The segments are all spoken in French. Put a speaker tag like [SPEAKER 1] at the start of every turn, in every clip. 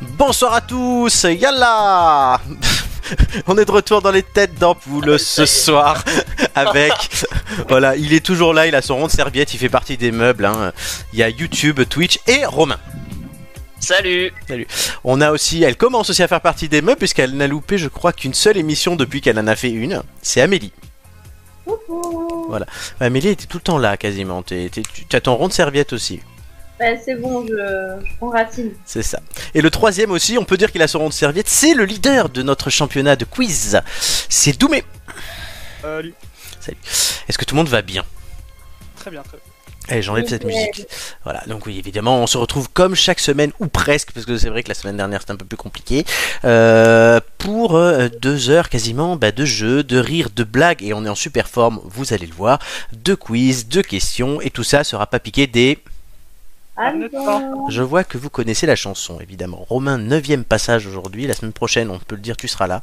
[SPEAKER 1] Bonsoir à tous, yalla On est de retour dans les têtes d'ampoule ce soir avec... voilà, il est toujours là, il a son rond de serviette, il fait partie des meubles. hein. Il y a YouTube, Twitch et Romain.
[SPEAKER 2] Salut
[SPEAKER 1] On a aussi, elle commence aussi à faire partie des meubles puisqu'elle n'a loupé, je crois, qu'une seule émission depuis qu'elle en a fait une. C'est Amélie. Voilà. Amélie était tout le temps là quasiment. T'es- t'es- Tu as ton rond de serviette aussi.
[SPEAKER 3] Ben, c'est bon, je, je prends racine.
[SPEAKER 1] C'est ça. Et le troisième aussi, on peut dire qu'il a son rond de serviette, c'est le leader de notre championnat de quiz. C'est Doumé.
[SPEAKER 4] Salut.
[SPEAKER 1] Est-ce que tout le monde va bien
[SPEAKER 4] Très bien, très bien.
[SPEAKER 1] Allez, j'enlève cette musique. Voilà, donc oui, évidemment, on se retrouve comme chaque semaine, ou presque, parce que c'est vrai que la semaine dernière c'était un peu plus compliqué, euh, pour euh, deux heures quasiment bah, de jeu, de rire, de blagues, et on est en super forme, vous allez le voir, de quiz, de questions, et tout ça sera pas piqué des...
[SPEAKER 3] Ah,
[SPEAKER 4] Un autre
[SPEAKER 3] non.
[SPEAKER 4] temps.
[SPEAKER 1] Je vois que vous connaissez la chanson, évidemment. Romain, neuvième passage aujourd'hui. La semaine prochaine, on peut le dire, tu seras là.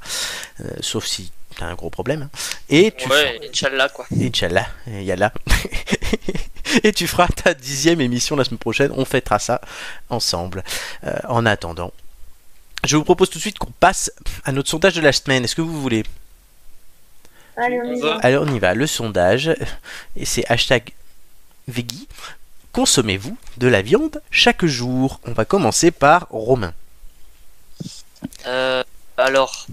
[SPEAKER 1] Euh, sauf si t'as un gros problème. hein. Et tu
[SPEAKER 2] Ouais, Inch'Allah quoi.
[SPEAKER 1] feras... Inch'Allah, euh, Yallah. Et tu feras ta dixième émission la semaine prochaine. On fêtera ça ensemble. Euh, en attendant, je vous propose tout de suite qu'on passe à notre sondage de la semaine. Est-ce que vous voulez
[SPEAKER 3] Allez, on y va.
[SPEAKER 1] Allez, on y va. Le sondage, et c'est hashtag Veggie. Consommez-vous de la viande chaque jour On va commencer par Romain.
[SPEAKER 2] Euh, alors,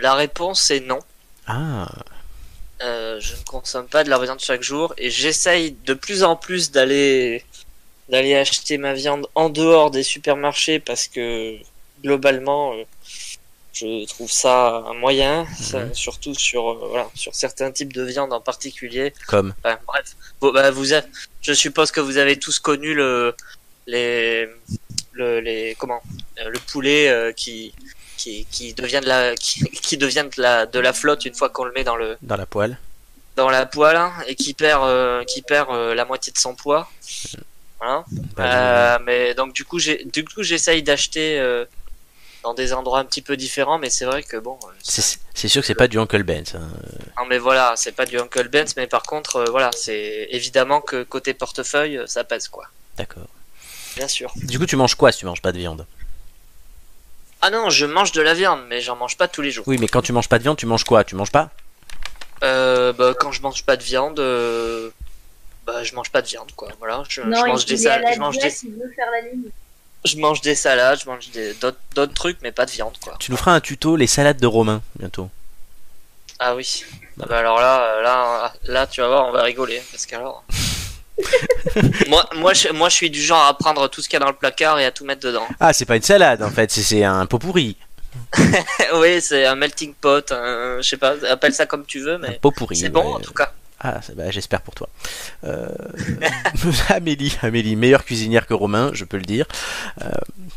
[SPEAKER 2] la réponse est non.
[SPEAKER 1] Ah,
[SPEAKER 2] Euh, je ne consomme pas de la viande chaque jour et j'essaye de plus en plus d'aller d'aller acheter ma viande en dehors des supermarchés parce que globalement euh, je trouve ça un moyen ça- surtout sur euh, voilà sur certains types de viande en particulier
[SPEAKER 1] comme.
[SPEAKER 2] Enfin, bref Bon, bah, vous avez- je suppose que vous avez tous connu le les le les comment euh, le poulet euh, qui qui, qui devient de la qui, qui devient de la de la flotte une fois qu'on le met dans le
[SPEAKER 1] Dans la poêle.
[SPEAKER 2] dans la poêle hein, et qui perd euh, qui perd euh, la moitié de son poids. Voilà.
[SPEAKER 1] Bah,
[SPEAKER 2] Euh, mais donc du coup j'ai du coup j'essaye d'acheter euh, dans des endroits un petit peu différents, mais c'est vrai que bon. euh,
[SPEAKER 1] C'est c'est sûr que c'est pas du Uncle Ben's. hein.
[SPEAKER 2] Non mais voilà, c'est pas du Uncle Ben's, mais par contre euh, voilà, c'est évidemment que côté portefeuille euh, ça pèse quoi.
[SPEAKER 1] D'accord.
[SPEAKER 2] Bien sûr.
[SPEAKER 1] Du coup, tu manges quoi si tu manges pas de viande
[SPEAKER 2] Ah non, je mange de la viande, mais j'en mange pas tous les jours.
[SPEAKER 1] Oui, mais quand tu manges pas de viande, tu manges quoi Tu manges pas
[SPEAKER 2] Euh, bah, quand je mange pas de viande, euh, bah je mange pas de viande quoi. Voilà, je,
[SPEAKER 3] Non,
[SPEAKER 2] je
[SPEAKER 3] il
[SPEAKER 2] mange des
[SPEAKER 3] il est à
[SPEAKER 2] salades,
[SPEAKER 3] la
[SPEAKER 2] je mange des
[SPEAKER 3] diète, il veut faire la ligne.
[SPEAKER 2] je mange des salades, je mange des d'autres d'autres trucs, mais pas de viande quoi.
[SPEAKER 1] Tu nous feras un tuto les salades de Romain bientôt.
[SPEAKER 2] Ah oui. Ah bah alors là, euh, là, là, tu vas voir, on va rigoler parce qu'alors. euh, moi, moi, je, moi, je suis du genre à prendre tout ce qu'il y a dans le placard et à tout mettre dedans.
[SPEAKER 1] Ah, c'est pas une salade en fait, c'est- c'est un pot pourri.
[SPEAKER 2] oui, c'est un melting pot, un- je sais pas, appelle ça comme tu veux,
[SPEAKER 1] Un
[SPEAKER 2] mais
[SPEAKER 1] pot pourri.
[SPEAKER 2] Bah, c'est bon
[SPEAKER 1] ouais.
[SPEAKER 2] en tout cas.
[SPEAKER 1] Ah, c'est- bah, j'espère pour toi. Euh, Amélie, Amélie, meilleure cuisinière que Romain, je peux le dire. Euh,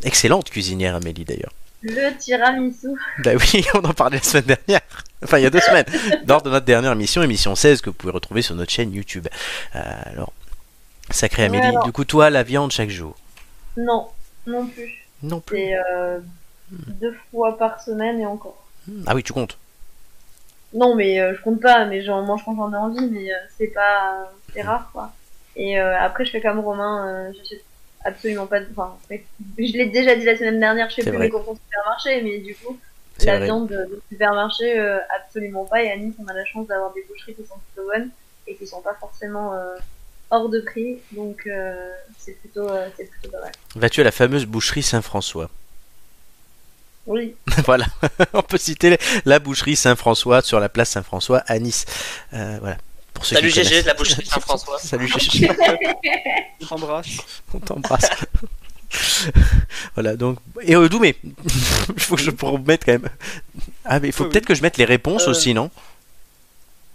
[SPEAKER 1] excellente cuisinière, Amélie d'ailleurs.
[SPEAKER 3] Le tiramisu.
[SPEAKER 1] Bah oui, on en parlait la semaine dernière. Enfin, il y a deux semaines, lors de notre dernière émission, émission 16, que vous pouvez retrouver sur notre chaîne YouTube. Euh, alors, sacré
[SPEAKER 3] Ouais,
[SPEAKER 1] Amélie,
[SPEAKER 3] alors.
[SPEAKER 1] du coup, toi, la viande chaque jour
[SPEAKER 3] Non, non plus.
[SPEAKER 1] Non plus.
[SPEAKER 3] C'est euh, deux fois par semaine et encore.
[SPEAKER 1] Ah oui, tu comptes.
[SPEAKER 3] Non, mais euh, je compte pas, mais j'en mange quand j'en ai envie, mais euh, c'est pas. C'est rare, quoi. Et euh, après, je fais comme Romain, euh, j'achète absolument pas de. Enfin, mais- je l'ai déjà dit la semaine dernière, je fais
[SPEAKER 1] C'est
[SPEAKER 3] plus
[SPEAKER 1] vrai.
[SPEAKER 3] mes courses au supermarché, mais du coup,
[SPEAKER 1] C'est
[SPEAKER 3] la
[SPEAKER 1] vrai.
[SPEAKER 3] viande de de supermarché, euh, absolument pas. Et à Nice, on a la chance d'avoir des boucheries qui sont plutôt bonnes et qui sont pas forcément euh, hors de prix, donc euh, c'est plutôt, euh, c'est plutôt pas mal.
[SPEAKER 1] Vas-tu à la fameuse boucherie Saint-François
[SPEAKER 3] Oui.
[SPEAKER 1] Voilà, on peut citer la boucherie Saint-François sur la place Saint-François à Nice. Euh, voilà. Pour ceux
[SPEAKER 2] Salut
[SPEAKER 1] qui
[SPEAKER 2] GG de
[SPEAKER 1] connaissent.
[SPEAKER 2] la boucherie Saint-François.
[SPEAKER 1] Salut GG.
[SPEAKER 4] Je t'embrasse.
[SPEAKER 1] On t'embrasse. voilà donc. Et euh, Doumé, il faut que je remette quand même. Ah, mais il faut
[SPEAKER 4] Oui, oui.
[SPEAKER 1] peut-être que je mette les réponses
[SPEAKER 4] Euh,
[SPEAKER 1] aussi, non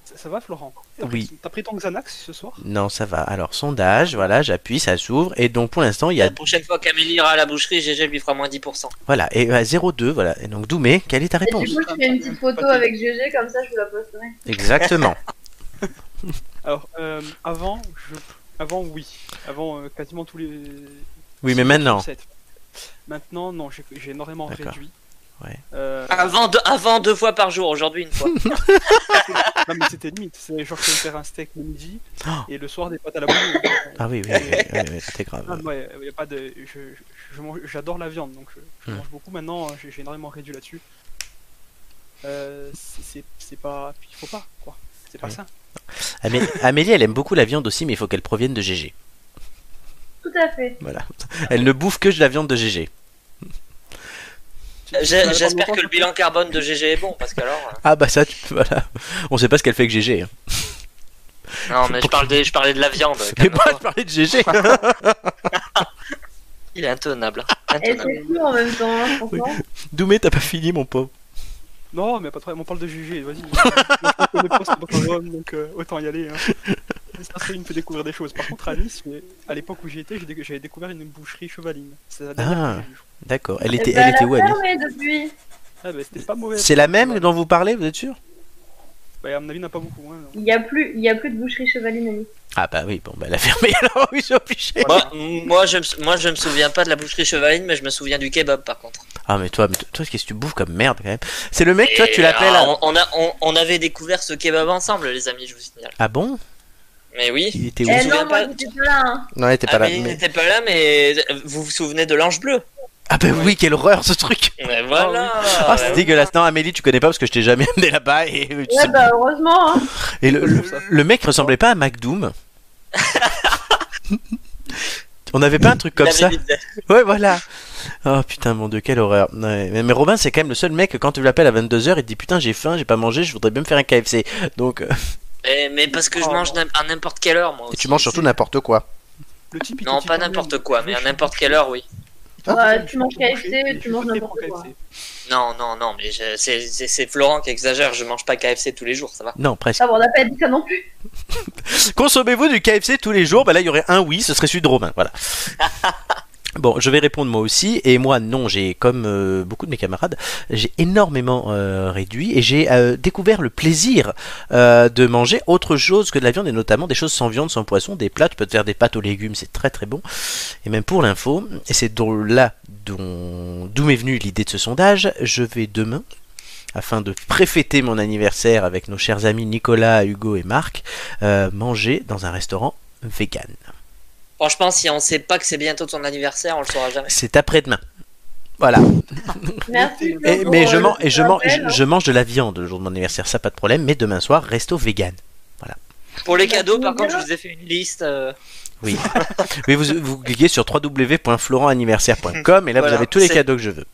[SPEAKER 4] Ça, ça va, Florent T'as
[SPEAKER 1] Oui.
[SPEAKER 4] pris- T'as pris ton Xanax ce soir
[SPEAKER 1] Non, ça va. Alors, sondage, voilà, j'appuie, ça s'ouvre. Et donc, pour l'instant, il y a.
[SPEAKER 2] La prochaine fois qu'Amélie ira à la boucherie, GG lui fera moins 10%.
[SPEAKER 1] Voilà, et à 0,2, voilà. Et donc, Doumé, quelle est ta
[SPEAKER 3] Et
[SPEAKER 1] réponse
[SPEAKER 3] du coup, je fais une petite photo avec GG, comme ça je vous la posterai.
[SPEAKER 1] Exactement.
[SPEAKER 4] Alors, euh, avant, je... avant, oui. Avant, euh, quasiment tous les.
[SPEAKER 1] Oui, mais maintenant.
[SPEAKER 4] sept. Maintenant, non, j'ai j'ai énormément
[SPEAKER 1] D'accord.
[SPEAKER 4] réduit.
[SPEAKER 1] Ouais.
[SPEAKER 4] Euh,
[SPEAKER 2] Avant, deux- avant deux fois par jour, aujourd'hui une fois.
[SPEAKER 4] non, mais c'était limite. C'est genre, je vais me faire un steak le midi
[SPEAKER 1] Oh.
[SPEAKER 4] et le soir des pâtes à la bouillie.
[SPEAKER 1] Ah oui, oui, oui, oui, oui, oui, c'était
[SPEAKER 4] Ah,
[SPEAKER 1] grave.
[SPEAKER 4] moi, y a pas de. je- je- je mange- J'adore la viande, donc je, je
[SPEAKER 1] Hmm.
[SPEAKER 4] mange beaucoup. Maintenant, euh, j'ai j'ai énormément réduit là-dessus. Euh, c'est- c'est c'est pas. Puis il faut pas, quoi. C'est pas
[SPEAKER 1] Oui.
[SPEAKER 4] ça. Ah.
[SPEAKER 1] Amé- Amélie, elle aime beaucoup la viande aussi, mais il faut qu'elle provienne de GG.
[SPEAKER 3] Tout à fait.
[SPEAKER 1] Voilà. Elle ne bouffe que de la viande de GG.
[SPEAKER 4] Tu- tu vas
[SPEAKER 2] Euh, J'ai-
[SPEAKER 4] prendre
[SPEAKER 2] J'espère
[SPEAKER 4] longtemps,
[SPEAKER 2] que le
[SPEAKER 4] ça
[SPEAKER 2] bilan carbone de GG est bon, parce que alors.
[SPEAKER 1] Ah bah ça, tu... voilà. On sait pas ce qu'elle fait avec GG. hein.
[SPEAKER 2] euh, Non, mais je, parle des- je parlais de la viande.
[SPEAKER 1] Mais
[SPEAKER 2] calme-toi.
[SPEAKER 1] moi, je parlais de GG.
[SPEAKER 2] Il est intenable.
[SPEAKER 3] Et
[SPEAKER 2] intenable.
[SPEAKER 3] c'est fou en même temps, hein, franchement.
[SPEAKER 1] Doumé, t'as pas fini, mon pauvre.
[SPEAKER 4] Non, mais pas trop. On parle de GG, vas-y. Moi, je connais pas ce Pokémon, donc euh, autant y aller. Hein. Ça, ça, il me fait découvrir des choses. Par contre, à Nice, mais à l'époque où j'y étais, j'ai déc- j'avais découvert une boucherie chevaline. C'est la dernière
[SPEAKER 1] Ah.
[SPEAKER 4] que j'ai vue.
[SPEAKER 1] D'accord. Elle
[SPEAKER 3] Eh
[SPEAKER 1] était,
[SPEAKER 3] ben,
[SPEAKER 1] elle était où,
[SPEAKER 3] a
[SPEAKER 1] Annie
[SPEAKER 3] fermé depuis.
[SPEAKER 4] Ah, bah, c'était pas mauvais.
[SPEAKER 1] C'est la même dont vous parlez, vous êtes sûr
[SPEAKER 4] Bah, à mon avis, il n'y en a pas beaucoup. Hein, non.
[SPEAKER 3] Il y a plus, il y a plus de boucherie chevaline à Nice.
[SPEAKER 1] Ah bah oui, bon, bah elle a fermé alors, oui, j'ai obligé.
[SPEAKER 2] Moi, moi, je me, sou- moi, je me souviens pas de la boucherie chevaline, mais je me souviens du kebab par contre.
[SPEAKER 1] Ah mais toi, mais toi, toi, qu'est-ce que tu bouffes comme merde quand même C'est le mec, toi,
[SPEAKER 2] Et,
[SPEAKER 1] tu l'appelles...
[SPEAKER 2] ah,
[SPEAKER 1] à-
[SPEAKER 2] on, on a, on, on avait découvert ce kebab ensemble, les amis, je vous signale.
[SPEAKER 1] Ah bon
[SPEAKER 2] Mais oui.
[SPEAKER 1] Il était où
[SPEAKER 2] me
[SPEAKER 3] Eh
[SPEAKER 2] souviens
[SPEAKER 3] non, moi
[SPEAKER 2] pas.
[SPEAKER 3] j'étais pas là. hein.
[SPEAKER 1] Non, il était pas
[SPEAKER 2] Ah,
[SPEAKER 1] là.
[SPEAKER 2] mais il
[SPEAKER 1] mais-
[SPEAKER 2] n'était pas là, mais euh, vous vous souvenez de l'ange bleu
[SPEAKER 1] Ah bah oui, quelle horreur ce truc
[SPEAKER 2] Mais voilà.
[SPEAKER 1] Ah, c'est
[SPEAKER 2] Ouais.
[SPEAKER 1] dégueulasse. Non, Amélie, tu connais pas parce que je t'ai jamais amené là-bas et, tu sais-
[SPEAKER 3] Ouais, bah heureusement. hein.
[SPEAKER 1] et le, le- le mec ressemblait pas à MacDoom. On avait pas un truc comme
[SPEAKER 2] La
[SPEAKER 1] ça
[SPEAKER 2] vérité.
[SPEAKER 1] Ouais, voilà. Oh putain, mon dieu, quelle horreur. Ouais, Mais, mais Robin, c'est quand même le seul mec que quand tu l'appelles à 22h, il te dit putain, j'ai faim, j'ai pas mangé, je voudrais bien me faire un KFC. Donc, euh,
[SPEAKER 2] Mais, mais parce que je
[SPEAKER 4] Oh.
[SPEAKER 2] mange n'im- à n'importe quelle heure, moi.
[SPEAKER 1] et
[SPEAKER 2] Aussi.
[SPEAKER 1] tu manges surtout n'importe quoi.
[SPEAKER 4] Le type, il
[SPEAKER 2] Non,
[SPEAKER 4] te dit
[SPEAKER 2] pas
[SPEAKER 4] quand même,
[SPEAKER 2] n'importe quoi, mais à
[SPEAKER 4] je-
[SPEAKER 2] n'importe quelle heure, oui.
[SPEAKER 4] il te dit
[SPEAKER 3] Ouais,
[SPEAKER 4] quand même,
[SPEAKER 3] tu
[SPEAKER 4] je
[SPEAKER 3] manges
[SPEAKER 4] suis pas
[SPEAKER 3] KFC,
[SPEAKER 4] bouché,
[SPEAKER 3] tu
[SPEAKER 4] je
[SPEAKER 3] manges
[SPEAKER 4] votais
[SPEAKER 3] n'importe
[SPEAKER 4] pour
[SPEAKER 3] quoi.
[SPEAKER 4] KFC.
[SPEAKER 2] Non, non, non, mais je- c'est- c'est c'est Florent qui exagère, je mange pas KFC tous les jours, ça va.
[SPEAKER 1] Non, presque.
[SPEAKER 3] Ah bon, on n'a pas dit ça non plus.
[SPEAKER 1] Consommez-vous du KFC tous les jours Bah là, il y aurait un oui, ce serait celui de Romain. Voilà. Bon, je vais répondre moi aussi. Et moi, non, j'ai, comme euh, beaucoup de mes camarades, j'ai énormément euh, réduit et j'ai euh, découvert le plaisir euh, de manger autre chose que de la viande et notamment des choses sans viande, sans poisson, des plats. Tu peux te faire des pâtes aux légumes, c'est très très bon. Et même pour l'info, et c'est dont- là dont- d'où m'est venue l'idée de ce sondage, je vais demain, afin de préfêter mon anniversaire avec nos chers amis Nicolas, Hugo et Marc, euh, manger dans un restaurant vegan.
[SPEAKER 2] Franchement, si on sait pas que c'est bientôt ton anniversaire, on le saura jamais.
[SPEAKER 1] C'est après-demain. Voilà.
[SPEAKER 3] Merci.
[SPEAKER 4] Et-
[SPEAKER 1] Et-
[SPEAKER 3] Claude,
[SPEAKER 1] mais
[SPEAKER 3] pour,
[SPEAKER 1] je,
[SPEAKER 3] euh,
[SPEAKER 1] man-
[SPEAKER 3] le
[SPEAKER 1] et je, man-
[SPEAKER 3] rappel,
[SPEAKER 1] je-
[SPEAKER 3] hein.
[SPEAKER 1] je mange de la viande le jour de mon anniversaire, ça pas de problème, mais demain soir, resto vegan.
[SPEAKER 2] Pour les
[SPEAKER 3] Bah,
[SPEAKER 2] cadeaux,
[SPEAKER 3] tu
[SPEAKER 2] par
[SPEAKER 3] nous
[SPEAKER 2] contre, je
[SPEAKER 3] diras.
[SPEAKER 2] vous ai fait une liste. euh,
[SPEAKER 1] Oui. mais vous, vous cliquez sur www.florentanniversaire.com et là vous
[SPEAKER 2] Voilà,
[SPEAKER 1] avez tous les
[SPEAKER 2] c'est-
[SPEAKER 1] cadeaux que je veux.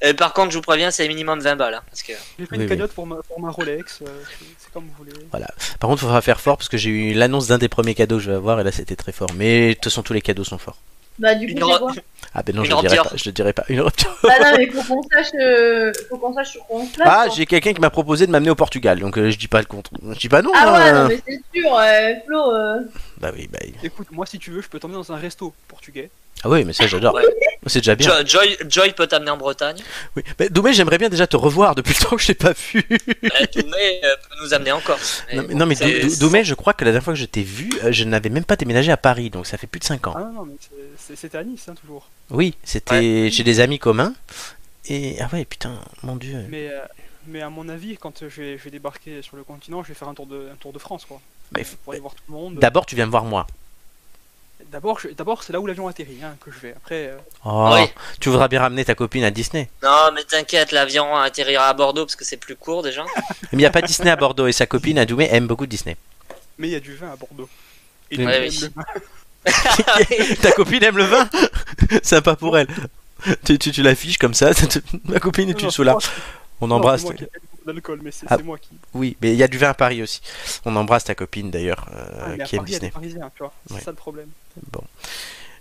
[SPEAKER 2] Et euh, par contre, je vous préviens, c'est minimum 20 balles. hein, parce que...
[SPEAKER 4] J'ai fait
[SPEAKER 1] Oui, oui.
[SPEAKER 4] une cagnotte pour ma, pour ma Rolex, euh, c'est- c'est comme vous voulez.
[SPEAKER 1] Par contre, il faudra faire fort parce que j'ai eu l'annonce d'un des premiers cadeaux que je vais avoir et là c'était très fort. Mais de toute façon, tous les cadeaux sont forts.
[SPEAKER 3] Bah du
[SPEAKER 2] Une
[SPEAKER 3] coup, c'est
[SPEAKER 2] ro-
[SPEAKER 3] quoi
[SPEAKER 1] Ah ben non,
[SPEAKER 2] Une
[SPEAKER 1] je le dirai
[SPEAKER 2] rupture.
[SPEAKER 1] pas. Je le dirai pas. Une rupture.
[SPEAKER 3] Bah non, mais faut qu'on sache, euh, faut qu'on sache sur quoi on se place, hein.
[SPEAKER 1] Ah,
[SPEAKER 3] quoi.
[SPEAKER 1] j'ai quelqu'un qui m'a proposé de m'amener au Portugal, donc euh, je dis pas le contre. Je dis pas non.
[SPEAKER 3] Ah ouais,
[SPEAKER 1] hein.
[SPEAKER 3] non, mais c'est sûr, euh, Flo. euh,
[SPEAKER 1] Bah oui, bah oui.
[SPEAKER 4] Écoute, moi, si tu veux, je peux t'emmener dans un resto portugais.
[SPEAKER 1] Ah oui, mais ça j'adore.
[SPEAKER 2] Ouais.
[SPEAKER 1] C'est déjà bien.
[SPEAKER 2] Jo- Joy, Joy peut t'amener en Bretagne.
[SPEAKER 1] Oui. Mais Doumé, j'aimerais bien déjà te revoir depuis le temps que je t'ai pas vu.
[SPEAKER 2] Bah, Doumé euh, peut nous amener en Corse.
[SPEAKER 1] Non mais, non, mais
[SPEAKER 2] c'est-
[SPEAKER 1] Dou- Dou- Doumé, je crois que la dernière fois que je t'ai vu, euh, je n'avais même pas déménagé à Paris, donc ça fait plus de 5 ans.
[SPEAKER 4] Ah non, non, mais c'est- c'est- c'était à Nice, hein, toujours.
[SPEAKER 1] Oui, c'était chez des amis communs. Et ah ouais, putain, mon dieu.
[SPEAKER 4] Mais, euh, mais à mon avis, quand euh, je vais, je vais débarquer sur le continent, je vais faire un tour de, un tour de France, quoi.
[SPEAKER 1] Mais
[SPEAKER 4] Euh,
[SPEAKER 1] f-
[SPEAKER 4] pour aller voir tout le monde.
[SPEAKER 1] D'abord, tu viens me voir moi.
[SPEAKER 4] D'abord, je- d'abord, c'est là où l'avion atterrit hein, que je vais. Après, euh,
[SPEAKER 1] Oh,
[SPEAKER 2] Oui.
[SPEAKER 1] tu voudras bien ramener ta copine à Disney.
[SPEAKER 2] Non, mais t'inquiète, l'avion atterrira à Bordeaux parce que c'est plus court déjà.
[SPEAKER 1] Mais il n'y a pas Disney à Bordeaux et sa copine à Doumé aime beaucoup Disney.
[SPEAKER 4] mais il y a du vin à Bordeaux. Et
[SPEAKER 1] Oui.
[SPEAKER 4] tu
[SPEAKER 2] Ouais,
[SPEAKER 4] aimes
[SPEAKER 2] oui.
[SPEAKER 4] le vin.
[SPEAKER 1] ta copine aime le vin Sympa pour elle. Tu, tu, tu l'affiches comme ça, ma copine est une
[SPEAKER 4] hein. Non,
[SPEAKER 1] soulard.
[SPEAKER 4] c'est moi-
[SPEAKER 1] On
[SPEAKER 4] non, c'est
[SPEAKER 1] embrasse.
[SPEAKER 4] moi qui aime beaucoup L'alcool, mais c'est
[SPEAKER 1] Ah.
[SPEAKER 4] c'est moi qui.
[SPEAKER 1] Oui, mais il y a du vin à Paris aussi. On embrasse ta copine d'ailleurs, euh,
[SPEAKER 4] Ah, mais à
[SPEAKER 1] qui aime
[SPEAKER 4] Paris, il y a des
[SPEAKER 1] Disney.
[SPEAKER 4] Parisiens, tu vois.
[SPEAKER 1] Ouais.
[SPEAKER 4] C'est ça le problème.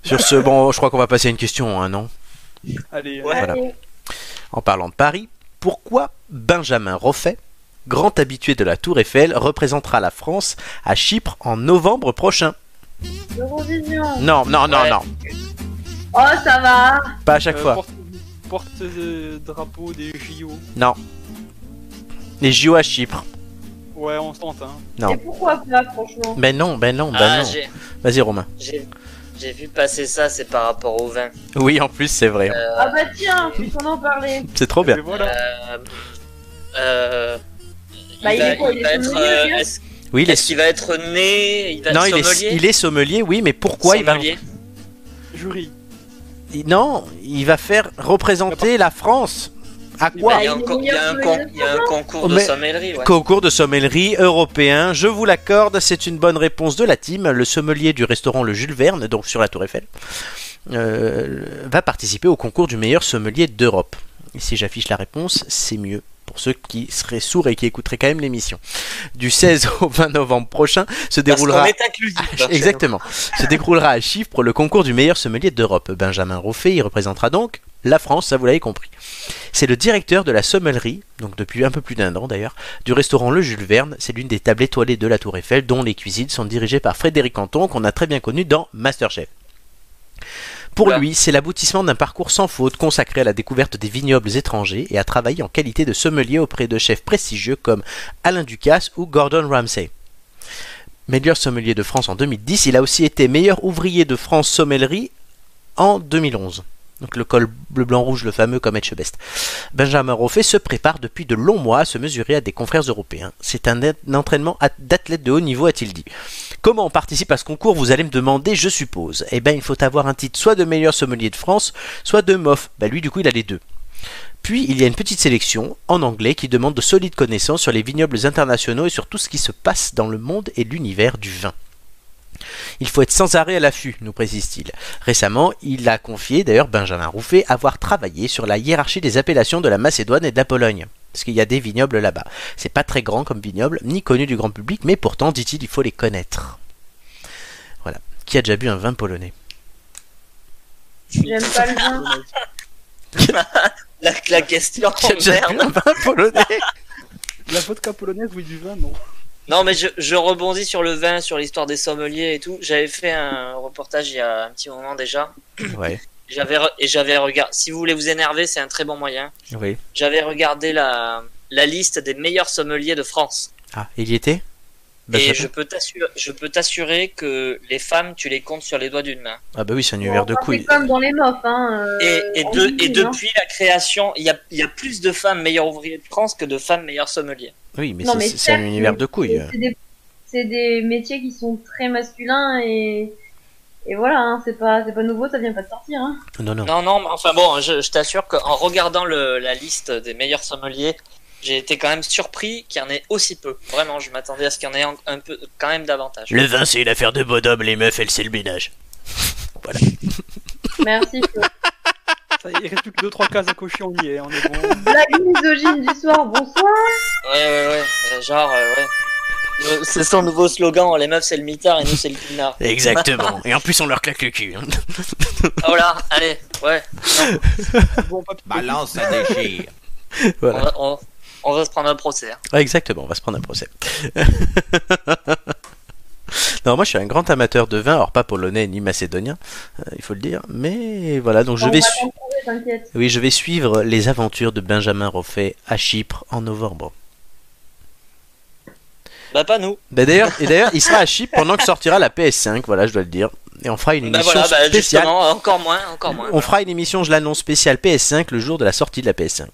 [SPEAKER 1] Sur ce, bon, je crois qu'on va passer à une question, hein, non
[SPEAKER 4] Allez, euh,
[SPEAKER 2] Ouais.
[SPEAKER 1] Voilà.
[SPEAKER 3] allez.
[SPEAKER 1] En parlant de Paris, pourquoi Benjamin Roffet, grand habitué de la Tour Eiffel, représentera la France à Chypre en novembre prochain
[SPEAKER 3] L'Eurovision.
[SPEAKER 1] Non, non, non,
[SPEAKER 2] Ouais.
[SPEAKER 1] non,
[SPEAKER 3] Oh, ça va.
[SPEAKER 1] pas à chaque
[SPEAKER 4] euh,
[SPEAKER 1] fois.
[SPEAKER 4] Porte, porte euh, drapeau des JO.
[SPEAKER 1] Les JO à Chypre.
[SPEAKER 4] Ouais, on se tente, hein.
[SPEAKER 1] Non.
[SPEAKER 3] Et pourquoi pas, franchement
[SPEAKER 1] Ben non, ben non, ben
[SPEAKER 2] Ah,
[SPEAKER 1] non.
[SPEAKER 2] j'ai-
[SPEAKER 1] Vas-y Romain.
[SPEAKER 2] j'ai- J'ai vu passer ça, c'est par rapport au vin.
[SPEAKER 1] Oui, en plus, c'est vrai.
[SPEAKER 2] Euh,
[SPEAKER 3] Ah bah tiens, puisqu'on en parlait.
[SPEAKER 1] C'est trop bien.
[SPEAKER 4] Mais voilà.
[SPEAKER 2] euh, euh,
[SPEAKER 3] Bah, il
[SPEAKER 2] va-
[SPEAKER 3] est quoi, il est
[SPEAKER 2] va être,
[SPEAKER 3] sommelier, le
[SPEAKER 2] euh,
[SPEAKER 3] gars
[SPEAKER 2] est-ce
[SPEAKER 1] Oui, il
[SPEAKER 2] est-ce
[SPEAKER 1] est.
[SPEAKER 2] qu'il va être né Il va
[SPEAKER 1] Non,
[SPEAKER 2] être
[SPEAKER 1] il est,
[SPEAKER 2] sommelier
[SPEAKER 1] il est sommelier, oui, mais pourquoi il va.
[SPEAKER 2] Sommelier
[SPEAKER 4] Jury.
[SPEAKER 1] il- Non, il va faire représenter la France. À
[SPEAKER 4] Il
[SPEAKER 1] quoi Oh,
[SPEAKER 2] Il y a
[SPEAKER 3] Il
[SPEAKER 2] un
[SPEAKER 3] est
[SPEAKER 2] con- il y a un
[SPEAKER 3] meilleur
[SPEAKER 2] con-
[SPEAKER 3] sommelier
[SPEAKER 2] il y a un concours de
[SPEAKER 1] Mais-
[SPEAKER 2] sommellerie, ouais.
[SPEAKER 1] Concours de sommellerie européen, je vous l'accorde, c'est une bonne réponse de la team. Le sommelier du restaurant Le Jules Verne, donc sur la Tour Eiffel, euh, va participer au concours du meilleur sommelier d'Europe. Et si j'affiche la réponse, c'est mieux pour ceux qui seraient sourds et qui écouteraient quand même l'émission. Du 16 au 20 novembre prochain se
[SPEAKER 2] Parce qu'on
[SPEAKER 1] déroulera
[SPEAKER 2] est inclusif. hein, chez nous.
[SPEAKER 1] Exactement. Se déroulera à Chypre pour le concours du meilleur sommelier d'Europe. Benjamin Roffet y représentera donc la France, ça vous l'avez compris. C'est le directeur de la sommellerie, donc depuis un peu plus d'un an d'ailleurs, du restaurant Le Jules Verne. C'est l'une des tables étoilées de la Tour Eiffel dont les cuisines sont dirigées par Frédéric Anton qu'on a très bien connu dans Masterchef. Pour
[SPEAKER 2] Oula.
[SPEAKER 1] lui, c'est l'aboutissement d'un parcours sans faute consacré à la découverte des vignobles étrangers et à travailler en qualité de sommelier auprès de chefs prestigieux comme Alain Ducasse ou Gordon Ramsay. Meilleur sommelier de France en 2010, il a aussi été meilleur ouvrier de France sommellerie en 2011. Donc le col bleu blanc rouge, le fameux comme Etchebest. Benjamin Roffet se prépare depuis de longs mois à se mesurer à des confrères européens. C'est un, en- entraînement at- d'athlète de haut niveau, a-t-il dit. Comment on participe à ce concours Vous allez me demander, je suppose. Eh bien, il faut avoir un titre soit de meilleur sommelier de France, soit de MOF. Ben, lui, du coup, il a les deux. Puis, il y a une petite sélection, en anglais, qui demande de solides connaissances sur les vignobles internationaux et sur tout ce qui se passe dans le monde et l'univers du vin. Il faut être sans arrêt à l'affût, nous précise-t-il. Récemment, il a confié, d'ailleurs Benjamin Rouffet, avoir travaillé sur la hiérarchie des appellations de la Macédoine et de la Pologne. Parce qu'il y a des vignobles là-bas. C'est pas très grand comme vignoble, ni connu du grand public, mais pourtant, dit-il, il faut les connaître. Voilà. Qui a déjà bu un vin polonais
[SPEAKER 3] J'aime pas le vin.
[SPEAKER 2] La, la question,
[SPEAKER 1] Qui a déjà bu
[SPEAKER 2] merde.
[SPEAKER 1] un vin polonais
[SPEAKER 4] La vodka polonaise, oui, du vin, non.
[SPEAKER 2] Non, mais je, je rebondis sur le vin, sur l'histoire des sommeliers et tout. J'avais fait un reportage il y a un petit moment déjà.
[SPEAKER 1] Ouais,
[SPEAKER 2] J'avais re- et j'avais regardé. Si vous voulez vous énerver, c'est un très bon moyen.
[SPEAKER 1] oui.
[SPEAKER 2] J'avais regardé la, la liste des meilleurs sommeliers de France.
[SPEAKER 1] Ah, il y était Bah,
[SPEAKER 2] et
[SPEAKER 1] Benjamin
[SPEAKER 2] je peux t'assurer, je peux t'assurer que les femmes, tu les comptes sur les doigts d'une main.
[SPEAKER 1] Ah, bah oui, c'est un
[SPEAKER 3] Bon,
[SPEAKER 1] univers de
[SPEAKER 3] enfin,
[SPEAKER 1] couilles.
[SPEAKER 3] C'est comme dans les mofs, hein. euh,
[SPEAKER 2] Et, et,
[SPEAKER 3] en
[SPEAKER 2] de- et
[SPEAKER 3] cuisine, hein.
[SPEAKER 2] depuis la création, il y a, il y a plus de femmes meilleures ouvriers de France que de femmes meilleures sommeliers.
[SPEAKER 1] Oui, mais
[SPEAKER 3] Non, mais
[SPEAKER 1] c'est- c'est un
[SPEAKER 3] certes,
[SPEAKER 1] univers
[SPEAKER 3] mais
[SPEAKER 1] de couilles.
[SPEAKER 3] C'est des, c'est des métiers qui sont très masculins et, et voilà, hein, c'est pas, c'est pas nouveau, ça vient pas de sortir. Hein.
[SPEAKER 1] Non, non.
[SPEAKER 2] Non, non, mais enfin bon, je, je t'assure qu'en regardant le, la liste des meilleurs sommeliers, j'ai été quand même surpris qu'il y en ait aussi peu. Vraiment, je m'attendais à ce qu'il y en ait un, un peu, quand même davantage.
[SPEAKER 1] Le vin, c'est une affaire de bonhomme, les meufs, elles, c'est le ménage.
[SPEAKER 3] Merci. Flo.
[SPEAKER 4] Ça, il reste plus que 2-3 cases à cocher, on y est, on est bon.
[SPEAKER 3] Blague misogyne du soir, bonsoir.
[SPEAKER 2] Ouais, ouais, ouais, euh, genre, euh, ouais. Le- C'est son nouveau slogan, les meufs c'est le mitard et nous c'est le pinard.
[SPEAKER 1] Exactement. Et en plus, on leur claque le cul. hein.
[SPEAKER 2] Oh là, allez, ouais,
[SPEAKER 4] Bon, papier.
[SPEAKER 5] Balance, ça déchire.
[SPEAKER 2] on va, on, on va se prendre un procès. hein.
[SPEAKER 1] Ouais, exactement, on va se prendre un procès. non, moi je suis un grand amateur de vin, alors pas polonais ni macédonien, euh, il faut le dire, mais voilà, donc je
[SPEAKER 3] On
[SPEAKER 1] vais,
[SPEAKER 3] va
[SPEAKER 1] su-
[SPEAKER 3] t'en trouver, T'inquiète.
[SPEAKER 1] oui, je vais suivre les aventures de Benjamin Roffet à Chypre en novembre.
[SPEAKER 2] Bah, pas nous.
[SPEAKER 1] Bah, d'ailleurs, et d'ailleurs, il sera à Chypre pendant que sortira la PS5, voilà, je dois le dire. Et on fera une
[SPEAKER 2] Bah
[SPEAKER 1] émission
[SPEAKER 2] voilà, bah
[SPEAKER 1] spéciale.
[SPEAKER 2] justement, encore moins, encore moins.
[SPEAKER 1] On fera une émission, je l'annonce, spéciale PS5 le jour de la sortie de la PS5.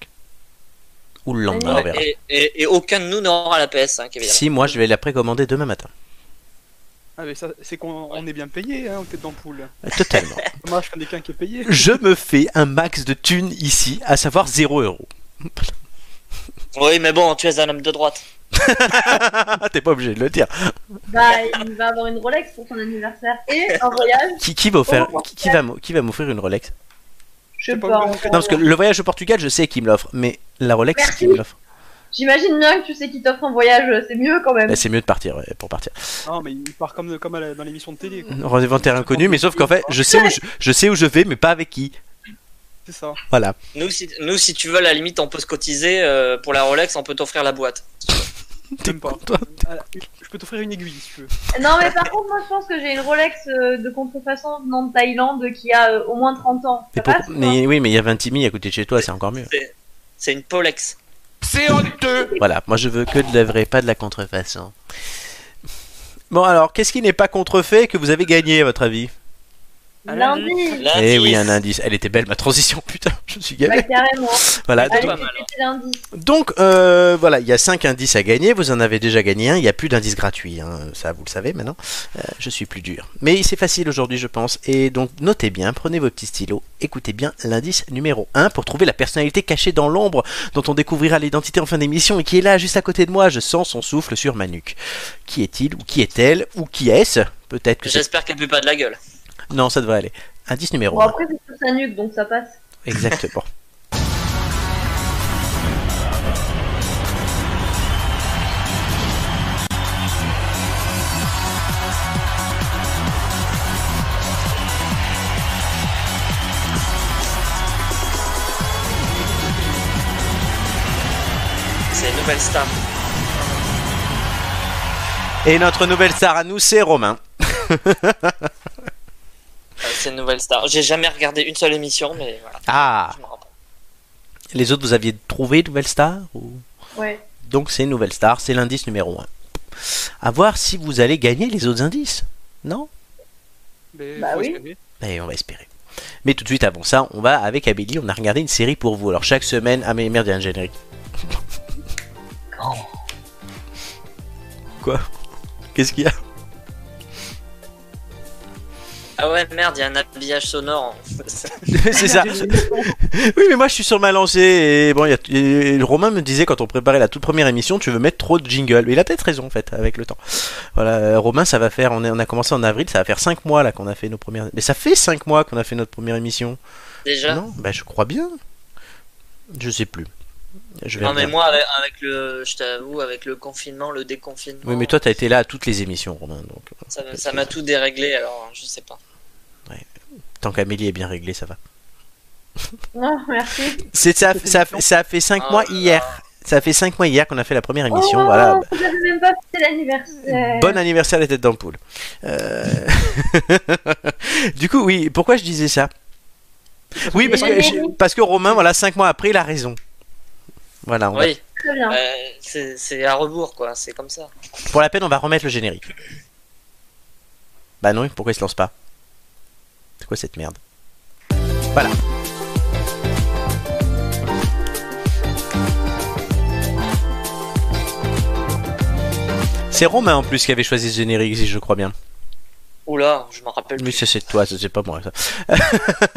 [SPEAKER 1] Ou le lendemain, Ah, on
[SPEAKER 2] Ouais,
[SPEAKER 1] verra.
[SPEAKER 2] et, et- et aucun de nous n'aura la PS5, évidemment.
[SPEAKER 1] Si, moi je vais la précommander demain matin.
[SPEAKER 4] Ah, mais ça, c'est qu'on on est bien payé, hein, aux têtes d'ampoule.
[SPEAKER 1] Euh, Totalement.
[SPEAKER 4] Dommage qu'on est qu'un qui est payé.
[SPEAKER 1] je me fais un max de thunes ici, à savoir 0 euros.
[SPEAKER 2] Oui, mais bon, tu es un homme de droite.
[SPEAKER 1] T'es pas obligé de le dire.
[SPEAKER 3] Bah, il va avoir une Rolex pour son anniversaire et un voyage.
[SPEAKER 1] Qui, qui va offrir-
[SPEAKER 3] Oh.
[SPEAKER 1] qui, qui va m'o- qui va m'offrir une Rolex
[SPEAKER 3] Je sais
[SPEAKER 4] C'est pas
[SPEAKER 3] pas.
[SPEAKER 4] bon.
[SPEAKER 3] on verra
[SPEAKER 1] Non, parce que
[SPEAKER 3] bien.
[SPEAKER 1] le voyage au Portugal, je sais qui me l'offre, mais la Rolex,
[SPEAKER 3] Merci.
[SPEAKER 1] qui me l'offre
[SPEAKER 3] J'imagine bien que tu sais qui t'offre un voyage, c'est mieux quand même.
[SPEAKER 1] Bah, C'est mieux de partir, ouais, pour partir.
[SPEAKER 4] Non, mais il part comme, comme à la- dans l'émission de télé, quoi.
[SPEAKER 1] Rendez-vous en terre inconnue, mais sauf qu'en fait, je sais, où je, je sais où je vais, mais pas avec qui.
[SPEAKER 4] c'est ça.
[SPEAKER 1] Voilà.
[SPEAKER 2] Nous si, nous, si tu veux, à la limite, on peut se cotiser. euh, pour la Rolex, on peut t'offrir la boîte.
[SPEAKER 1] T'es
[SPEAKER 4] Même pas.
[SPEAKER 1] con, toi.
[SPEAKER 4] Ah, je peux t'offrir une aiguille, si tu veux.
[SPEAKER 3] Non, mais par contre, moi je pense que j'ai une Rolex euh, de contrefaçon venant de Thaïlande qui a euh, au moins 30 ans.
[SPEAKER 1] Mais
[SPEAKER 3] Ça
[SPEAKER 1] pour-
[SPEAKER 3] passe, hein. quoi
[SPEAKER 1] mais oui, mais il y a 20 à côté de chez toi, c'est encore mieux.
[SPEAKER 2] C'est- C'est une Polex.
[SPEAKER 5] C'est honteux.
[SPEAKER 1] Voilà, moi je veux que de la vraie, pas de la contrefaçon. Bon, alors, qu'est-ce qui n'est pas contrefait et que vous avez gagné, à votre avis
[SPEAKER 2] Ah,
[SPEAKER 3] Lundi
[SPEAKER 2] Lundi.
[SPEAKER 1] Eh oui, un indice. Elle était belle ma transition, putain, je me suis gavé.
[SPEAKER 3] Bah carrément.
[SPEAKER 1] Voilà.
[SPEAKER 2] Allez.
[SPEAKER 1] donc-
[SPEAKER 2] pas mal, hein.
[SPEAKER 3] c'était lundi.
[SPEAKER 1] Donc euh, voilà, il y a 5 indices à gagner, vous en avez déjà gagné un, il n'y a plus d'indices gratuits, hein, ça vous le savez maintenant, Euh, je suis plus dur. Mais c'est facile aujourd'hui je pense, et donc notez bien, prenez vos petits stylos, écoutez bien l'indice numéro 1 pour trouver la personnalité cachée dans l'ombre dont on découvrira l'identité en fin d'émission et qui est là juste à côté de moi, je sens son souffle sur ma nuque. Qui est-il ou qui est-elle ou qui est-ce Peut-être que c'est...
[SPEAKER 2] J'espère qu'elle pue pas de la gueule.
[SPEAKER 1] Non, ça devrait aller. Indice numéro
[SPEAKER 3] Bon
[SPEAKER 1] 1,
[SPEAKER 3] après c'est sur sa nuque donc ça passe.
[SPEAKER 1] exactement.
[SPEAKER 2] C'est une nouvelle star.
[SPEAKER 1] Et notre nouvelle star à nous, c'est Romain.
[SPEAKER 2] Euh, C'est une nouvelle star. J'ai jamais regardé une seule émission, mais voilà.
[SPEAKER 1] Ah
[SPEAKER 2] Je me rappelle.
[SPEAKER 1] Les autres, vous aviez trouvé Nouvelle Star ou-
[SPEAKER 3] Ouais.
[SPEAKER 1] Donc c'est Nouvelle Star, c'est l'indice numéro 1. À voir si vous allez gagner les autres indices. Non
[SPEAKER 4] Mais
[SPEAKER 3] Bah
[SPEAKER 4] faut
[SPEAKER 3] oui.
[SPEAKER 4] espérer.
[SPEAKER 1] Et on va espérer. Mais tout de suite avant ça, on va avec Amélie, on a regardé une série pour vous. Alors chaque semaine, ah mais merde, il y a un générique. Quoi Qu'est-ce qu'il y a
[SPEAKER 2] Ah ouais, merde, il y a un habillage sonore.
[SPEAKER 1] C'est ça. Oui, mais moi je suis sur ma lancée. Et bon, il y a- et Romain me disait quand on préparait la toute première émission, tu veux mettre trop de jingle. Mais il a peut-être raison en fait, avec le temps. Voilà, euh, Romain, ça va faire. On, est- on a commencé en avril, ça va faire 5 mois là qu'on a fait nos premières. Mais ça fait 5 mois qu'on a fait notre première émission.
[SPEAKER 2] Déjà. Non,
[SPEAKER 1] Non Bah, je crois bien. Je sais plus. Je vais
[SPEAKER 2] mais
[SPEAKER 1] regarder.
[SPEAKER 2] moi, avec, avec le, je t'avoue, avec le confinement, le déconfinement.
[SPEAKER 1] Oui, mais toi, t'as été là à toutes les émissions, Romain. Donc, euh,
[SPEAKER 2] Ça m'a- ça m'a tout déréglé, alors je sais pas.
[SPEAKER 1] tant qu'Amélie est bien réglée, ça va.
[SPEAKER 3] Non Oh, merci.
[SPEAKER 1] C'est ça, ça, ça a fait 5
[SPEAKER 2] Ah
[SPEAKER 1] mois
[SPEAKER 2] là là.
[SPEAKER 1] hier. Ça a fait 5 mois hier qu'on a fait la première émission.
[SPEAKER 3] oh,
[SPEAKER 1] voilà.
[SPEAKER 3] J'avais même pas fait l'anniversaire.
[SPEAKER 1] Bon anniversaire les têtes d'ampoule. Euh, du coup, oui, pourquoi je disais ça Oui, parce que, je- parce que Romain, voilà, 5 mois après, il a raison. Voilà, on va-
[SPEAKER 2] Oui,
[SPEAKER 3] Très bien.
[SPEAKER 2] euh, c'est c'est à rebours, quoi. C'est comme ça.
[SPEAKER 1] pour la peine, on va remettre le générique. Bah non, pourquoi il se lance pas C'est quoi cette merde Voilà. C'est Romain en plus qui avait choisi ce générique, si je crois bien.
[SPEAKER 2] Oula, je m'en rappelle
[SPEAKER 1] Mais
[SPEAKER 2] plus.
[SPEAKER 1] ça, c'est toi, ça, c'est pas moi. ça.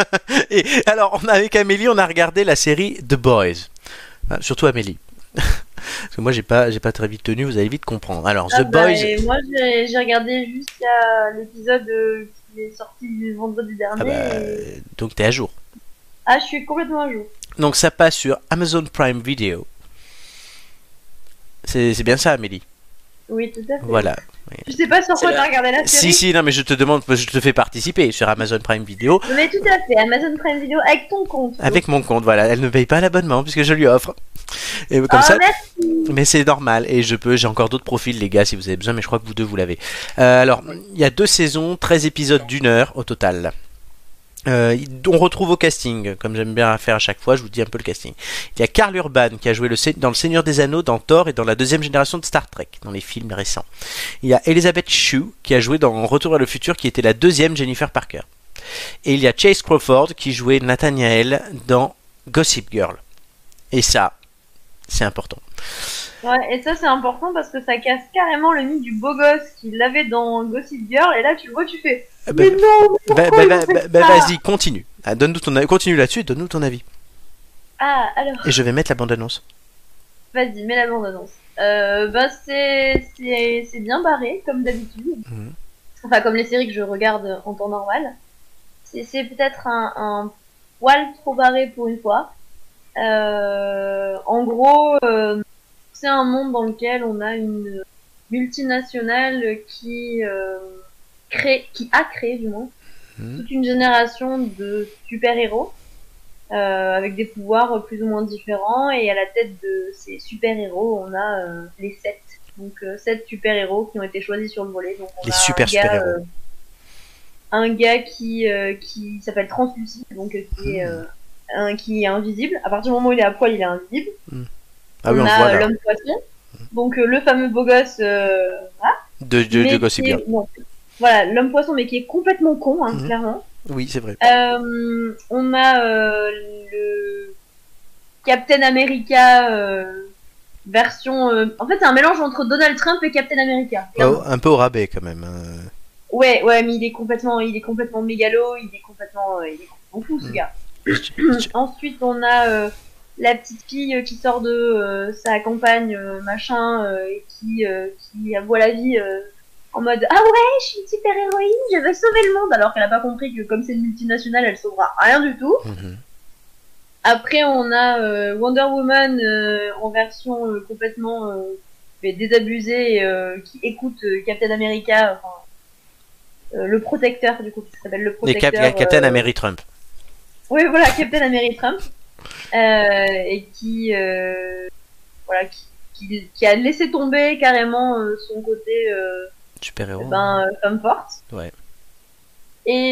[SPEAKER 1] Et alors, on, a- avec Amélie, on a regardé la série The Boys. Ah, surtout Amélie. Parce que moi, j'ai pas, j'ai pas très vite tenu, vous allez vite comprendre. Alors,
[SPEAKER 3] Ah
[SPEAKER 1] The
[SPEAKER 3] bah,
[SPEAKER 1] Boys.
[SPEAKER 3] et moi j'ai j'ai regardé jusqu'à l'épisode euh, qui est sorti du vendredi dernier.
[SPEAKER 1] Ah bah,
[SPEAKER 3] et-
[SPEAKER 1] euh, donc, t'es à jour.
[SPEAKER 3] Ah, je suis complètement à jour.
[SPEAKER 1] Donc, ça passe sur Amazon Prime Video. C'est c'est bien ça, Amélie.
[SPEAKER 3] Ah Oui, tout à fait.
[SPEAKER 1] Voilà.
[SPEAKER 3] Je sais pas sur
[SPEAKER 2] C'est
[SPEAKER 3] quoi
[SPEAKER 2] la-
[SPEAKER 3] t'as regardé la
[SPEAKER 1] Si,
[SPEAKER 3] série.
[SPEAKER 1] si, non, mais je te demande, parce que je te fais participer sur Amazon Prime Video
[SPEAKER 3] Mais tout à fait, Amazon Prime Video avec ton compte.
[SPEAKER 1] avec mon compte. Voilà, elle ne paye pas l'abonnement puisque je lui offre. Et comme
[SPEAKER 3] Ah,
[SPEAKER 1] ça,
[SPEAKER 3] merci.
[SPEAKER 1] Mais c'est normal et je peux, j'ai encore d'autres profils les gars si vous avez besoin mais je crois que vous deux vous l'avez. Euh, alors, il y a deux saisons, 13 épisodes d'une heure au total. Euh, on retrouve au casting, comme j'aime bien faire à chaque fois, je vous dis un peu le casting. Il y a Karl Urban qui a joué le, Se- dans Le Seigneur des Anneaux, dans Thor et dans la deuxième génération de Star Trek, dans les films récents. Il y a Elizabeth Shue qui a joué dans Retour à le futur, qui était la deuxième Jennifer Parker. Et il y a Chase Crawford qui jouait Nathaniel dans Gossip Girl. Et ça, c'est important.
[SPEAKER 3] Ouais, et ça c'est important parce que ça casse carrément le mythe du beau gosse qu'il avait dans Gossip Girl et là tu le vois tu fais
[SPEAKER 1] Ah bah,
[SPEAKER 3] mais non mais
[SPEAKER 1] Bah, bah, bah,
[SPEAKER 3] pourquoi ils ont
[SPEAKER 1] bah,
[SPEAKER 3] fait
[SPEAKER 1] bah,
[SPEAKER 3] ça
[SPEAKER 1] vas-y, continue. Ah, donne-nous ton, avis- continue là-dessus, donne-nous ton avis.
[SPEAKER 3] ah alors
[SPEAKER 1] Et je vais mettre la bande-annonce.
[SPEAKER 3] vas-y mets la bande annonce euh, bah c'est c'est c'est bien barré comme d'habitude
[SPEAKER 1] Mhm.
[SPEAKER 3] enfin comme les séries que je regarde en temps normal c'est c'est peut-être un, un poil trop barré pour une fois Euh, en gros euh, c'est un monde dans lequel on a une multinationale qui euh, crée, qui a créé du moins
[SPEAKER 1] Mhm.
[SPEAKER 3] toute une génération de super-héros euh, avec des pouvoirs plus ou moins différents et à la tête de ces super-héros on a euh, les sept donc euh, sept super-héros qui ont été choisis sur le volet donc on
[SPEAKER 1] Les
[SPEAKER 3] a un
[SPEAKER 1] super
[SPEAKER 3] gars,
[SPEAKER 1] super-héros.
[SPEAKER 3] euh, un gars qui euh, qui s'appelle Translucide donc euh, qui est
[SPEAKER 1] Hmm.
[SPEAKER 3] euh, un, qui est invisible à partir du moment où il est à poil il est invisible
[SPEAKER 1] Ah oui, on,
[SPEAKER 3] on,
[SPEAKER 1] le
[SPEAKER 3] a
[SPEAKER 1] voit
[SPEAKER 3] euh,
[SPEAKER 1] là.
[SPEAKER 3] l'homme poisson, donc euh, le fameux beau gosse euh, voilà,
[SPEAKER 1] De, de, de
[SPEAKER 3] mais
[SPEAKER 1] Gossip
[SPEAKER 3] qui est-
[SPEAKER 1] Girl.
[SPEAKER 3] non. Voilà, l'homme poisson, mais qui est complètement con, hein,
[SPEAKER 1] Mhm.
[SPEAKER 3] clairement.
[SPEAKER 1] Oui, c'est vrai.
[SPEAKER 3] Euh, on a euh, le Captain America euh, version. euh, En fait, c'est un mélange entre Donald Trump et Captain America.
[SPEAKER 1] Oh, un peu au rabais quand même. hein.
[SPEAKER 3] Ouais, ouais, mais il est complètement, il est complètement mégalo, il est complètement, euh, il est complètement fou ce
[SPEAKER 1] Mm.
[SPEAKER 3] gars. Ensuite, on a euh, la petite fille euh, qui sort de euh, sa campagne, euh, machin, euh, et qui, euh, qui voit la vie euh, en mode Ah ouais, je suis une super héroïne, je vais sauver le monde, alors qu'elle a pas compris que comme c'est une multinationale, elle sauvera rien du tout.
[SPEAKER 1] Mhm.
[SPEAKER 3] Après, on a euh, Wonder Woman euh, en version euh, complètement euh, mais désabusée euh, qui écoute euh, Captain America, enfin, euh, le protecteur du coup, qui s'appelle le
[SPEAKER 1] Et
[SPEAKER 3] protecteur.
[SPEAKER 1] Cap- Captain
[SPEAKER 3] euh,
[SPEAKER 1] America Trump.
[SPEAKER 3] oui, voilà, Captain America Trump. Euh, et qui, euh, voilà, qui, qui, qui a laissé tomber carrément euh, son côté euh,
[SPEAKER 1] Super héros.
[SPEAKER 3] ben, euh, femme forte.
[SPEAKER 1] Oh. Ouais.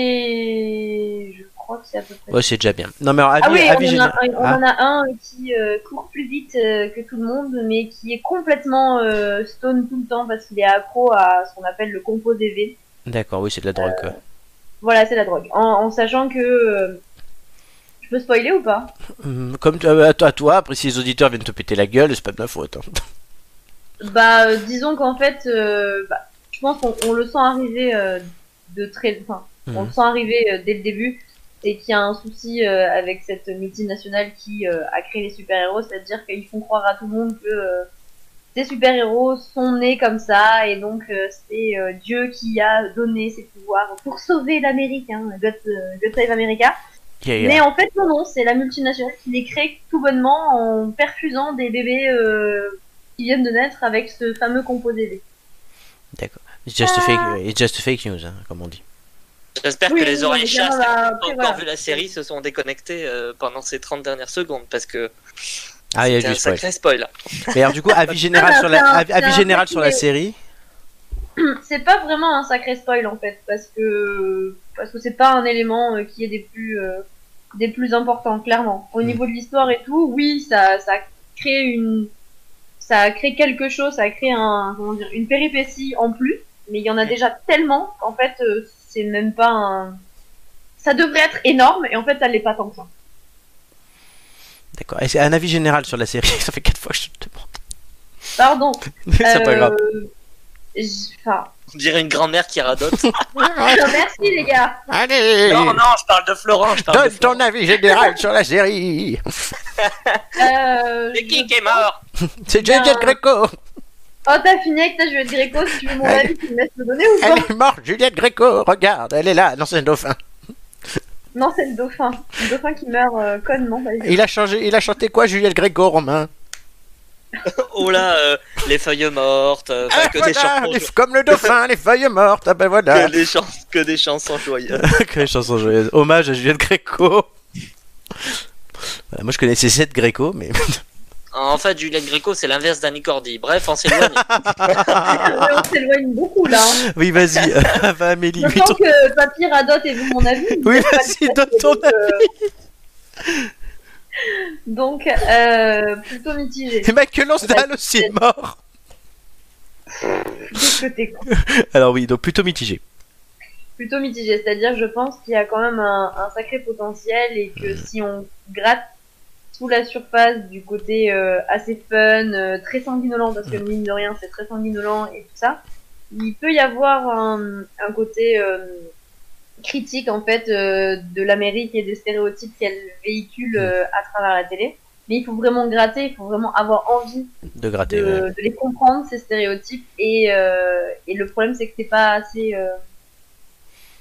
[SPEAKER 3] Et je crois que c'est à peu près.
[SPEAKER 1] Ouais, c'est déjà bien. Non, mais alors, avis,
[SPEAKER 3] ah
[SPEAKER 1] avis
[SPEAKER 3] oui, on, en a,
[SPEAKER 1] général- Ah.
[SPEAKER 3] un- on en a un qui euh, court plus vite euh, que tout le monde, mais qui est complètement euh, stone tout le temps parce qu'il est accro à ce qu'on appelle le composé V.
[SPEAKER 1] D'accord, oui, c'est de la drogue. quoi.
[SPEAKER 3] Voilà, c'est la drogue. En, en sachant que. euh, je peux spoiler ou pas
[SPEAKER 1] Hum, Comme tu- euh, à toi, à toi, après, si les auditeurs viennent te péter la gueule, c'est pas de ma faute. hein.
[SPEAKER 3] Bah, euh, disons qu'en fait, euh, bah, je pense qu'on on le sent arriver euh, de très, enfin, on le
[SPEAKER 1] Mhm.
[SPEAKER 3] sent arriver euh, dès le début, et qu'il y a un souci euh, avec cette multinationale qui euh, a créé les super héros, c'est-à-dire qu'ils font croire à tout le monde que euh, ces super héros sont nés comme ça, et donc euh, c'est euh, Dieu qui a donné ses pouvoirs pour sauver l'Amérique, hein, God, euh, God Save America.
[SPEAKER 1] Yeah, yeah.
[SPEAKER 3] Mais
[SPEAKER 2] euh,
[SPEAKER 3] en fait, non, non, c'est la multinationale qui les crée tout bonnement en perfusant des bébés euh, qui viennent de naître avec ce fameux composé V.
[SPEAKER 1] It's just, a fake, it's just a fake news, hein, comme on dit.
[SPEAKER 2] J'espère
[SPEAKER 3] Oui,
[SPEAKER 2] que les
[SPEAKER 3] oui,
[SPEAKER 2] oreilles
[SPEAKER 3] mais bien,
[SPEAKER 2] chastes
[SPEAKER 3] bah,
[SPEAKER 2] qui
[SPEAKER 3] après,
[SPEAKER 2] ont
[SPEAKER 3] voilà.
[SPEAKER 2] encore vu la série se sont déconnectées euh, pendant ces 30 dernières secondes parce que
[SPEAKER 1] Ah, il y
[SPEAKER 2] c'est
[SPEAKER 1] a
[SPEAKER 2] un
[SPEAKER 1] du spoil.
[SPEAKER 2] sacré spoil.
[SPEAKER 1] Mais alors, du coup, avis général
[SPEAKER 3] Ah,
[SPEAKER 1] sur
[SPEAKER 3] c'est
[SPEAKER 1] la,
[SPEAKER 3] un-
[SPEAKER 1] avis- avis
[SPEAKER 3] c'est un
[SPEAKER 1] général sur la
[SPEAKER 3] petit-
[SPEAKER 1] série.
[SPEAKER 3] C'est pas vraiment un sacré spoil en fait, parce que parce que c'est pas un élément euh, qui est des plus euh, des plus importants clairement. Au
[SPEAKER 1] Mm.
[SPEAKER 3] niveau de l'histoire et tout, oui, ça ça crée une ça a créé quelque chose, ça a créé un comment dire une péripétie en plus, mais il y en a
[SPEAKER 1] Hmm.
[SPEAKER 2] Mm.
[SPEAKER 3] déjà tellement qu'en fait euh, c'est même pas un ça devrait être énorme et en fait ça l'est pas tant que ça.
[SPEAKER 1] D'accord. Est-ce- Un avis général sur la série. Ça fait 4 fois que je te demande.
[SPEAKER 3] Pardon.
[SPEAKER 1] c'est pas
[SPEAKER 3] Euh,
[SPEAKER 1] grave.
[SPEAKER 3] j- Enfin,
[SPEAKER 2] On dirait une grand-mère qui radote.
[SPEAKER 3] non, merci les gars.
[SPEAKER 1] Allez
[SPEAKER 2] non, non, je parle de Florent. Je parle de
[SPEAKER 1] Eh Donne
[SPEAKER 2] Florent.
[SPEAKER 1] ton avis général sur la série.
[SPEAKER 3] Euh,
[SPEAKER 2] C'est
[SPEAKER 3] je-
[SPEAKER 2] qui qui est mort
[SPEAKER 1] C'est
[SPEAKER 3] Ben-
[SPEAKER 1] Juliette Gréco.
[SPEAKER 3] Oh, t'as fini avec ta Juliette Gréco, si tu veux mon
[SPEAKER 1] Allez.
[SPEAKER 3] avis, tu me laisses me donner ou pas
[SPEAKER 1] Elle est morte, Juliette Gréco. Regarde, elle est là. Non, c'est un dauphin.
[SPEAKER 3] Non, c'est le dauphin. Le dauphin qui meurt euh, connement, vas-y.
[SPEAKER 1] Il a changé. Il a chanté quoi, Juliette Gréco, Romain
[SPEAKER 2] Oh là, euh, les feuilles mortes, euh, enfin,
[SPEAKER 1] Ah,
[SPEAKER 2] que, des
[SPEAKER 1] voilà,
[SPEAKER 2] chansons,
[SPEAKER 1] les- comme le dauphin, les feuilles mortes. Ah ben voilà.
[SPEAKER 2] que, des chans- que des chansons joyeuses.
[SPEAKER 1] Quelle chanson joyeuse. Hommage à Juliette Gréco. Voilà, moi, je connaissais cette Gréco, mais.
[SPEAKER 2] En fait, Juliette Gréco, c'est l'inverse d'Annie Cordy. Bref, on s'éloigne.
[SPEAKER 3] Mais on s'éloigne beaucoup là. hein.
[SPEAKER 1] Oui, vas-y, euh, va Amélie. Oui,
[SPEAKER 3] D'autant
[SPEAKER 1] ton-
[SPEAKER 3] que Papy Radotte est vu mon avis. il
[SPEAKER 1] oui,
[SPEAKER 3] peut pas
[SPEAKER 1] vas-y,
[SPEAKER 3] le
[SPEAKER 1] donne
[SPEAKER 3] faire,
[SPEAKER 1] ton
[SPEAKER 3] donc,
[SPEAKER 1] avis.
[SPEAKER 3] euh, Donc, euh, plutôt mitigé.
[SPEAKER 1] Et Michael Lonsdale aussi est mort.
[SPEAKER 3] Qu'est-ce que t'es con
[SPEAKER 1] Alors, oui, donc plutôt mitigé.
[SPEAKER 3] plutôt mitigé. C'est-à-dire, je pense qu'il y a quand même un, un sacré potentiel et que si on gratte sous la surface du côté euh, assez fun, euh, très sanguinolent, parce que mine de rien, c'est très sanguinolent et tout ça, il peut y avoir un, un côté euh, critique en fait euh, de l'Amérique et des stéréotypes qu'elle véhicule euh, à travers la télé. Mais il faut vraiment gratter, il faut vraiment avoir envie
[SPEAKER 1] De gratter. ouais.
[SPEAKER 3] de, de les comprendre ces stéréotypes et, euh, et le problème c'est que c'est pas assez euh,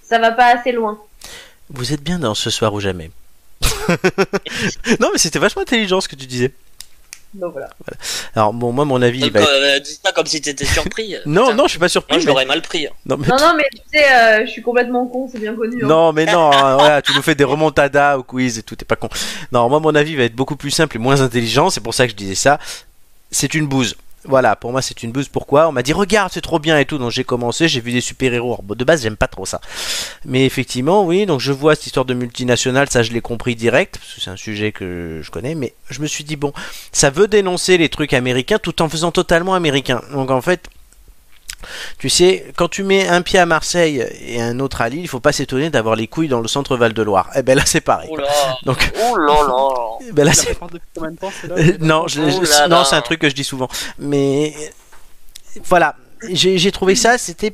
[SPEAKER 3] ça va pas assez loin
[SPEAKER 1] Vous êtes bien dans ce soir ou jamais. non, mais c'était vachement intelligent ce que tu disais.
[SPEAKER 3] donc voilà
[SPEAKER 1] Alors, bon, moi, mon avis. il
[SPEAKER 2] Donc,
[SPEAKER 1] va être-
[SPEAKER 2] euh, dis ça comme si t'étais surpris.
[SPEAKER 1] Non,
[SPEAKER 2] Putain,
[SPEAKER 1] non, je suis pas surpris.
[SPEAKER 2] Moi, je
[SPEAKER 1] Ah mais-
[SPEAKER 2] l'aurais mal pris. hein.
[SPEAKER 1] Non, mais.
[SPEAKER 3] non non mais tu sais euh, je suis complètement con c'est bien connu hein.
[SPEAKER 1] Non, mais non, hein, voilà, tu nous fais des remontadas au quiz et tout, t'es pas con. Non, moi, mon avis va être beaucoup plus simple et moins intelligent, c'est pour ça que je disais ça. C'est une bouse. Voilà, pour moi, c'est une bouse. Pourquoi On m'a dit, regarde, c'est trop bien et tout, donc j'ai commencé, j'ai vu des super-héros. Alors, bon, de base, j'aime pas trop ça. Mais effectivement, oui, donc je vois cette histoire de multinationale, ça, je l'ai compris direct, parce que c'est un sujet que je connais, mais je me suis dit, bon, ça veut dénoncer les trucs américains tout en faisant totalement américain. Donc, en fait. Tu sais, quand tu mets un pied à Marseille et un autre à Lille, il faut pas s'étonner d'avoir les couilles dans le centre Val-de-Loire. Eh ben là, c'est pareil.
[SPEAKER 2] Oula
[SPEAKER 1] Donc,
[SPEAKER 2] Oulala
[SPEAKER 1] eh ben là, c'est
[SPEAKER 4] la part depuis combien de temps c'est là
[SPEAKER 1] Euh, non, je- je-
[SPEAKER 2] Oh là
[SPEAKER 1] non,
[SPEAKER 2] là.
[SPEAKER 1] c'est un truc que je dis souvent. Mais euh, voilà, j'ai j'ai trouvé ça, c'était.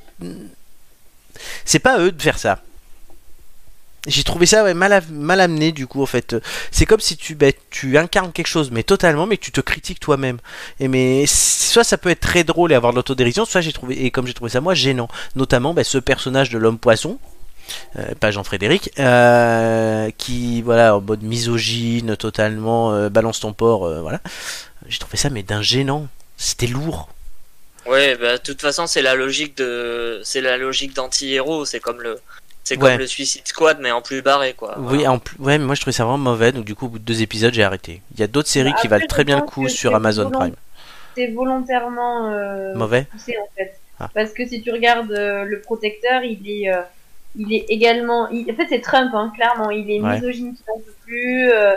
[SPEAKER 1] C'est pas à eux de faire ça. J'ai trouvé ça ouais, mal, av- mal amené du coup en fait. Euh, C'est comme si tu, bah, tu incarnes quelque chose mais totalement mais que tu te critiques toi-même. Et mais soit ça peut être très drôle et avoir de l'autodérision, soit j'ai trouvé et comme j'ai trouvé ça moi gênant. Notamment bah, ce personnage de l'homme poisson euh, pas Jean-Frédéric, euh, qui, voilà, en mode misogyne, totalement, euh, balance ton porc, euh, voilà. J'ai trouvé ça, mais d'un gênant. C'était lourd.
[SPEAKER 2] Ouais, bah, de toute façon, c'est la logique de, c'est la logique d'anti-héros, c'est comme le, c'est
[SPEAKER 1] Ouais.
[SPEAKER 2] comme le Suicide Squad, mais en plus barré, quoi.
[SPEAKER 3] Ah.
[SPEAKER 1] Oui, hein. en plus, ouais, mais moi je trouvais ça vraiment mauvais, donc du coup, au bout de deux épisodes, j'ai arrêté. Il y a d'autres séries qui
[SPEAKER 3] Après,
[SPEAKER 1] valent très
[SPEAKER 3] je
[SPEAKER 1] bien le
[SPEAKER 3] pense
[SPEAKER 1] coup
[SPEAKER 3] que
[SPEAKER 1] sur
[SPEAKER 3] c'est
[SPEAKER 1] Amazon
[SPEAKER 3] vraiment
[SPEAKER 1] Prime.
[SPEAKER 3] C'est volontairement euh,
[SPEAKER 1] Mauvais
[SPEAKER 3] poussé en fait.
[SPEAKER 1] Ah.
[SPEAKER 3] Parce que si tu regardes euh, le protecteur, il est, euh, il est également. il- En fait, c'est Trump, hein, clairement. Il est
[SPEAKER 1] Ouais.
[SPEAKER 3] misogyne qui n'en peut plus. euh,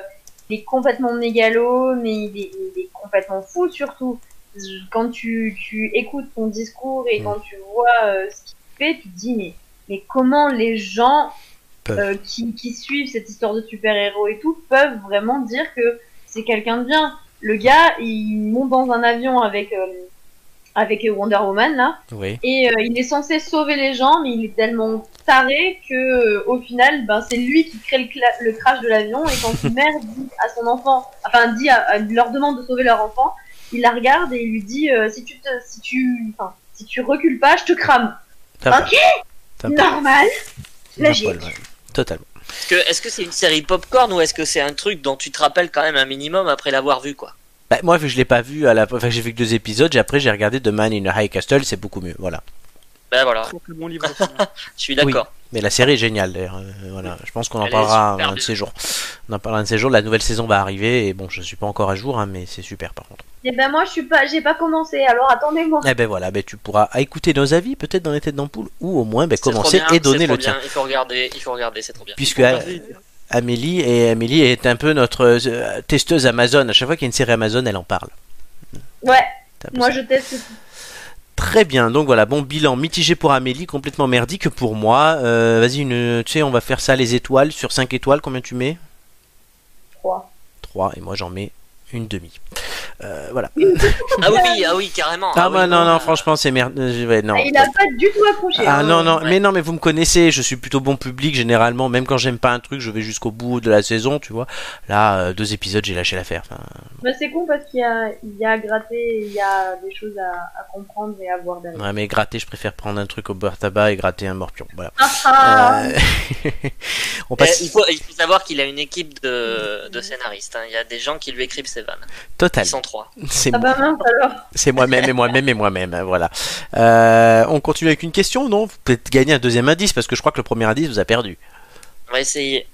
[SPEAKER 3] il est complètement mégalo, mais il est, il est complètement fou surtout. Je- Quand tu, tu écoutes son discours et
[SPEAKER 1] Mm.
[SPEAKER 3] quand tu vois euh, ce qu'il fait, tu te dis mais, mais comment les gens
[SPEAKER 1] Peuvent.
[SPEAKER 3] euh, qui, qui suivent cette histoire de super-héros et tout peuvent vraiment dire que c'est quelqu'un de bien. Le gars, il monte dans un avion avec, euh, avec Wonder Woman, là,
[SPEAKER 1] Oui.
[SPEAKER 3] et euh, il est censé sauver les gens, mais il est tellement taré que, euh, au final, ben, c'est lui qui crée le, cla- le crash de l'avion, et quand une mère dit à son enfant, enfin, dit à, à- leur demande de sauver leur enfant, il la regarde et il lui dit, euh, si tu te, si tu, enfin, si tu recules pas, je te crame.
[SPEAKER 1] T'as pas-
[SPEAKER 3] Ok,
[SPEAKER 1] t'as pas-
[SPEAKER 3] normal.
[SPEAKER 1] t'as
[SPEAKER 3] Là, j'ai-
[SPEAKER 1] pas le- ouais. Totalement.
[SPEAKER 2] Est-ce que, est-ce que c'est une série popcorn ou est-ce que c'est un truc dont tu te rappelles quand même un minimum après l'avoir vu, quoi?
[SPEAKER 1] Bah, moi, vu que je l'ai pas vu, à la... enfin, j'ai vu que deux épisodes, j'ai- après j'ai regardé The Man in a High Castle, c'est beaucoup mieux, voilà.
[SPEAKER 2] Ben voilà,
[SPEAKER 4] Très très bon livre. aussi, hein.
[SPEAKER 2] je suis d'accord.
[SPEAKER 1] Mais la série est géniale d'ailleurs. euh, voilà. Je pense qu'on en
[SPEAKER 2] Elle est
[SPEAKER 1] parlera
[SPEAKER 2] super
[SPEAKER 1] un de
[SPEAKER 2] bien.
[SPEAKER 1] ces jours. On en parlera un de ces jours. La nouvelle saison va arriver et bon, je suis pas encore à jour, hein, mais c'est super par contre.
[SPEAKER 3] Et ben moi, je suis pas, j'ai pas commencé, alors attendez-moi.
[SPEAKER 1] Eh ben voilà, ben tu pourras écouter nos avis peut-être dans les têtes d'ampoule ou au moins ben,
[SPEAKER 2] C'est trop
[SPEAKER 1] commencer
[SPEAKER 2] bien,
[SPEAKER 1] et donner
[SPEAKER 2] c'est trop
[SPEAKER 1] le tien.
[SPEAKER 2] bien, Il faut regarder, il faut regarder, c'est trop bien.
[SPEAKER 1] Puisque euh,
[SPEAKER 4] Vas-y,
[SPEAKER 1] Amélie et Amélie est un peu notre euh, testeuse Amazon. À chaque fois qu'il y a une série Amazon, elle en parle.
[SPEAKER 3] Ouais,
[SPEAKER 1] C'est un peu
[SPEAKER 3] moi
[SPEAKER 1] ça.
[SPEAKER 3] je teste
[SPEAKER 1] Très bien. Donc voilà, bon bilan mitigé pour Amélie, complètement merdique pour moi. Euh, Vas-y, une, tu sais, on va faire ça les étoiles sur 5 étoiles. Combien tu mets
[SPEAKER 3] 3.
[SPEAKER 1] 3 et moi j'en mets une demi. Euh, voilà.
[SPEAKER 2] Ah oui, ah oui, carrément.
[SPEAKER 1] Ah,
[SPEAKER 2] oui,
[SPEAKER 1] bah non, non,
[SPEAKER 2] euh,
[SPEAKER 1] franchement, c'est merde. euh, ouais, non.
[SPEAKER 3] Ah, il a pas du tout approché.
[SPEAKER 1] Ah
[SPEAKER 3] hein.
[SPEAKER 1] non, non,
[SPEAKER 2] ouais.
[SPEAKER 1] mais non, mais vous me connaissez, je suis plutôt bon public généralement, même quand j'aime pas un truc, je vais jusqu'au bout de la saison, tu vois. Là, euh, deux épisodes, j'ai lâché l'affaire. Enfin,
[SPEAKER 3] Bah, c'est con parce qu'il y a, il y a à gratter, il y a des choses à, à comprendre et à voir derrière.
[SPEAKER 1] ouais, mais gratter, je préfère prendre un truc au beurre tabac et gratter un morpion. Voilà.
[SPEAKER 3] Ah, ah.
[SPEAKER 1] Euh, On
[SPEAKER 2] eh,
[SPEAKER 1] passe
[SPEAKER 2] il, faut, il faut savoir qu'il a une équipe de, de scénaristes. hein. Il y a des gens qui lui écrivent ses vannes.
[SPEAKER 1] total.
[SPEAKER 2] Ils sont trois.
[SPEAKER 1] C'est
[SPEAKER 3] Ah
[SPEAKER 1] moi-
[SPEAKER 3] bah mince alors.
[SPEAKER 1] c'est moi-même et moi-même et moi-même. hein, Voilà. Euh, on continue avec une question, non Vous pouvez gagner un deuxième indice parce que je crois que le premier indice vous a perdu.
[SPEAKER 2] On va essayer.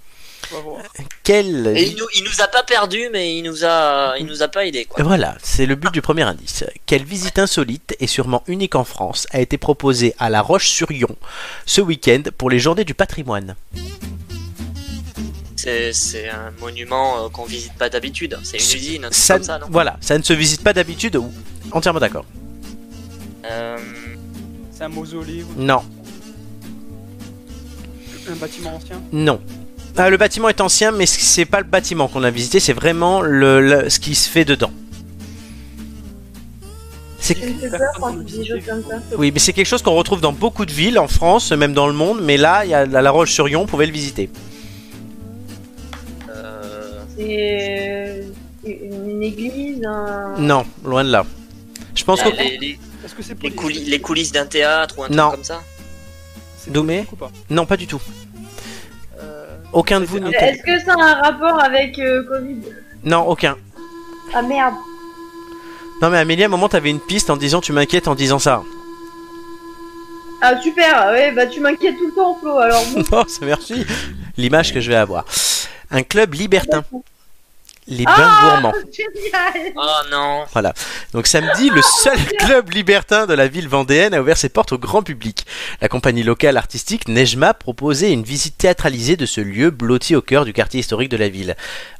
[SPEAKER 4] on va voir.
[SPEAKER 1] Quel
[SPEAKER 2] Et il nous, il nous a pas perdu, mais il nous a, il nous a pas aidé, quoi.
[SPEAKER 1] Voilà, c'est le but du premier indice. Quelle visite insolite et sûrement unique en France a été proposée à La Roche-sur-Yon ce week-end pour les Journées du patrimoine
[SPEAKER 2] C'est, c'est un monument euh, qu'on visite pas d'habitude. C'est une usine, un truc
[SPEAKER 1] ça,
[SPEAKER 2] comme ça, non
[SPEAKER 1] Voilà, ça ne se visite pas d'habitude. ou- Entièrement d'accord.
[SPEAKER 2] Euh,
[SPEAKER 4] C'est un mausolée, ou
[SPEAKER 1] Non,
[SPEAKER 4] un bâtiment ancien.
[SPEAKER 1] non. Ah, le bâtiment est ancien, mais c- c'est pas le bâtiment qu'on a visité, c'est vraiment le, le- ce qui se fait dedans. C'est
[SPEAKER 3] Ça me fait peur quand tu dis des choses comme ça.
[SPEAKER 1] Oui, mais c'est quelque chose qu'on retrouve dans beaucoup de villes en France, même dans le monde. Mais là, il y a la La Roche-sur-Yon, on pouvait le visiter.
[SPEAKER 2] euh,
[SPEAKER 3] C'est euh, une une église, un...
[SPEAKER 1] Non, loin de là. Je pense que
[SPEAKER 2] bah, les, les-
[SPEAKER 4] Est-ce que c'est
[SPEAKER 2] les
[SPEAKER 4] politique
[SPEAKER 2] coulisses, les coulisses d'un théâtre ou un
[SPEAKER 1] Non.
[SPEAKER 2] truc comme ça
[SPEAKER 4] C'est
[SPEAKER 1] Doumé
[SPEAKER 4] politique ou pas
[SPEAKER 1] Non, pas du tout.
[SPEAKER 4] Euh,
[SPEAKER 1] Aucun de vous
[SPEAKER 4] C'était
[SPEAKER 1] n'était.
[SPEAKER 3] Est-ce que ça a un rapport avec euh, Covid
[SPEAKER 1] Non, aucun.
[SPEAKER 3] Ah merde.
[SPEAKER 1] Non, mais Amélie, à un moment, t'avais une piste en disant tu m'inquiètes en disant ça.
[SPEAKER 3] Ah super, ouais, bah tu m'inquiètes tout le temps Flo, alors bon,
[SPEAKER 1] Oh, ça merci. L'image que je vais avoir. Un club libertin. les bains
[SPEAKER 3] Ah
[SPEAKER 1] gourmands.
[SPEAKER 3] Génial
[SPEAKER 2] Oh non.
[SPEAKER 1] Donc samedi, le seul club libertin de la ville vendéenne a ouvert ses portes au grand public. La compagnie locale artistique Nejma proposait une visite théâtralisée de ce lieu blotti au cœur du quartier historique de la ville.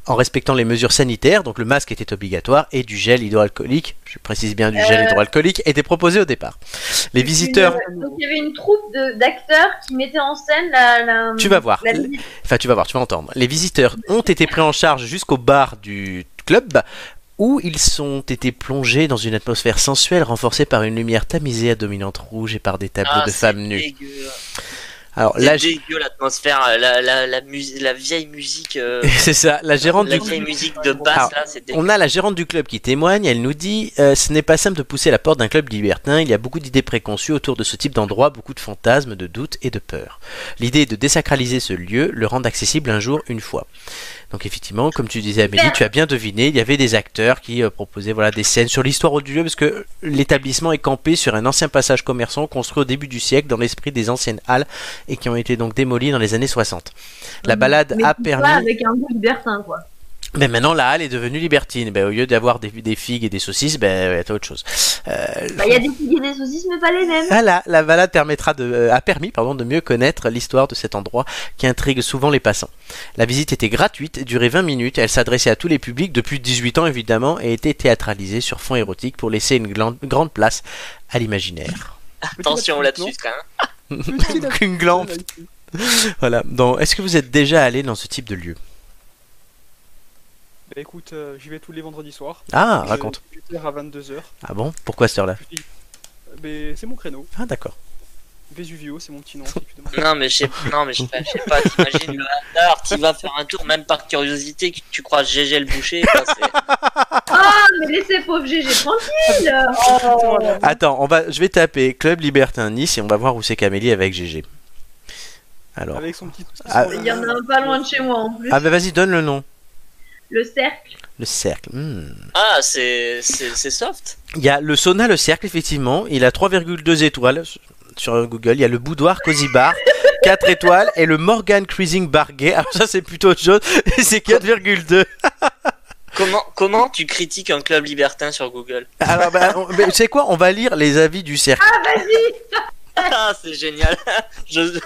[SPEAKER 1] En respectant les mesures sanitaires, donc le masque était obligatoire et du gel hydroalcoolique, je précise bien du gel
[SPEAKER 3] Euh.
[SPEAKER 1] hydroalcoolique, était proposé au départ. Les visiteurs,
[SPEAKER 3] Une- donc il y avait une troupe de- d'acteurs qui mettaient en scène la. la-
[SPEAKER 1] Tu vas voir.
[SPEAKER 3] la musique.
[SPEAKER 1] enfin tu vas voir, tu vas entendre, les visiteurs ont été pris en charge jusqu'au bar du club où ils sont été plongés dans une atmosphère sensuelle renforcée par une lumière tamisée à dominante rouge et par des tableaux
[SPEAKER 2] Ah,
[SPEAKER 1] de
[SPEAKER 2] c'est
[SPEAKER 1] femmes nues.
[SPEAKER 2] dégueu.
[SPEAKER 1] Alors
[SPEAKER 2] C'est
[SPEAKER 1] là,
[SPEAKER 2] dégueu l'atmosphère, euh, la, la, la, mus- la vieille musique, euh,
[SPEAKER 1] c'est ça, la gérante
[SPEAKER 2] la
[SPEAKER 1] du
[SPEAKER 2] vieille musique de basse
[SPEAKER 1] Alors,
[SPEAKER 2] là, c'est dégueu.
[SPEAKER 1] on a la gérante du club qui témoigne, elle nous dit euh, Ce n'est pas simple de pousser la porte d'un club libertin, il y a beaucoup d'idées préconçues autour de ce type d'endroit, beaucoup de fantasmes, de doutes et de peurs. L'idée est de désacraliser ce lieu, le rendre accessible un jour, une fois. Donc effectivement, comme tu disais Amélie,
[SPEAKER 3] Super.
[SPEAKER 1] tu as bien deviné, il y avait des acteurs qui euh, proposaient voilà, des scènes sur l'histoire du lieu, parce que l'établissement est campé sur un ancien passage commerçant construit au début du siècle dans l'esprit des anciennes halles et qui ont été donc démolies dans les années 60. La balade
[SPEAKER 3] Mais
[SPEAKER 1] a
[SPEAKER 3] tout ça
[SPEAKER 1] permis...
[SPEAKER 3] avec un goût libertin, quoi.
[SPEAKER 1] Mais maintenant, la halle est devenue libertine. Ben, au lieu d'avoir des, des figues et des saucisses, ben, ouais, t'as autre chose. Euh,
[SPEAKER 3] Bah, il y a des figues et des saucisses, mais pas les mêmes.
[SPEAKER 1] voilà, la balade permettra de, euh, a permis pardon, de mieux connaître l'histoire de cet endroit qui intrigue souvent les passants. La visite était gratuite, durait 20 minutes, elle s'adressait à tous les publics depuis 18 ans évidemment et était théâtralisée sur fond érotique pour laisser une glan- grande place à l'imaginaire.
[SPEAKER 2] Attention là-dessus quand même.
[SPEAKER 1] une glampe,
[SPEAKER 4] Bah,
[SPEAKER 1] voilà. Donc, Est-ce que vous êtes déjà allé dans ce type de lieu
[SPEAKER 4] Bah écoute, euh, j'y vais tous les vendredis soirs.
[SPEAKER 1] Ah,
[SPEAKER 4] Je-
[SPEAKER 1] raconte.
[SPEAKER 4] Je pars à 22h.
[SPEAKER 1] Ah bon Pourquoi à cette heure-là
[SPEAKER 4] Mais c'est mon créneau.
[SPEAKER 1] Ah d'accord.
[SPEAKER 4] Vesuvio, c'est mon petit nom. si tu demandes.
[SPEAKER 2] Non mais je sais non mais je sais pas, je sais pas, t'imagines le hasard, tu vas faire un tour même par curiosité que tu crois GG le boucher, quoi, c'est-
[SPEAKER 3] Ah, mais laissez pauvre GG tranquille oh.
[SPEAKER 1] Attends, on va, je vais taper Club Libertin Nice et on va voir où c'est Camélie avec GG. Alors.
[SPEAKER 4] Avec son petit couscous.
[SPEAKER 1] Ah,
[SPEAKER 4] voilà.
[SPEAKER 3] Il y en a un pas loin de chez moi en plus.
[SPEAKER 1] Ah bah vas-y, donne le nom.
[SPEAKER 3] Le cercle.
[SPEAKER 1] Le cercle. hmm.
[SPEAKER 2] Ah, c'est c'est c'est soft.
[SPEAKER 1] Il y a le sauna, le cercle, effectivement. Il a 3,2 étoiles sur Google. Il y a le boudoir Cozy Bar, 4 étoiles. Et le Morgan Cruising Bar Gay. Alors ça, c'est plutôt autre chose. C'est 4,2.
[SPEAKER 2] Comment comment tu critiques un club libertin sur Google
[SPEAKER 1] Alors, bah, on- mais tu sais quoi On va lire les avis du cercle.
[SPEAKER 3] Ah, vas-y
[SPEAKER 2] Ah, c'est génial. Je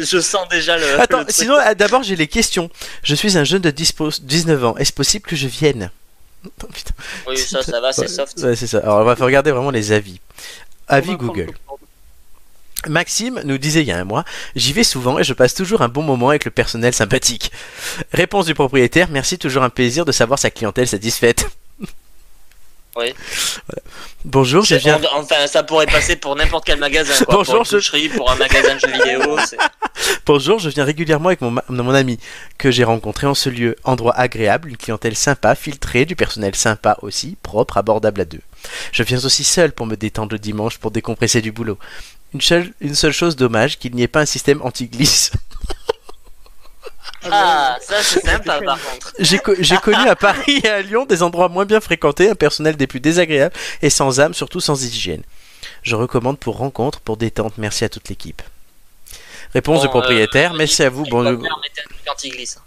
[SPEAKER 2] je sens déjà le
[SPEAKER 1] Attends,
[SPEAKER 2] le truc.
[SPEAKER 1] sinon, ah, d'abord, j'ai les questions. Je suis un jeune de 10 19 ans. Est-ce possible que je vienne Oh, putain.
[SPEAKER 2] Oui, ça ça va, c'est
[SPEAKER 1] Ouais,
[SPEAKER 2] soft.
[SPEAKER 1] ouais, c'est ça. Alors, on va faire regarder vraiment les avis.
[SPEAKER 4] On va
[SPEAKER 1] Avis
[SPEAKER 4] prendre
[SPEAKER 1] Google.
[SPEAKER 4] le popcorn.
[SPEAKER 1] Maxime nous disait il y a un mois J'y vais souvent et je passe toujours un bon moment avec le personnel sympathique. Réponse du propriétaire Merci, toujours un plaisir de savoir sa clientèle satisfaite. Voilà.
[SPEAKER 2] Oui.
[SPEAKER 1] Bonjour, je viens.
[SPEAKER 2] On- Enfin, ça pourrait passer pour n'importe quel magasin. Quoi.
[SPEAKER 1] Bonjour,
[SPEAKER 2] pour une
[SPEAKER 1] je-
[SPEAKER 2] boucherie, pour un magasin de jeux vidéo. c'est-
[SPEAKER 1] Bonjour, je viens régulièrement avec mon, ma- mon ami que j'ai rencontré en ce lieu. Endroit agréable, une clientèle sympa, filtrée, du personnel sympa aussi, propre, abordable à deux. Je viens aussi seul pour me détendre le dimanche pour décompresser du boulot. Une seule, une seule chose dommage, qu'il n'y ait pas un système anti-glisse.
[SPEAKER 2] Ah, ça c'est sympa par contre.
[SPEAKER 1] J'ai co- j'ai connu à Paris et à Lyon des endroits moins bien fréquentés, un personnel des plus désagréables et sans âme, surtout sans hygiène. Je recommande pour rencontre, pour détente. Merci à toute l'équipe. Réponse
[SPEAKER 2] Bon,
[SPEAKER 1] du propriétaire,
[SPEAKER 2] euh,
[SPEAKER 1] merci à vous.
[SPEAKER 2] Je
[SPEAKER 1] Bon,
[SPEAKER 2] vais
[SPEAKER 1] le-
[SPEAKER 2] pas faire, mettez un truc anti-glisse.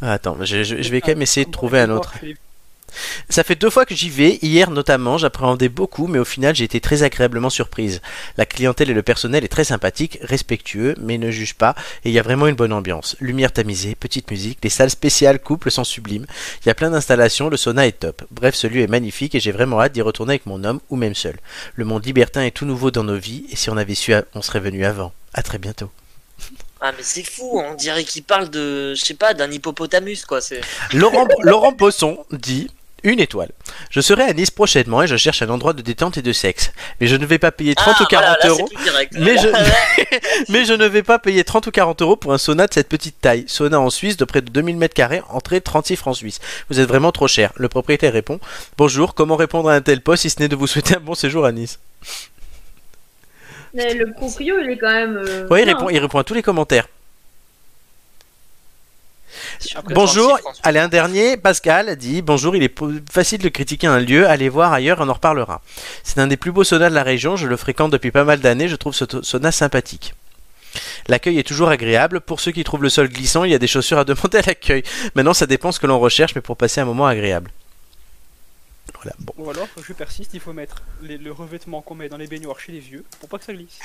[SPEAKER 1] Ah, attends, je, je- je vais quand même essayer de trouver un autre.
[SPEAKER 4] Chez les-
[SPEAKER 1] Ça fait deux fois que j'y vais, hier notamment, j'appréhendais beaucoup, mais au final j'ai été très agréablement surprise. La clientèle et le personnel est très sympathique, respectueux, mais ne juge pas, et il y a vraiment une bonne ambiance. Lumière tamisée, petite musique, les salles spéciales couples sont sublimes, il y a plein d'installations, le sauna est top. Bref, ce lieu est magnifique et j'ai vraiment hâte d'y retourner avec mon homme ou même seul. Le monde libertin est tout nouveau dans nos vies, et si on avait su, on serait venu avant. À très bientôt.
[SPEAKER 2] Ah, mais c'est fou, on dirait qu'il parle de, je sais pas, d'un hippopotamus quoi. C'est
[SPEAKER 1] Laurent, Laurent Bosson dit une étoile. Je serai à Nice prochainement et je cherche un endroit de détente et de sexe. Mais je ne vais pas payer 30
[SPEAKER 2] ah,
[SPEAKER 1] ou 40
[SPEAKER 2] voilà, là, c'est
[SPEAKER 1] euros.
[SPEAKER 2] plus direct.
[SPEAKER 1] Mais je, mais je ne vais pas payer 30 ou 40 euros pour un sauna de cette petite taille. Sauna en Suisse de près de 2000 mètres carrés, entrée 36 francs suisses. Vous êtes vraiment trop cher. Le propriétaire répond Bonjour, comment répondre à un tel poste si ce n'est de vous souhaiter un bon séjour à Nice
[SPEAKER 3] Mais le proprio, il est quand même. euh,
[SPEAKER 1] Ouais, il
[SPEAKER 3] bien,
[SPEAKER 1] répond, il répond à tous les commentaires.
[SPEAKER 2] Après,
[SPEAKER 1] Bonjour,
[SPEAKER 2] 36, François.
[SPEAKER 1] allez un dernier, Pascal dit bonjour, il est po- facile de critiquer un lieu, allez voir ailleurs, on en reparlera. C'est un des plus beaux saunas de la région, je le fréquente depuis pas mal d'années, je trouve ce to- sauna sympathique. L'accueil est toujours agréable. Pour ceux qui trouvent le sol glissant, il y a des chaussures à demander à l'accueil. Maintenant, ça dépend ce que l'on recherche, mais pour passer un moment agréable. Voilà, bon.
[SPEAKER 4] Ou alors, je persiste, il faut mettre les- le revêtement qu'on met dans les baignoires chez les vieux pour pas que ça glisse.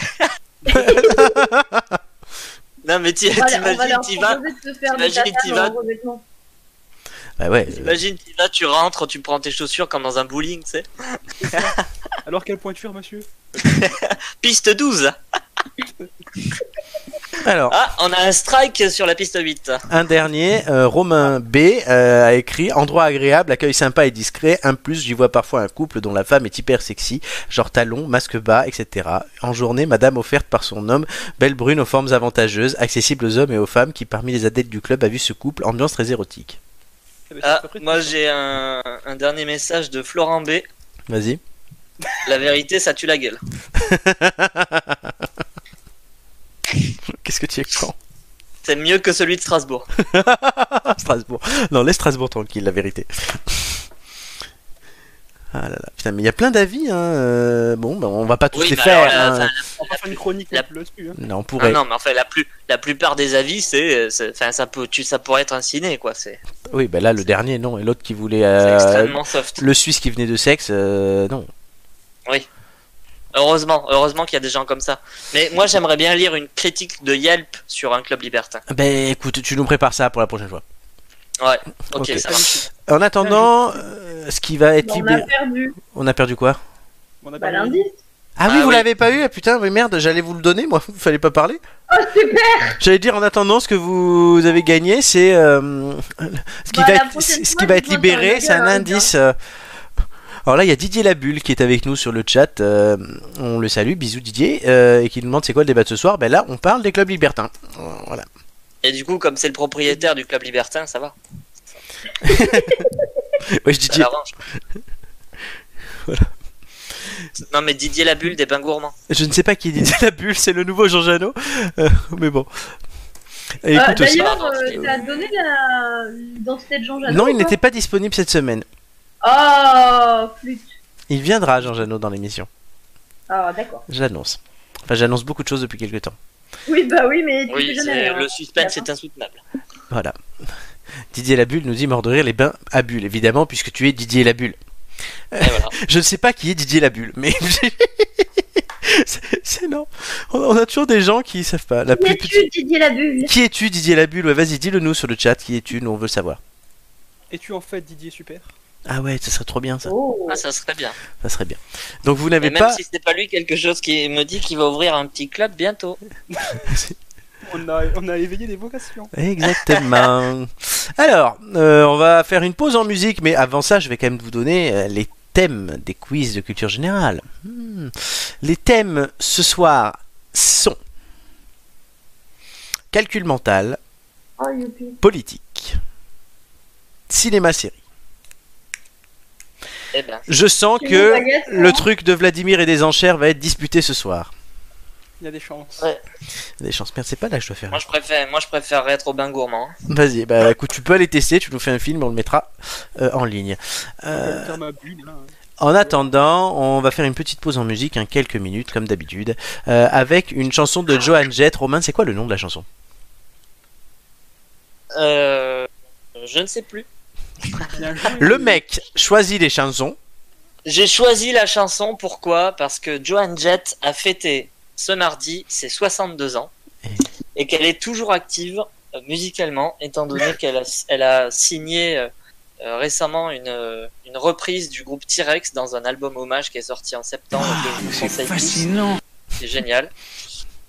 [SPEAKER 2] Non, mais t'y-
[SPEAKER 3] On va- on va
[SPEAKER 2] t'imagines,
[SPEAKER 3] leur
[SPEAKER 2] t'y vas,
[SPEAKER 3] proposer de se faire des euh,
[SPEAKER 2] t'imagines, t'y
[SPEAKER 3] tatas
[SPEAKER 2] vas.
[SPEAKER 3] en revêtement.
[SPEAKER 1] Bah ouais. euh,
[SPEAKER 2] t'imagines, t'y vas, tu rentres, tu prends tes chaussures comme dans un bowling, tu sais.
[SPEAKER 4] Alors, quelle pointure, monsieur
[SPEAKER 2] Piste 12
[SPEAKER 1] euh, Alors,
[SPEAKER 2] Ah, on a un strike sur la piste 8.
[SPEAKER 1] un dernier. euh, Romain B euh, a écrit Endroit agréable, accueil sympa et discret. Un plus, j'y vois parfois un couple dont la femme est hyper sexy, genre talons, masque bas, etc. En journée, madame offerte par son homme, belle brune aux formes avantageuses, accessible aux hommes et aux femmes qui, parmi les adeptes du club, a vu ce couple, ambiance très érotique.
[SPEAKER 4] Eh ben, c'est
[SPEAKER 2] Ah,
[SPEAKER 4] pas prêt de
[SPEAKER 2] moi
[SPEAKER 4] faire ça.
[SPEAKER 2] j'ai un, un dernier message de Florent B.
[SPEAKER 1] Vas-y.
[SPEAKER 2] La vérité, ça tue la gueule.
[SPEAKER 1] Qu'est-ce que tu es con
[SPEAKER 2] C'est mieux que celui de Strasbourg.
[SPEAKER 1] Strasbourg. Non, laisse Strasbourg tranquille, la vérité. Ah là là, putain, mais il y a plein d'avis, hein. euh, Bon, bah, on va pas tous
[SPEAKER 2] Oui,
[SPEAKER 1] les
[SPEAKER 2] mais alors,
[SPEAKER 1] faire.
[SPEAKER 2] la-
[SPEAKER 1] hein.
[SPEAKER 2] enfin,
[SPEAKER 4] On va faire une chronique
[SPEAKER 2] La-
[SPEAKER 4] là-dessus. hein.
[SPEAKER 1] Non, on
[SPEAKER 2] Ah
[SPEAKER 1] pourrait.
[SPEAKER 2] non, mais enfin, la, plus, la plupart des avis, c'est, euh, c'est- enfin, ça peut, tu, ça pourrait être un ciné, quoi. C'est
[SPEAKER 1] Oui, bah là, le dernier, non. Et l'autre qui voulait.
[SPEAKER 2] c'est
[SPEAKER 1] euh,
[SPEAKER 2] extrêmement soft.
[SPEAKER 1] le Suisse qui venait de sexe, euh, non.
[SPEAKER 2] Heureusement, heureusement qu'il y a des gens comme ça. Mais moi, j'aimerais bien lire une critique de Yelp sur un club libertin.
[SPEAKER 1] Ben écoute, tu nous prépares ça pour la prochaine fois.
[SPEAKER 2] Ouais. Ok,
[SPEAKER 1] Ok.
[SPEAKER 2] ça marche.
[SPEAKER 1] En attendant, euh, ce qui va être
[SPEAKER 3] Bah, On
[SPEAKER 1] libéré.
[SPEAKER 3] a perdu.
[SPEAKER 1] On a perdu quoi
[SPEAKER 4] On a
[SPEAKER 3] Bah,
[SPEAKER 4] perdu-
[SPEAKER 3] l'indice.
[SPEAKER 1] ah, oui,
[SPEAKER 2] Ah
[SPEAKER 1] vous
[SPEAKER 2] oui.
[SPEAKER 1] l'avez pas eu, ah, putain, mais merde, j'allais vous le donner, moi, vous fallait pas parler.
[SPEAKER 3] Oh, super
[SPEAKER 1] J'allais dire en attendant, ce que vous avez gagné, c'est euh, ce qui va
[SPEAKER 3] Bah, la
[SPEAKER 1] être,
[SPEAKER 3] prochaine
[SPEAKER 1] ce
[SPEAKER 3] fois,
[SPEAKER 1] qui va
[SPEAKER 3] je
[SPEAKER 1] être
[SPEAKER 3] vois dans
[SPEAKER 1] libéré,
[SPEAKER 3] la
[SPEAKER 1] c'est un
[SPEAKER 3] gueule, hein,
[SPEAKER 1] indice. euh. Alors là, il y a Didier Labulle qui est avec nous sur le chat. euh, on le salue, bisous Didier, euh, et qui nous demande c'est quoi le débat de ce soir. Ben là, on parle des clubs libertins. Voilà.
[SPEAKER 2] Et du coup, comme c'est le propriétaire du club libertin, ça va.
[SPEAKER 1] Ouais, je
[SPEAKER 2] Ça
[SPEAKER 1] Didier,
[SPEAKER 2] l'arrange. Non, mais Didier Labulle des pains gourmands.
[SPEAKER 1] je ne sais pas qui est Didier Labulle, c'est le nouveau Jean Janot. Euh, mais bon. Et
[SPEAKER 3] Euh,
[SPEAKER 1] écoute aussi.
[SPEAKER 3] D'ailleurs,
[SPEAKER 2] aussi.
[SPEAKER 3] euh, t'as donné la- l'identité de Jean Janot
[SPEAKER 1] euh,
[SPEAKER 3] hein.
[SPEAKER 1] Non,
[SPEAKER 3] ou
[SPEAKER 1] il
[SPEAKER 3] pas
[SPEAKER 1] n'était pas disponible cette semaine.
[SPEAKER 3] Oh, flûte.
[SPEAKER 1] Il viendra, Jean Janot, dans l'émission.
[SPEAKER 3] Ah, d'accord.
[SPEAKER 1] Je l'annonce. Enfin, j'annonce beaucoup de choses depuis quelques temps.
[SPEAKER 3] Oui, bah oui, mais tu
[SPEAKER 2] Oui,
[SPEAKER 3] sais jamais.
[SPEAKER 2] c'est-
[SPEAKER 3] hein.
[SPEAKER 2] le suspense est insoutenable.
[SPEAKER 1] Voilà. Didier Labulle nous dit mort de rire les bains à bulles, évidemment, puisque tu es Didier Labulle.
[SPEAKER 2] Et voilà.
[SPEAKER 1] Je ne sais pas qui est Didier Labulle, mais. c'est- c'est non. On, on a toujours des gens qui savent pas. La
[SPEAKER 3] Qui
[SPEAKER 1] plus
[SPEAKER 3] es-tu,
[SPEAKER 1] petite-
[SPEAKER 3] Didier Labulle
[SPEAKER 1] Qui es-tu, Didier Labulle Ouais, vas-y, dis-le nous sur le chat. Qui es-tu Nous, on veut le savoir.
[SPEAKER 4] Es-tu en fait Didier Super
[SPEAKER 1] Ah ouais, ça serait trop bien, ça.
[SPEAKER 3] Oh,
[SPEAKER 2] Ah, ça serait bien.
[SPEAKER 1] Ça serait bien. Donc, vous n'avez
[SPEAKER 2] Mais même
[SPEAKER 1] pas.
[SPEAKER 2] si c'est pas lui, quelque chose qui me dit qu'il va ouvrir un petit club bientôt.
[SPEAKER 4] on a, on a éveillé des vocations.
[SPEAKER 1] Exactement. Alors, euh, on va faire une pause en musique, mais avant ça, je vais quand même vous donner euh, les thèmes des quiz de culture générale. Hmm. Les thèmes ce soir sont calcul mental,
[SPEAKER 3] oh youpi.
[SPEAKER 2] Ah,
[SPEAKER 1] politique, cinéma-série.
[SPEAKER 2] Eh ben,
[SPEAKER 1] Je sens
[SPEAKER 3] Tu nous
[SPEAKER 1] que
[SPEAKER 3] agaces,
[SPEAKER 1] euh, le
[SPEAKER 3] hein
[SPEAKER 1] truc de Vladimir et des enchères va être disputé ce soir.
[SPEAKER 4] Il y a des chances.
[SPEAKER 2] Ouais.
[SPEAKER 1] Des chances, merde, c'est pas là que je dois faire.
[SPEAKER 2] moi je préfère, moi je préférerais être au bain gourmand.
[SPEAKER 1] Vas-y, bah écoute, tu peux aller tester, tu nous fais un film, on le mettra euh, en ligne.
[SPEAKER 4] On va
[SPEAKER 1] Euh,
[SPEAKER 4] le faire ma bulle, hein.
[SPEAKER 1] En attendant, on va faire une petite pause en musique, hein, quelques minutes comme d'habitude, euh, avec une chanson de Johan Jett. Romain, c'est quoi le nom de la chanson
[SPEAKER 2] Euh, je ne sais plus.
[SPEAKER 4] Bien joué.
[SPEAKER 1] Le mec choisit les chansons.
[SPEAKER 2] J'ai choisi la chanson, pourquoi Parce que Joan Jett a fêté ce mardi ses 62 ans et qu'elle est toujours active euh, musicalement, étant donné qu'elle a, elle a signé euh, euh, récemment une, euh, une reprise du groupe T-Rex dans un album hommage qui est sorti en septembre. que je vous conseille tous. C'est génial.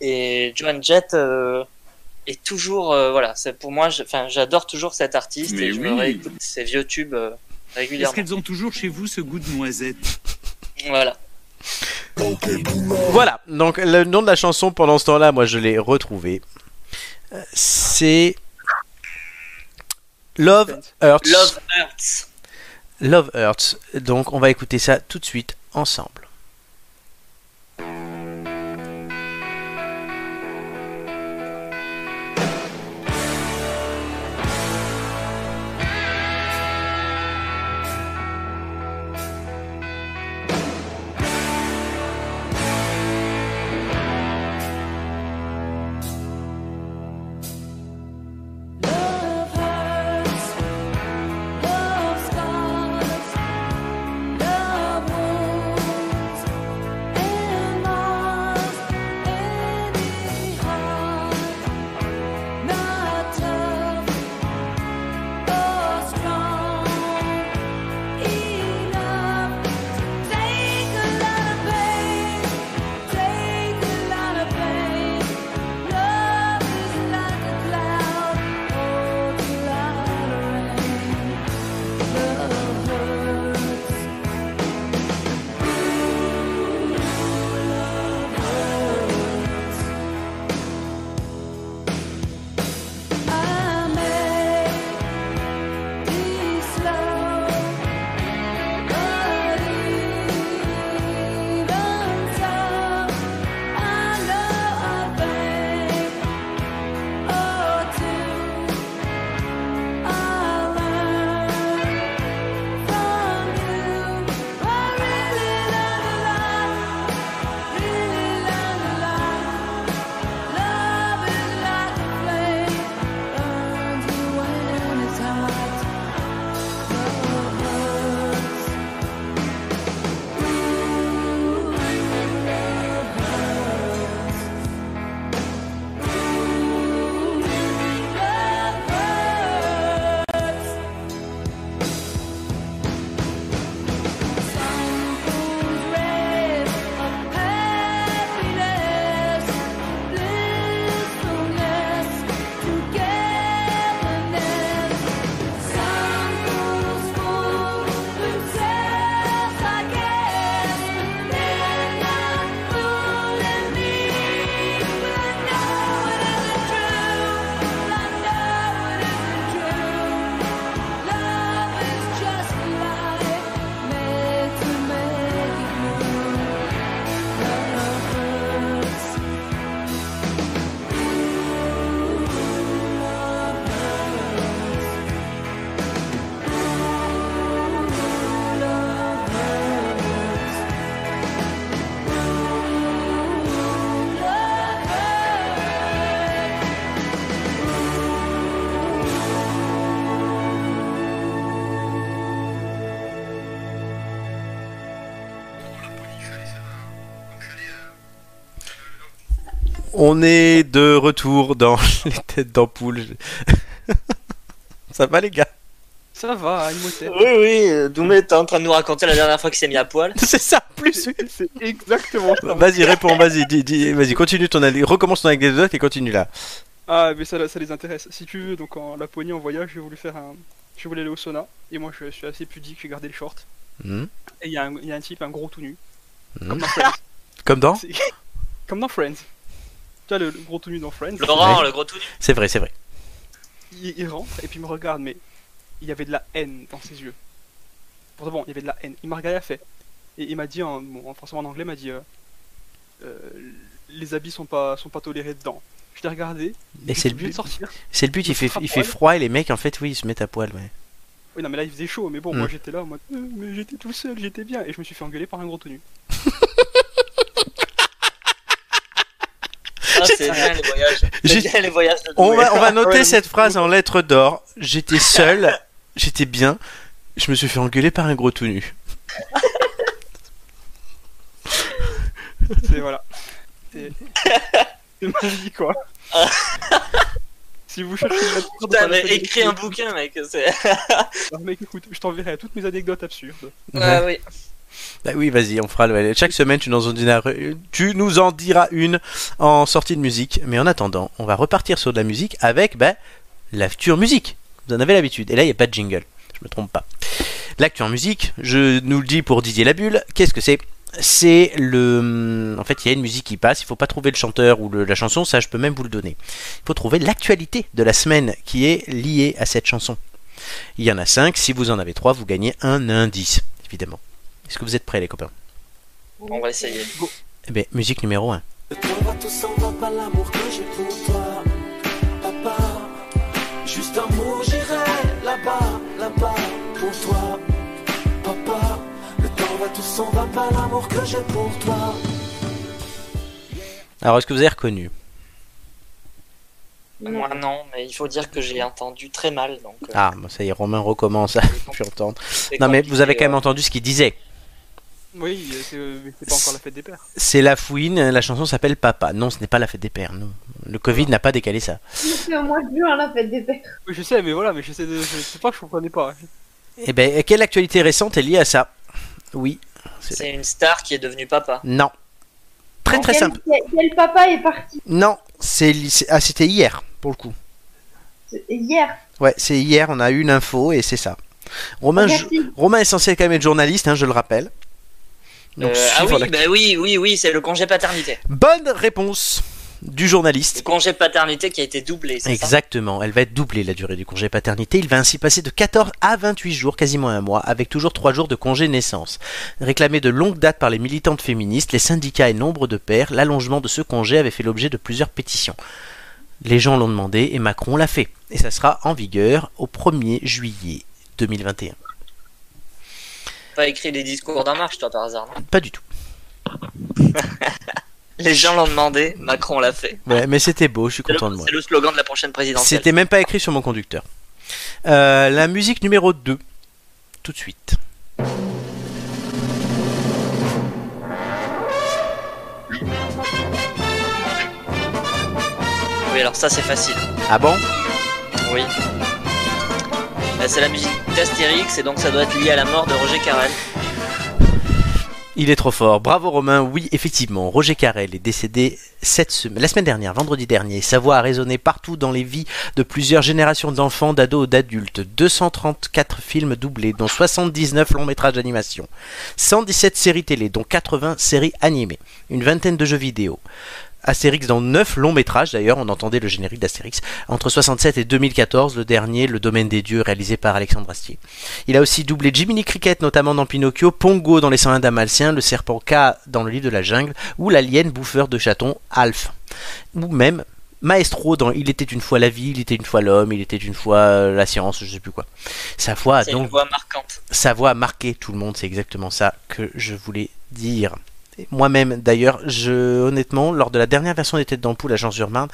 [SPEAKER 2] Et Joan Jett euh, est toujours, euh, voilà, c'est pour moi, je- enfin, j'adore toujours cet artiste
[SPEAKER 5] Mais
[SPEAKER 2] et je me
[SPEAKER 5] oui.
[SPEAKER 2] réécoute ses vieux tubes euh,
[SPEAKER 6] Est-ce
[SPEAKER 2] régulièrement.
[SPEAKER 6] qu'elles ont toujours chez vous ce goût de noisette
[SPEAKER 2] Voilà.
[SPEAKER 1] Voilà, donc le nom de la chanson pendant ce temps-là, moi je l'ai retrouvé. Euh, C'est Love Hurts.
[SPEAKER 2] Love Hurts.
[SPEAKER 1] Love Hurts. Donc on va écouter ça tout de suite ensemble. On est de retour dans les têtes d'ampoule. Je- Ça va les gars
[SPEAKER 4] Ça va, à Imhotep.
[SPEAKER 2] Oui, oui, euh, Doumé, t'es en train de nous raconter la dernière fois qu'il s'est mis à poil.
[SPEAKER 1] C'est ça, plus
[SPEAKER 4] C'est c'est exactement ça.
[SPEAKER 1] Vas-y, réponds, vas-y, dis- dis- vas-y, continue ton allée, recommence ton anecdote et continue là.
[SPEAKER 4] Ah, mais ça, ça les intéresse. Si tu veux, donc en Laponie, en voyage, j'ai voulu faire un. Je voulais aller au sauna. Et moi, je suis assez pudique, j'ai gardé les shorts.
[SPEAKER 1] Hmm
[SPEAKER 4] Et il y, a un- il y a un type, un gros tout nu.
[SPEAKER 1] Mhm.
[SPEAKER 4] Comme dans Friends.
[SPEAKER 1] Comme dans
[SPEAKER 4] C'est- Comme dans Friends. Tu vois, le, le gros tout nu dans Friends.
[SPEAKER 2] Laurent,
[SPEAKER 1] Ouais.
[SPEAKER 2] le gros tout nu.
[SPEAKER 1] C'est vrai, c'est vrai.
[SPEAKER 4] Il, il rentre et puis il me regarde, mais il y avait de la haine dans ses yeux. Pour de bon, il y avait de la haine. Il m'a regardé à fait. Et il m'a dit, en, bon, en- forcément en anglais, il m'a dit euh, euh, Les habits sont pas, sont pas tolérés dedans. Je l'ai regardé.
[SPEAKER 1] Mais
[SPEAKER 4] je
[SPEAKER 1] c'est le
[SPEAKER 4] suis obligé de
[SPEAKER 1] but,
[SPEAKER 4] sortir.
[SPEAKER 1] c'est le but, il fait,
[SPEAKER 4] frappe
[SPEAKER 1] il fait
[SPEAKER 4] poil.
[SPEAKER 1] froid et les mecs en fait, oui, ils se mettent à poil, ouais.
[SPEAKER 4] Oui, non, mais là il faisait chaud, mais bon,
[SPEAKER 1] Mm.
[SPEAKER 4] moi j'étais là en mode Euh, Mais j'étais tout seul, j'étais bien. Et je me suis fait engueuler par un gros tout nu.
[SPEAKER 2] Ah, c'est bien les voyages.
[SPEAKER 1] J'ai-
[SPEAKER 2] C'est bien les voyages de
[SPEAKER 1] On
[SPEAKER 2] Doumé.
[SPEAKER 1] va, on va noter
[SPEAKER 4] Ouais,
[SPEAKER 1] cette phrase en lettres d'or. J'étais seul, j'étais bien, je me suis fait engueuler par un gros tout nu.
[SPEAKER 4] C'est voilà. C'est c'est ma vie, quoi. si vous cherchez une lettre de
[SPEAKER 2] Putain, mais
[SPEAKER 4] Palafrenier,
[SPEAKER 2] écris un bouquin, mec. c'est-
[SPEAKER 4] alors, mec, écoute, je t'enverrai toutes mes anecdotes absurdes.
[SPEAKER 1] Ouais.
[SPEAKER 2] Ah, oui.
[SPEAKER 1] Bah oui, vas-y, on fera le... Chaque semaine, tu nous, en diras... tu nous en diras une en sortie de musique. Mais en attendant, on va repartir sur de la musique avec bah, l'actu en musique. Vous en avez l'habitude. Et là, il n'y a pas de jingle. Je me trompe pas. L'actu en musique, je nous le dis pour Didier Labulle. Qu'est-ce que c'est c'est le. En fait, il y a une musique qui passe. Il faut pas trouver le chanteur ou le- la chanson. Ça, je peux même vous le donner. Il faut trouver l'actualité de la semaine qui est liée à cette chanson. Il y en a cinq. Si vous en avez trois, vous gagnez un indice, évidemment. Est-ce que vous êtes prêts, les copains
[SPEAKER 2] On va essayer.
[SPEAKER 1] Eh bien, musique numéro 1.
[SPEAKER 7] On va tous en bas, pas l'amour que j'ai pour toi. Papa, juste un mot, j'irai là-bas, là-bas, pour toi. Papa, le temps va tous s'en va, pas l'amour que j'ai pour toi.
[SPEAKER 1] Alors, est-ce que vous avez reconnu
[SPEAKER 2] Moi non, mais il faut dire que j'ai entendu très mal. Donc, euh,
[SPEAKER 1] Ah, bon, ça y est, Romain recommence à plus entendre.
[SPEAKER 2] c'est
[SPEAKER 1] Non, mais
[SPEAKER 2] compliqué,
[SPEAKER 1] vous avez quand même
[SPEAKER 2] euh.
[SPEAKER 1] entendu ce qu'il disait.
[SPEAKER 4] Oui, c'est euh, mais c'est pas encore la fête des pères.
[SPEAKER 1] C'est La Fouine, la chanson s'appelle Papa. Non, ce n'est pas la fête des pères, non. Le Covid n'a pas décalé ça.
[SPEAKER 3] C'est au mois de juin hein, la fête des pères.
[SPEAKER 4] Oui, je sais, mais voilà, mais je sais, de- je sais pas, je comprenais pas.
[SPEAKER 1] Eh bien, quelle actualité récente est liée à ça Oui.
[SPEAKER 2] C'est une star qui est devenue papa.
[SPEAKER 1] Non. Très très
[SPEAKER 3] Quel-
[SPEAKER 1] simple.
[SPEAKER 3] Quel, quel papa est parti
[SPEAKER 1] Non, c'est li- c'est- ah, c'était hier, pour le coup.
[SPEAKER 3] hier
[SPEAKER 1] Ouais, c'est hier, on a eu une info et c'est ça. Romain, je-
[SPEAKER 3] Merci.
[SPEAKER 1] Romain est censé quand même être journaliste, hein, je le rappelle. Donc,
[SPEAKER 2] Euh, ah
[SPEAKER 1] suivre
[SPEAKER 2] oui,
[SPEAKER 1] l'actu-
[SPEAKER 2] bah oui, oui, oui, c'est le congé paternité.
[SPEAKER 1] Bonne réponse du
[SPEAKER 2] Le
[SPEAKER 1] journaliste.
[SPEAKER 2] congé paternité qui a été doublé, c'est ça
[SPEAKER 1] Exactement, elle va être doublée la durée du congé paternité. Il va ainsi passer de 14 à 28 jours, quasiment un mois, avec toujours 3 jours de congé naissance. Réclamé de longue date par les militantes féministes, les syndicats et nombre de pères, l'allongement de ce congé avait fait l'objet de plusieurs pétitions. Les gens l'ont demandé et Macron l'a fait. Et ça sera en vigueur au 1er juillet 2021.
[SPEAKER 2] Pas écrit les discours d'en marche, toi, par hasard. non
[SPEAKER 1] Pas du tout.
[SPEAKER 2] Les gens l'ont demandé, Macron l'a fait.
[SPEAKER 1] Ouais, mais c'était beau, je suis
[SPEAKER 2] C'est
[SPEAKER 1] content de
[SPEAKER 2] le,
[SPEAKER 1] moi.
[SPEAKER 2] c'est le slogan de la prochaine présidentielle.
[SPEAKER 1] C'était même pas écrit sur mon conducteur. Euh, la musique numéro 2. Tout de suite.
[SPEAKER 2] Oui, alors ça, c'est facile.
[SPEAKER 1] Ah bon
[SPEAKER 2] Oui. Bah, c'est la musique d'Astérix, et donc ça doit être lié à la mort de Roger Carrel.
[SPEAKER 1] Il est trop fort. Bravo Romain. Oui, effectivement, Roger Carrel est décédé cette semaine, la semaine dernière, vendredi dernier. Sa voix a résonné partout dans les vies de plusieurs générations d'enfants, d'ados, d'adultes. 234 films doublés, dont 79 longs métrages d'animation, 117 séries télé, dont 80 séries animées, une vingtaine de jeux vidéo. Astérix dans 9 longs métrages, d'ailleurs, on entendait le générique d'Astérix, entre 67 et 2014, le dernier, Le Domaine des Dieux, réalisé par Alexandre Astier. Il a aussi doublé Jiminy Cricket, notamment dans Pinocchio, Pongo dans Les 101 Dalmatiens, le serpent K dans Le Livre de la Jungle, ou l'alien bouffeur de chatons Alf. Ou même Maestro dans Il était une fois la vie, il était une fois l'homme, il était une fois euh, la science, je sais plus quoi. Sa voix a
[SPEAKER 2] c'est une
[SPEAKER 1] Ah, donc
[SPEAKER 2] voix marquante.
[SPEAKER 1] sa voix a marqué tout le monde, c'est exactement ça que je voulais dire. Et Moi-même, d'ailleurs, je, honnêtement, lors de la dernière version des Têtes d'Ampoule à Jean-sur-Marne,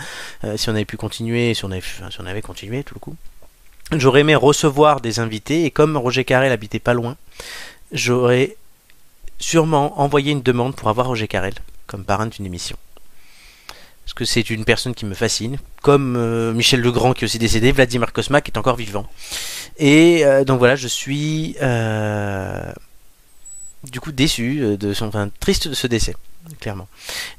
[SPEAKER 1] euh, si on avait pu continuer, si on avait, enfin, si on avait continué tout le coup, j'aurais aimé recevoir des invités, et comme Roger Carrel habitait pas loin, j'aurais sûrement envoyé une demande pour avoir Roger Carrel comme parrain d'une émission. Parce que c'est une personne qui me fascine. Comme euh, Michel Legrand qui est aussi décédé, Vladimir Kosma qui est encore vivant. Et euh, donc voilà, je suis euh, du coup déçu euh, de son, enfin, triste de ce décès, clairement.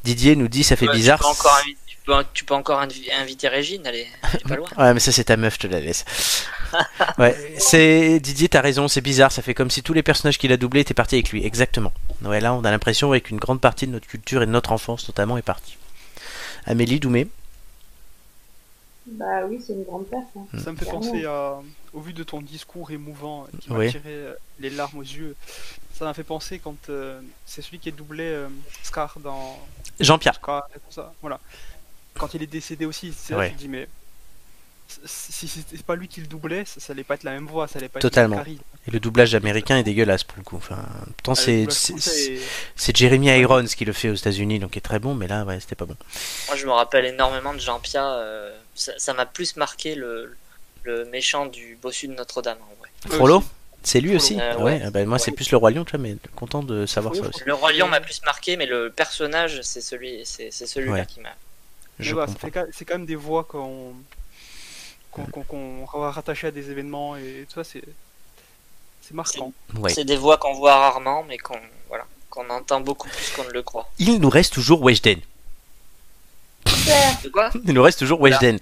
[SPEAKER 1] Didier nous dit ça fait
[SPEAKER 2] Ouais,
[SPEAKER 1] bizarre.
[SPEAKER 2] Tu peux encore, invi- tu peux, tu peux encore invi- inviter Régine, elle est, elle est pas loin.
[SPEAKER 1] Ouais, mais ça c'est ta meuf, je te la laisse. Ouais, c'est Didier, t'as raison, c'est bizarre, ça fait comme si tous les personnages qu'il a doublés étaient partis avec lui. Exactement. Ouais, là, on a l'impression ouais, qu'une grande partie de notre culture et de notre enfance notamment est partie. Amélie Doumé.
[SPEAKER 3] Bah oui, c'est une grande perte. hein.
[SPEAKER 1] Mm.
[SPEAKER 4] Ça me fait penser à, au vu de ton discours émouvant qui m'a
[SPEAKER 1] Oui.
[SPEAKER 4] tiré euh, les larmes aux yeux, ça m'a fait penser quand euh, c'est celui qui est doublé euh, Scar dans
[SPEAKER 1] Jean-Pierre.
[SPEAKER 4] Scar et tout ça, voilà. Quand il est décédé aussi, c'est là
[SPEAKER 1] Ouais.
[SPEAKER 4] que je dis mais c- si c'était pas lui qui le doublait, ça, ça allait pas être la même voix, ça allait pas
[SPEAKER 1] Totalement.
[SPEAKER 4] être Jim Carrey.
[SPEAKER 1] Et le doublage américain est dégueulasse pour le coup. Enfin, pourtant,
[SPEAKER 4] Ah, Le
[SPEAKER 1] c'est
[SPEAKER 4] doublage
[SPEAKER 1] c'est-
[SPEAKER 4] français est-
[SPEAKER 1] c'est Jeremy Irons qui le fait aux États-Unis, donc il est très bon, mais là, ouais, c'était pas bon.
[SPEAKER 2] Moi, je me rappelle énormément de Jean-Pierre. euh, ça ça m'a plus marqué le, le méchant du bossu de Notre-Dame, en vrai.
[SPEAKER 4] Eux
[SPEAKER 1] Frollo
[SPEAKER 4] aussi.
[SPEAKER 1] C'est lui
[SPEAKER 4] Frollo.
[SPEAKER 1] aussi
[SPEAKER 2] Euh,
[SPEAKER 1] Ah
[SPEAKER 2] ouais.
[SPEAKER 1] ouais, ah bah, moi, c'est plus le Roi Lion, tu vois, mais content de savoir ça
[SPEAKER 4] Frollo,
[SPEAKER 1] aussi.
[SPEAKER 2] Le Roi Lion m'a plus marqué, mais le personnage, c'est celui, c'est c'est celui-là
[SPEAKER 1] Ouais.
[SPEAKER 2] qui m'a.
[SPEAKER 4] Mais
[SPEAKER 1] Je
[SPEAKER 4] voilà,
[SPEAKER 1] comprends.
[SPEAKER 4] c'est quand- c'est quand même des voix qu'on qu'on qu'on- qu'on va rattacher à des événements et tout ça, c'est c'est marquant.
[SPEAKER 1] Ouais.
[SPEAKER 2] C'est des voix qu'on voit rarement, mais qu'on voilà, qu'on entend beaucoup plus qu'on ne le croit.
[SPEAKER 1] Il nous reste toujours Weshden.
[SPEAKER 3] Super.
[SPEAKER 2] De quoi
[SPEAKER 1] Il nous reste toujours Weshden.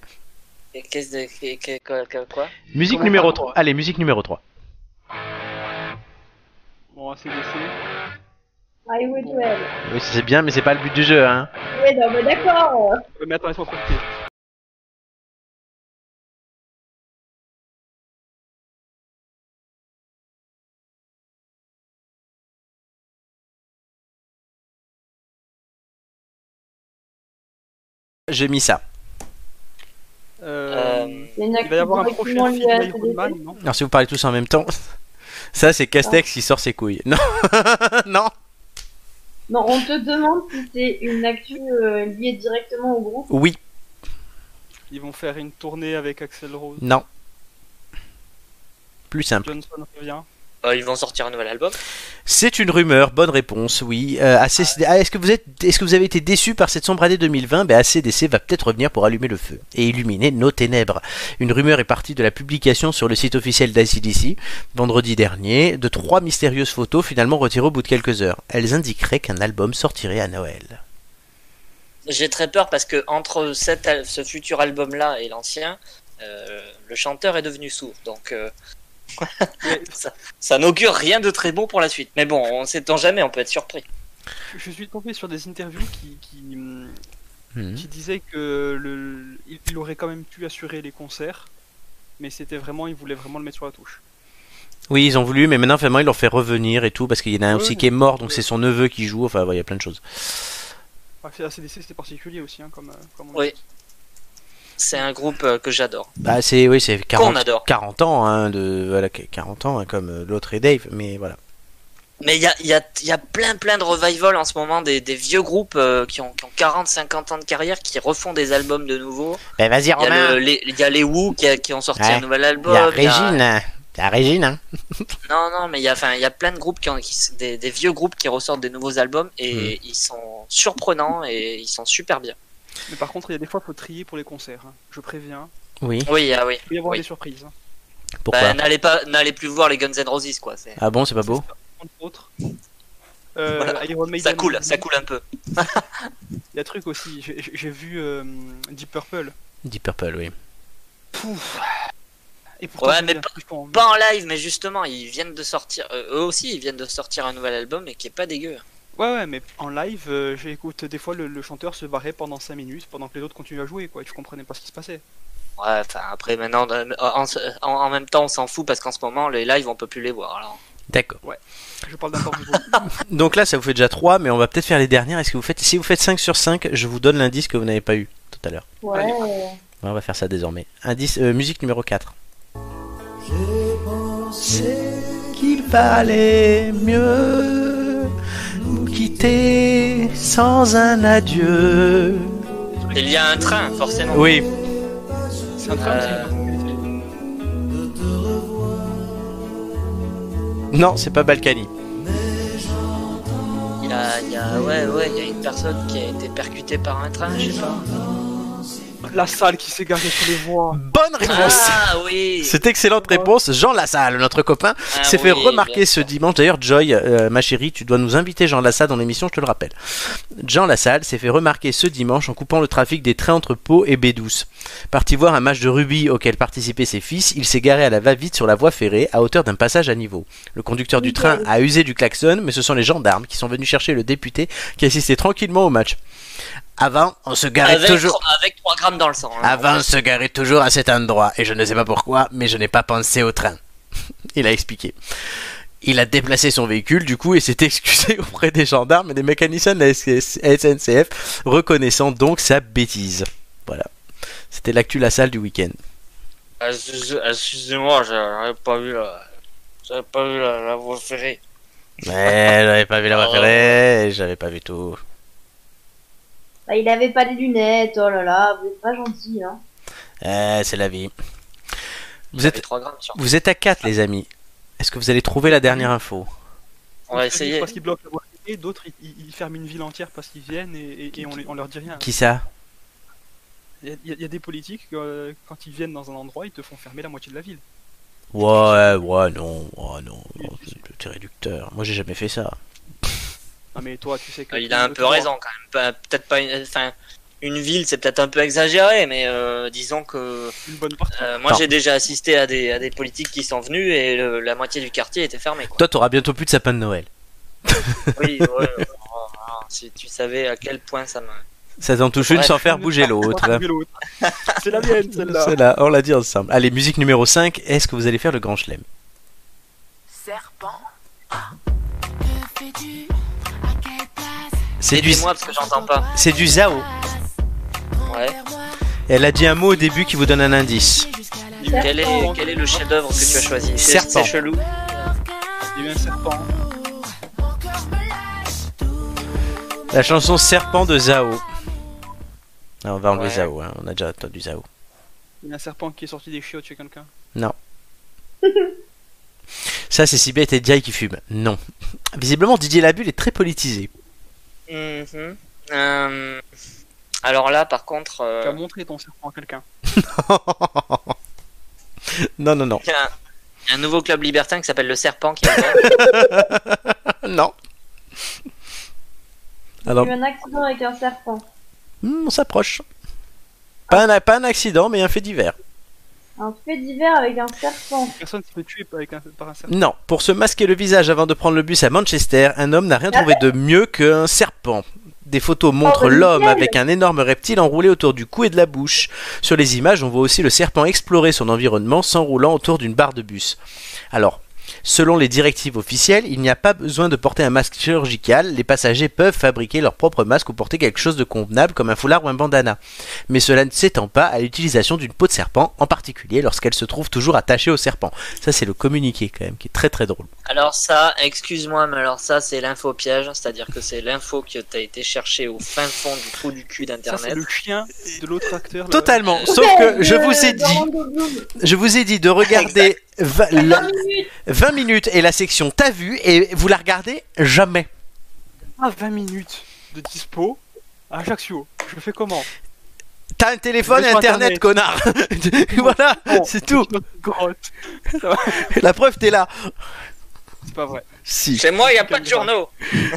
[SPEAKER 2] Et Qu'est-ce de qu'est- qu'est- quoi, quoi, quoi
[SPEAKER 1] Musique
[SPEAKER 2] Comment
[SPEAKER 1] numéro
[SPEAKER 2] ça
[SPEAKER 1] 3. Allez, musique numéro 3.
[SPEAKER 4] Bon, assez laissé.
[SPEAKER 3] Highway to Hell.
[SPEAKER 1] Oui, c'est bien, mais c'est pas le but du jeu, hein.
[SPEAKER 3] Ouais, non, mais d'accord.
[SPEAKER 4] Ouais, Euh, Mais attends, laisse-moi profiter.
[SPEAKER 1] J'ai mis ça.
[SPEAKER 4] Euh,
[SPEAKER 2] Euh,
[SPEAKER 3] Il y en a
[SPEAKER 4] Il va y avoir un
[SPEAKER 3] qui directement
[SPEAKER 4] prochain
[SPEAKER 3] liés
[SPEAKER 4] film
[SPEAKER 3] à
[SPEAKER 4] d'Iron
[SPEAKER 3] CDC.
[SPEAKER 4] Man, non
[SPEAKER 1] Alors, si vous parlez tous en même temps, ça c'est Castex qui sort ses couilles. Non, non.
[SPEAKER 3] Non, on te demande si c'est une actu euh, liée directement au groupe.
[SPEAKER 1] Oui,
[SPEAKER 4] Ils vont faire une tournée avec Axel Rose.
[SPEAKER 1] non. Plus simple.
[SPEAKER 4] Johnson revient.
[SPEAKER 2] euh, ils vont sortir un nouvel album.
[SPEAKER 1] C'est une rumeur. Bonne réponse. Oui. Euh, ACDC Ah, Est-ce que vous êtes, est-ce que vous avez été déçu par cette sombre année 2020 Ben ACDC va peut-être revenir pour allumer le feu et illuminer nos ténèbres. Une rumeur est partie de la publication sur le site officiel d'ACDC vendredi dernier de trois mystérieuses photos finalement retirées au bout de quelques heures. Elles indiqueraient qu'un album sortirait à Noël.
[SPEAKER 2] J'ai très peur parce que entre cet al- ce futur album-là et l'ancien, euh, le chanteur est devenu sourd. Donc euh, ça, ça n'augure rien de très bon pour la suite. Mais bon, on ne sait-on jamais, on peut être surpris.
[SPEAKER 4] Je suis tombé sur des interviews qui, qui, hum,
[SPEAKER 1] Hmm.
[SPEAKER 4] qui disaient que le, il, il aurait quand même pu assurer les concerts, mais c'était vraiment, il voulait vraiment le mettre sur la touche.
[SPEAKER 1] Oui, ils ont voulu, mais maintenant, finalement, ils l'ont fait revenir et tout, parce qu'il y en a un
[SPEAKER 4] Ouais,
[SPEAKER 1] aussi
[SPEAKER 4] ouais.
[SPEAKER 1] qui est mort, donc
[SPEAKER 4] Ouais.
[SPEAKER 1] c'est son neveu qui joue, enfin, ouais, il y a plein de choses.
[SPEAKER 4] Enfin, ACDC c'était particulier aussi, hein, comme, euh, comme on-
[SPEAKER 2] Oui. C'est un groupe euh, que j'adore.
[SPEAKER 1] Bah, c'est, oui, c'est
[SPEAKER 2] Qu'on
[SPEAKER 1] 40,
[SPEAKER 2] adore.
[SPEAKER 1] 40 ans, hein, de, voilà, qu- 40 ans, hein, comme euh, l'autre et Dave, mais voilà.
[SPEAKER 2] Mais il y a, il y, a, il y a plein plein de revival en ce moment, des, des vieux groupes euh, qui ont, qui ont 40-50 ans de carrière, qui refont des albums de nouveau.
[SPEAKER 1] Bah, vas-y,
[SPEAKER 2] Il y, a
[SPEAKER 1] Romain,
[SPEAKER 2] le- les- il y a les Who qui, a- qui ont sorti
[SPEAKER 1] Ouais.
[SPEAKER 2] un nouvel
[SPEAKER 1] il
[SPEAKER 2] album.
[SPEAKER 1] y a
[SPEAKER 2] il y a-
[SPEAKER 1] Régine, hein. il y a Régine, hein.
[SPEAKER 2] Non, non, mais il y a, enfin, il y a plein de groupes qui ont, qui s- des, des vieux groupes qui ressortent des nouveaux albums
[SPEAKER 1] Hmm.
[SPEAKER 2] et ils sont surprenants et ils sont super bien.
[SPEAKER 4] Mais par contre, il y a des fois, faut trier pour les concerts. hein. Je préviens.
[SPEAKER 1] Oui,
[SPEAKER 2] Oui, ah oui.
[SPEAKER 4] Il peut y avoir
[SPEAKER 2] Oui.
[SPEAKER 4] des surprises. hein.
[SPEAKER 1] pourquoi
[SPEAKER 2] Bah, n'allez pas, n'allez plus voir les Guns N' Roses, quoi. C'est,
[SPEAKER 1] Ah bon, Ben, c'est pas beau
[SPEAKER 4] Entre autres, euh,
[SPEAKER 2] Voilà.
[SPEAKER 4] Iron Maiden.
[SPEAKER 2] ça coule, ça coule un peu.
[SPEAKER 4] Il y a truc aussi. J'ai- J'ai j'ai vu euh, Deep Purple.
[SPEAKER 1] Deep Purple, oui.
[SPEAKER 4] Pouf. Et pourtant,
[SPEAKER 2] Ouais,
[SPEAKER 4] j'aime
[SPEAKER 2] mais
[SPEAKER 4] bien ce qu'ils font.
[SPEAKER 2] Pas en live, mais justement, ils viennent de sortir, euh, eux aussi, ils viennent de sortir un nouvel album et qui est pas dégueu.
[SPEAKER 4] Ouais, ouais, mais en live, euh, j'écoute des fois le, le chanteur se barrer pendant 5 minutes pendant que les autres continuent à jouer, quoi. Et tu comprenais pas ce qui se passait.
[SPEAKER 2] Ouais, enfin, après, maintenant, de- euh, en, en- en même temps, on s'en fout parce qu'en ce moment, les lives, on peut plus les voir. Alors,
[SPEAKER 1] D'accord.
[SPEAKER 4] Je parle d'un temps niveau.
[SPEAKER 1] Donc là, ça vous fait déjà 3, mais on va peut-être faire les dernières. Est-ce que vous faites, si vous faites 5 sur 5, je vous donne l'indice que vous n'avez pas eu tout à l'heure.
[SPEAKER 3] Ouais.
[SPEAKER 1] Ouais, On va faire ça désormais. Indice, euh, musique numéro 4.
[SPEAKER 7] J'ai pensé
[SPEAKER 1] qu'il valait mieux nous quitter sans un adieu.
[SPEAKER 2] il y a un train, forcément.
[SPEAKER 1] Oui,
[SPEAKER 4] C'est un train,
[SPEAKER 2] Euh.
[SPEAKER 4] c'est une particularité.
[SPEAKER 1] non, c'est pas Balkany.
[SPEAKER 2] Il y a, il y a, ouais, ouais, il y a une personne qui a été percutée par un train, je sais pas.
[SPEAKER 4] La salle qui s'est garée sur les voies.
[SPEAKER 1] Bonne réponse
[SPEAKER 2] Ah oui.
[SPEAKER 1] Cette excellente réponse, Jean Lassalle, notre copain,
[SPEAKER 2] Ah
[SPEAKER 1] s'est fait
[SPEAKER 2] oui,
[SPEAKER 1] remarquer
[SPEAKER 2] bien
[SPEAKER 1] ce
[SPEAKER 2] sûr.
[SPEAKER 1] dimanche. D'ailleurs, Joy, euh, ma chérie, tu dois nous inviter Jean Lassalle dans l'émission, je te le rappelle. Jean Lassalle s'est fait remarquer ce dimanche en coupant le trafic des trains entre Pau et Bédouce. Parti voir un match de rugby auquel participaient ses fils, il s'est garé à la va-vite sur la voie ferrée à hauteur d'un passage à niveau. Le conducteur du train a usé du klaxon, mais ce sont les gendarmes qui sont venus chercher le député qui assistait tranquillement au match. Avant, on se garait
[SPEAKER 2] Avec,
[SPEAKER 1] toujours.
[SPEAKER 2] trois- avec 3 grammes dans le sang. hein.
[SPEAKER 1] Avant se garer toujours à cet endroit, et je ne sais pas pourquoi, mais je n'ai pas pensé au train. Il a expliqué. Il a déplacé son véhicule, du coup, et s'est excusé auprès des gendarmes et des mécaniciens de la SNCF, reconnaissant donc sa bêtise. Voilà. C'était l'actu la salle du week-end.
[SPEAKER 2] Ah, excuse- Excusez-moi, j'avais pas vu la, j'avais pas vu la, la voie ferrée.
[SPEAKER 1] Ouais, j'avais pas vu la préférée, j'avais pas vu tout.
[SPEAKER 3] Bah, il avait pas de lunettes, oh là là, vous êtes pas gentil, hein.
[SPEAKER 1] Eh, c'est la vie. Vous
[SPEAKER 2] J'avais
[SPEAKER 1] êtes,
[SPEAKER 2] 3 grammes sur.
[SPEAKER 1] vous êtes à 4, les amis. Est-ce que vous allez trouver la dernière info
[SPEAKER 2] On va
[SPEAKER 4] Des
[SPEAKER 2] essayer.
[SPEAKER 4] fois, ils bloquent la voie ferrée, d'autres ils- ils, ils ferment une ville entière parce qu'ils viennent et, et- et on, les- on leur dit rien.
[SPEAKER 1] Qui ça
[SPEAKER 4] Il y, a- il y a- il y a des politiques, euh, quand ils viennent dans un endroit, ils te font fermer la moitié de la ville.
[SPEAKER 1] Ouais, ouais, non, ouais, non, non, c'est- c'est réducteur. Moi, j'ai jamais fait ça.
[SPEAKER 4] Non mais toi, tu sais que.
[SPEAKER 2] Euh, Il
[SPEAKER 4] tout
[SPEAKER 2] a
[SPEAKER 4] le
[SPEAKER 2] un
[SPEAKER 4] monde
[SPEAKER 2] peu
[SPEAKER 4] te voit.
[SPEAKER 2] raison quand même. Pas- Peut-être pas une, enfin, une ville, c'est peut-être un peu exagéré, mais euh, disons que
[SPEAKER 4] Une bonne partie.
[SPEAKER 2] euh, moi
[SPEAKER 1] Attends.
[SPEAKER 2] j'ai déjà assisté à des, à des politiques qui sont venus et le- la moitié du quartier était fermée. Quoi.
[SPEAKER 1] Toi, t'auras bientôt plus de sapin de Noël.
[SPEAKER 2] oui, ouais, ouais, ouais, ouais. si tu savais à quel point ça m'a.
[SPEAKER 1] Ça t'en touche une
[SPEAKER 2] Ouais.
[SPEAKER 1] sans faire bouger l'autre.
[SPEAKER 4] Bouger l'autre. C'est la mienne, celle-là.
[SPEAKER 1] C'est là, on l'a dit ensemble. Allez, musique numéro 5. Est-ce que vous allez faire le grand chelem
[SPEAKER 8] Serpent. Que fais-tu À quelle place
[SPEAKER 1] C'est du,
[SPEAKER 2] Aidez-moi parce que j'entends pas.
[SPEAKER 1] c'est du Zao.
[SPEAKER 2] Ouais.
[SPEAKER 1] Elle a dit un mot au début qui vous donne un indice.
[SPEAKER 2] Quel est, quel est le chef-d'œuvre que tu as choisi C'est-
[SPEAKER 1] Serpent.
[SPEAKER 2] C'est chelou.
[SPEAKER 4] Il y a eu un serpent.
[SPEAKER 1] La chanson Serpent de Zao. Ah, on va enlever
[SPEAKER 2] Ouais.
[SPEAKER 1] Zao, hein, on a déjà entendu Zao.
[SPEAKER 4] Il y a un serpent qui est sorti des chiottes chez quelqu'un.
[SPEAKER 1] Ça, c'est Sibeth et Jai qui fument. Non. Visiblement, Didier Labulle est très politisé.
[SPEAKER 2] Mhm. Euh, alors là, par contre,
[SPEAKER 4] Tu as
[SPEAKER 2] euh,
[SPEAKER 4] montré ton serpent à quelqu'un.
[SPEAKER 1] non, non, non.
[SPEAKER 2] il y a un- il y a un nouveau club libertin qui s'appelle le Serpent qui est là.
[SPEAKER 1] Non.
[SPEAKER 3] Il
[SPEAKER 1] Alors,
[SPEAKER 3] y a eu un accident avec un serpent.
[SPEAKER 1] Hmm, on s'approche. Pas un, pas un accident, mais un fait divers.
[SPEAKER 3] Un fait divers avec un serpent.
[SPEAKER 4] Personne ne se fait tuer par- avec un- par un serpent.
[SPEAKER 1] Non, pour se masquer le visage avant de prendre le bus à Manchester, un homme n'a rien trouvé de mieux qu'un serpent. Des photos montrent
[SPEAKER 3] bah, nickel.
[SPEAKER 1] l'homme avec un énorme reptile enroulé autour du cou et de la bouche. Sur les images, on voit aussi le serpent explorer son environnement s'enroulant autour d'une barre de bus. Alors, selon les directives officielles, il n'y a pas besoin de porter un masque chirurgical. Les passagers peuvent fabriquer leur propre masque ou porter quelque chose de convenable comme un foulard ou un bandana. Mais cela ne s'étend pas à l'utilisation d'une peau de serpent, en particulier lorsqu'elle se trouve toujours attachée au serpent. Ça, c'est le communiqué quand même, qui est très très drôle.
[SPEAKER 2] Alors ça, excuse-moi, mais alors ça, c'est l'info piège, c'est-à-dire que c'est l'info que t'as été chercher au fin fond du trou du cul
[SPEAKER 4] Ça, c'est
[SPEAKER 2] d'internet.
[SPEAKER 4] le chien de l'autre acteur. là.
[SPEAKER 1] Totalement. Sauf que
[SPEAKER 3] euh,
[SPEAKER 1] je vous ai dit, je vous ai dit de regarder va- la-
[SPEAKER 3] 20 minutes
[SPEAKER 1] 20 minutes et la section T'as vu et vous la regardez jamais.
[SPEAKER 4] Ah, 20 minutes de dispo à Ajaccio. Je fais comment
[SPEAKER 1] T'as un téléphone et
[SPEAKER 4] Je vais sur
[SPEAKER 1] internet,
[SPEAKER 4] Internet.
[SPEAKER 1] connard. voilà,
[SPEAKER 4] Bon,
[SPEAKER 1] c'est tout.
[SPEAKER 4] Grotte.
[SPEAKER 1] La preuve, t'es là.
[SPEAKER 4] C'est pas vrai.
[SPEAKER 1] Si.
[SPEAKER 2] Chez moi, il a pas de journaux.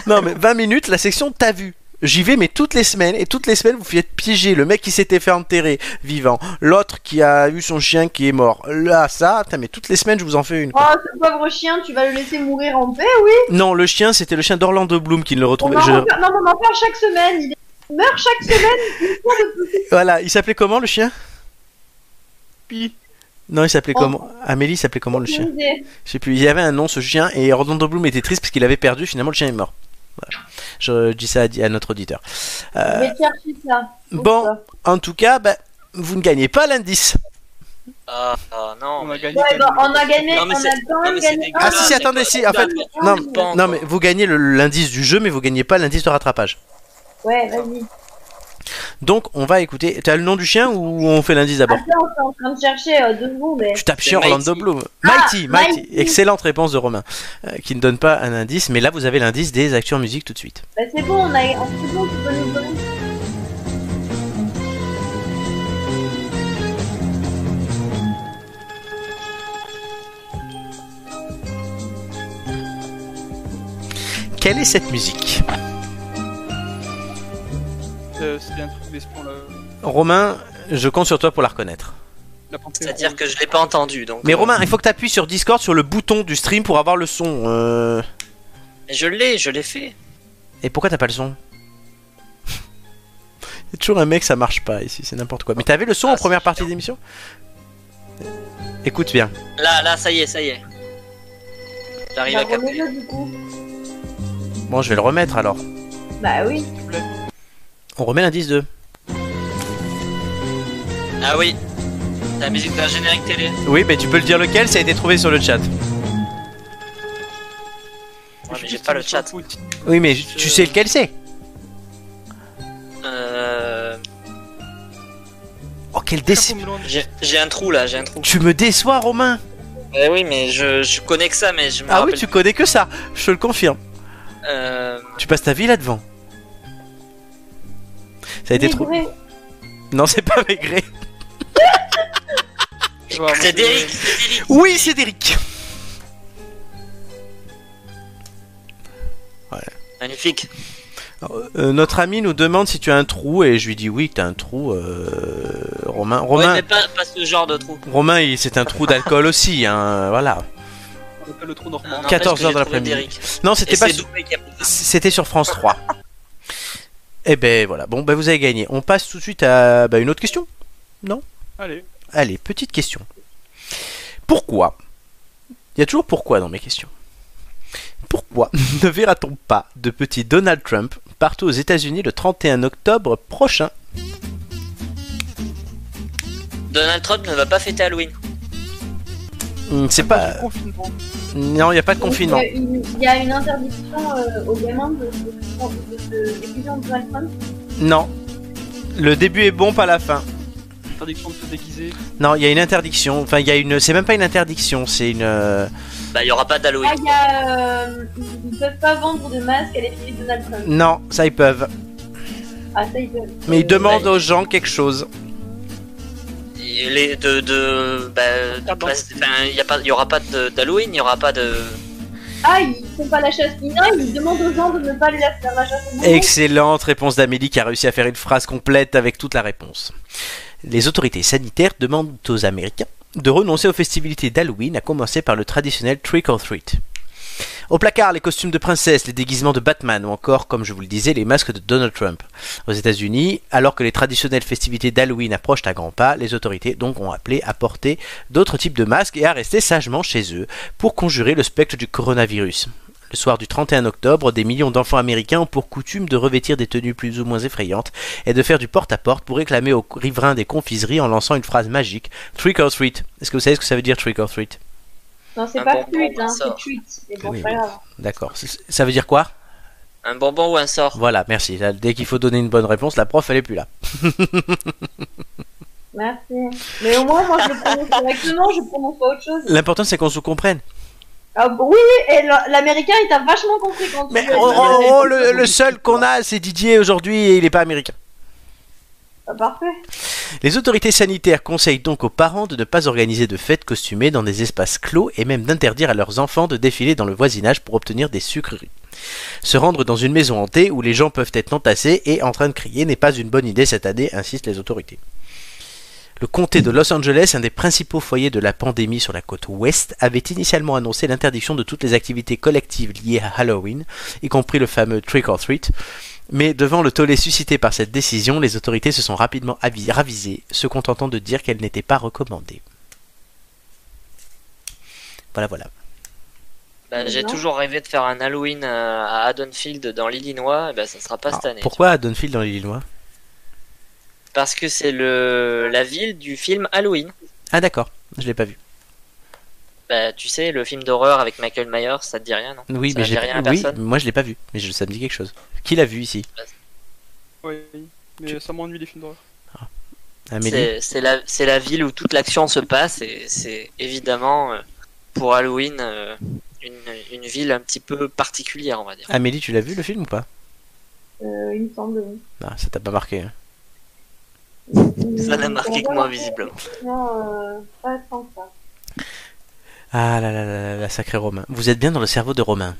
[SPEAKER 1] Non, mais 20 minutes, la section T'as vu. J'y vais, mais toutes les semaines, et toutes les semaines, vous faites piéger le mec qui s'était fait enterrer vivant, l'autre qui a eu son chien qui est mort, là, ça, putain, mais toutes les semaines, je vous en fais une. quoi.
[SPEAKER 3] Oh, ce pauvre chien, tu vas le laisser mourir en paix, oui
[SPEAKER 1] Non, le chien, c'était le chien d'Orlando Bloom qui ne le
[SPEAKER 3] on
[SPEAKER 1] retrouvait.
[SPEAKER 4] Oh,
[SPEAKER 3] en
[SPEAKER 1] je-
[SPEAKER 3] refaire- Non, on en parle chaque semaine. Il est- il meurt chaque semaine.
[SPEAKER 1] Voilà, il s'appelait comment le chien
[SPEAKER 4] Pi.
[SPEAKER 1] Non, il s'appelait
[SPEAKER 3] Oh.
[SPEAKER 1] comment Amélie il s'appelait comment le chien
[SPEAKER 3] Il est-
[SPEAKER 1] Je sais plus, il y avait un nom ce chien et Orlando Bloom était triste parce qu'il avait perdu, finalement le chien est mort. Voilà. Je dis ça à, à notre auditeur.
[SPEAKER 3] Je vais chercher ça.
[SPEAKER 1] Euh, Bon,
[SPEAKER 3] ça.
[SPEAKER 1] en tout cas, bah, vous ne gagnez pas l'indice.
[SPEAKER 2] Ah ah, non.
[SPEAKER 4] On a
[SPEAKER 2] mais-
[SPEAKER 4] gagné.
[SPEAKER 3] Ouais,
[SPEAKER 4] quand
[SPEAKER 3] bah,
[SPEAKER 4] même.
[SPEAKER 3] on a gagné,
[SPEAKER 2] Non, mais
[SPEAKER 3] on
[SPEAKER 2] c'est-
[SPEAKER 3] a quand
[SPEAKER 2] non,
[SPEAKER 3] même
[SPEAKER 2] mais c'est
[SPEAKER 3] gagné.
[SPEAKER 1] Ah
[SPEAKER 2] dégueulasse.
[SPEAKER 1] si, si, attendez, si, en fait,
[SPEAKER 3] Ah,
[SPEAKER 1] non,
[SPEAKER 2] Pas
[SPEAKER 1] non
[SPEAKER 2] encore.
[SPEAKER 1] mais vous gagnez le- l'indice du jeu mais vous gagnez pas l'indice de rattrapage.
[SPEAKER 3] Ouais, vas-y.
[SPEAKER 1] Donc on va écouter. T'as le nom du chien ou on fait l'indice d'abord
[SPEAKER 3] Attends, on est en train de chercher euh, deux secondes. mais-
[SPEAKER 1] Tu tapes
[SPEAKER 2] C'est
[SPEAKER 1] sur
[SPEAKER 2] Mighty.
[SPEAKER 1] Orlando Bloom.
[SPEAKER 3] Ah,
[SPEAKER 1] Mighty, Mighty,
[SPEAKER 3] Mighty.
[SPEAKER 1] Excellente réponse de Romain, euh, qui ne donne pas un indice, mais là vous avez l'indice des acteurs musique tout de suite.
[SPEAKER 3] Bah, c'est bon, on a. C'est bon, tu peux nous donner.
[SPEAKER 1] Quelle est cette musique
[SPEAKER 4] Euh, c'est un truc d'espion là.
[SPEAKER 1] Romain, je compte sur toi pour la reconnaître.
[SPEAKER 4] La pensée. euh,
[SPEAKER 2] C'est-à-dire que je l'ai pas entendu. Donc,
[SPEAKER 1] Mais
[SPEAKER 2] euh,
[SPEAKER 1] Romain, il faut que tu appuies sur Discord sur le bouton du stream pour avoir le son. euh,
[SPEAKER 2] Je l'ai, je l'ai fait.
[SPEAKER 1] Et pourquoi t'as pas le son Il y a toujours un mec, ça marche pas ici, c'est n'importe quoi. Mais t'avais le son
[SPEAKER 2] Ah,
[SPEAKER 1] en première
[SPEAKER 2] c'est
[SPEAKER 1] partie
[SPEAKER 2] chiant.
[SPEAKER 1] d'émission Écoute bien.
[SPEAKER 2] Là, là, ça y est, ça y est. J'arrive
[SPEAKER 3] Bah,
[SPEAKER 2] à Ah, capter.
[SPEAKER 3] remets-le, du coup.
[SPEAKER 1] Bon, je vais le remettre alors.
[SPEAKER 3] Bah oui.
[SPEAKER 1] On remet l'indice 2.
[SPEAKER 2] Ah oui. La musique d'un générique télé.
[SPEAKER 1] Oui, mais tu peux le dire lequel, ça a été trouvé sur le chat.
[SPEAKER 4] Je
[SPEAKER 2] Ouais,
[SPEAKER 4] sais
[SPEAKER 2] mais
[SPEAKER 4] plus
[SPEAKER 2] j'ai
[SPEAKER 4] si
[SPEAKER 2] pas le
[SPEAKER 4] c'est sur
[SPEAKER 2] chat.
[SPEAKER 4] foot.
[SPEAKER 1] Oui, mais tu sais lequel c'est
[SPEAKER 2] Euh...
[SPEAKER 1] Oh, quel déçu.
[SPEAKER 4] Capcom Land.
[SPEAKER 2] J'ai j'ai un trou là, j'ai un trou.
[SPEAKER 1] Tu me déçois, Romain
[SPEAKER 2] Eh oui, mais je, je connais que ça, mais je me
[SPEAKER 1] Ah oui,
[SPEAKER 2] rappelle.
[SPEAKER 1] tu connais que ça, je te le confirme.
[SPEAKER 2] Euh...
[SPEAKER 1] Tu passes ta vie là-devant. Ça a été trop.
[SPEAKER 3] Dégré.
[SPEAKER 1] Non, c'est pas Maigret.
[SPEAKER 4] Je vois, moi,
[SPEAKER 2] C'est Derrick.
[SPEAKER 1] Oui, c'est Derrick
[SPEAKER 2] Magnifique.
[SPEAKER 1] Euh, notre ami nous demande si tu as un trou et je lui dis oui, que t'as un trou, euh, Romain. Romain,
[SPEAKER 2] Ouais, mais pas, pas ce genre de trou.
[SPEAKER 1] Romain, il- c'est un trou d'alcool aussi, hein, voilà.
[SPEAKER 4] On appelle le trou normand.
[SPEAKER 2] N'empêche
[SPEAKER 1] 14
[SPEAKER 2] que j'ai
[SPEAKER 1] heures de
[SPEAKER 2] trouvé
[SPEAKER 1] l'après-midi.
[SPEAKER 2] Derrick.
[SPEAKER 1] Non,
[SPEAKER 2] Et
[SPEAKER 1] c'était pas.
[SPEAKER 2] c'est Doumé qui a pris ça.
[SPEAKER 1] C'était sur France 3. Eh ben voilà, bon ben vous avez gagné. On passe tout de suite à bah, une autre question.
[SPEAKER 4] Allez,
[SPEAKER 1] Allez, petite question. Pourquoi Il y a toujours pourquoi dans mes questions. Pourquoi ne verra-t-on pas de petit Donald Trump partout aux États-Unis le 31 octobre prochain
[SPEAKER 2] Donald Trump ne va pas fêter Halloween.
[SPEAKER 1] Hum, C'est pas.
[SPEAKER 4] confinement.
[SPEAKER 1] Non, il n'y a pas de confinement.
[SPEAKER 3] Donc, euh, une- Il y a une interdiction euh, aux gamins de se de se déguiser en Donald Trump.
[SPEAKER 1] Non. Le début est bon, pas la fin.
[SPEAKER 4] Interdiction de se déguiser.
[SPEAKER 1] Non, il y a une interdiction. Enfin, il y a une. C'est même pas une interdiction, c'est une. euh,
[SPEAKER 2] Bah, il y aura pas d'Halloween.
[SPEAKER 3] Ah, il y a. euh, ils ne peuvent pas vendre de masques à l'effigie de Donald Trump.
[SPEAKER 1] Non, ça ils peuvent.
[SPEAKER 3] Ah, ça, ils peuvent.
[SPEAKER 1] Mais ils
[SPEAKER 3] Euh,
[SPEAKER 1] demandent aux gens quelque chose.
[SPEAKER 2] Il est de de bah, de
[SPEAKER 4] Ah bon.
[SPEAKER 2] place- enfin, il y a pas il y aura pas de- d'Halloween, il y aura pas de
[SPEAKER 3] Ah, ils font pas la chasse Non, ils demandent aux gens de ne pas les la faire la chasse aux bonbons.
[SPEAKER 1] Excellente réponse d'Amélie qui a réussi à faire une phrase complète avec toute la réponse. Les autorités sanitaires demandent aux Américains de renoncer aux festivités d'Halloween, à commencer par le traditionnel trick or treat. Au placard, les costumes de princesse, les déguisements de Batman ou encore, comme je vous le disais, les masques de Donald Trump. Aux États-Unis, alors que les traditionnelles festivités d'Halloween approchent à grands pas, les autorités donc ont appelé à porter d'autres types de masques et à rester sagement chez eux pour conjurer le spectre du coronavirus. Le soir du 31 octobre, des millions d'enfants américains ont pour coutume de revêtir des tenues plus ou moins effrayantes et de faire du porte-à-porte pour réclamer aux riverains des confiseries en lançant une phrase magique Trick or treat. Est-ce que vous savez ce que ça veut dire trick or treat
[SPEAKER 3] Non, c'est
[SPEAKER 2] Un
[SPEAKER 3] pas
[SPEAKER 2] bonbon,
[SPEAKER 3] tweet, hein,
[SPEAKER 2] un
[SPEAKER 3] c'est
[SPEAKER 2] sort.
[SPEAKER 3] tweet. Mais bon,
[SPEAKER 1] Oui,
[SPEAKER 3] c'est pas
[SPEAKER 1] oui.
[SPEAKER 3] grave.
[SPEAKER 1] D'accord. C'est- Ça veut dire quoi
[SPEAKER 2] un bonbon ou un sort.
[SPEAKER 1] Voilà, merci. Là, Dès qu'il faut donner une bonne réponse, la prof, elle est plus là.
[SPEAKER 3] Merci. Mais au moins, moi, je le prononce correctement, je prononce pas autre chose.
[SPEAKER 1] L'important, c'est qu'on se comprenne.
[SPEAKER 3] Ah, bon, oui, oui, et la- l'américain, il t'a vachement compris quand tu
[SPEAKER 1] Mais
[SPEAKER 3] lui as
[SPEAKER 1] oh,
[SPEAKER 3] dit-
[SPEAKER 1] oh, oh, le, le seul qu'on a, c'est Didier aujourd'hui et il n'est pas américain.
[SPEAKER 3] Ah, Parfait.
[SPEAKER 1] Les autorités sanitaires conseillent donc aux parents de ne pas organiser de fêtes costumées dans des espaces clos et même d'interdire à leurs enfants de défiler dans le voisinage pour obtenir des sucreries. Se rendre dans une maison hantée où les gens peuvent être entassés et en train de crier n'est pas une bonne idée cette année, insistent les autorités. Le comté de Los Angeles, un des principaux foyers de la pandémie sur la côte ouest, avait initialement annoncé l'interdiction de toutes les activités collectives liées à Halloween, y compris le fameux trick or treat, mais devant le tollé suscité par cette décision, les autorités se sont rapidement avi- ravisées, se contentant de dire qu'elle n'était pas recommandée. Voilà, voilà.
[SPEAKER 2] Bah, j'ai
[SPEAKER 3] Non.
[SPEAKER 2] toujours rêvé de faire un Halloween euh, à Haddonfield dans l'Illinois, et bah ça sera pas
[SPEAKER 1] Alors,
[SPEAKER 2] cette année.
[SPEAKER 1] pourquoi à Donfield dans l'Illinois
[SPEAKER 2] Parce que c'est le la ville du film Halloween.
[SPEAKER 1] Ah d'accord, je l'ai pas vu.
[SPEAKER 2] Bah tu sais le film d'horreur avec Michael Myers, ça te dit rien non
[SPEAKER 1] Oui,
[SPEAKER 2] Ça
[SPEAKER 1] mais
[SPEAKER 2] ne
[SPEAKER 1] je l'ai
[SPEAKER 2] fait rien à
[SPEAKER 1] oui,
[SPEAKER 2] personne
[SPEAKER 1] moi je l'ai pas vu, mais je- ça me dit quelque chose. Qui l'a vu ici
[SPEAKER 4] Oui. Mais ça m'ennuie les films d'horreur.
[SPEAKER 1] Amélie
[SPEAKER 2] C'est c'est la, c'est la ville où toute l'action se passe et c'est évidemment euh, pour Halloween euh, une, une ville un petit peu particulière, on va dire.
[SPEAKER 1] Amélie, tu l'as vu le film ou pas
[SPEAKER 3] Euh, il me semble. oui.
[SPEAKER 1] Non, ça t'a pas marqué. hein.
[SPEAKER 2] Ça n'a marqué que moi visiblement.
[SPEAKER 3] Non, euh, pas tant que ça.
[SPEAKER 1] Ah là là là là, là, sacré Romain. Vous êtes bien dans le cerveau de Romain.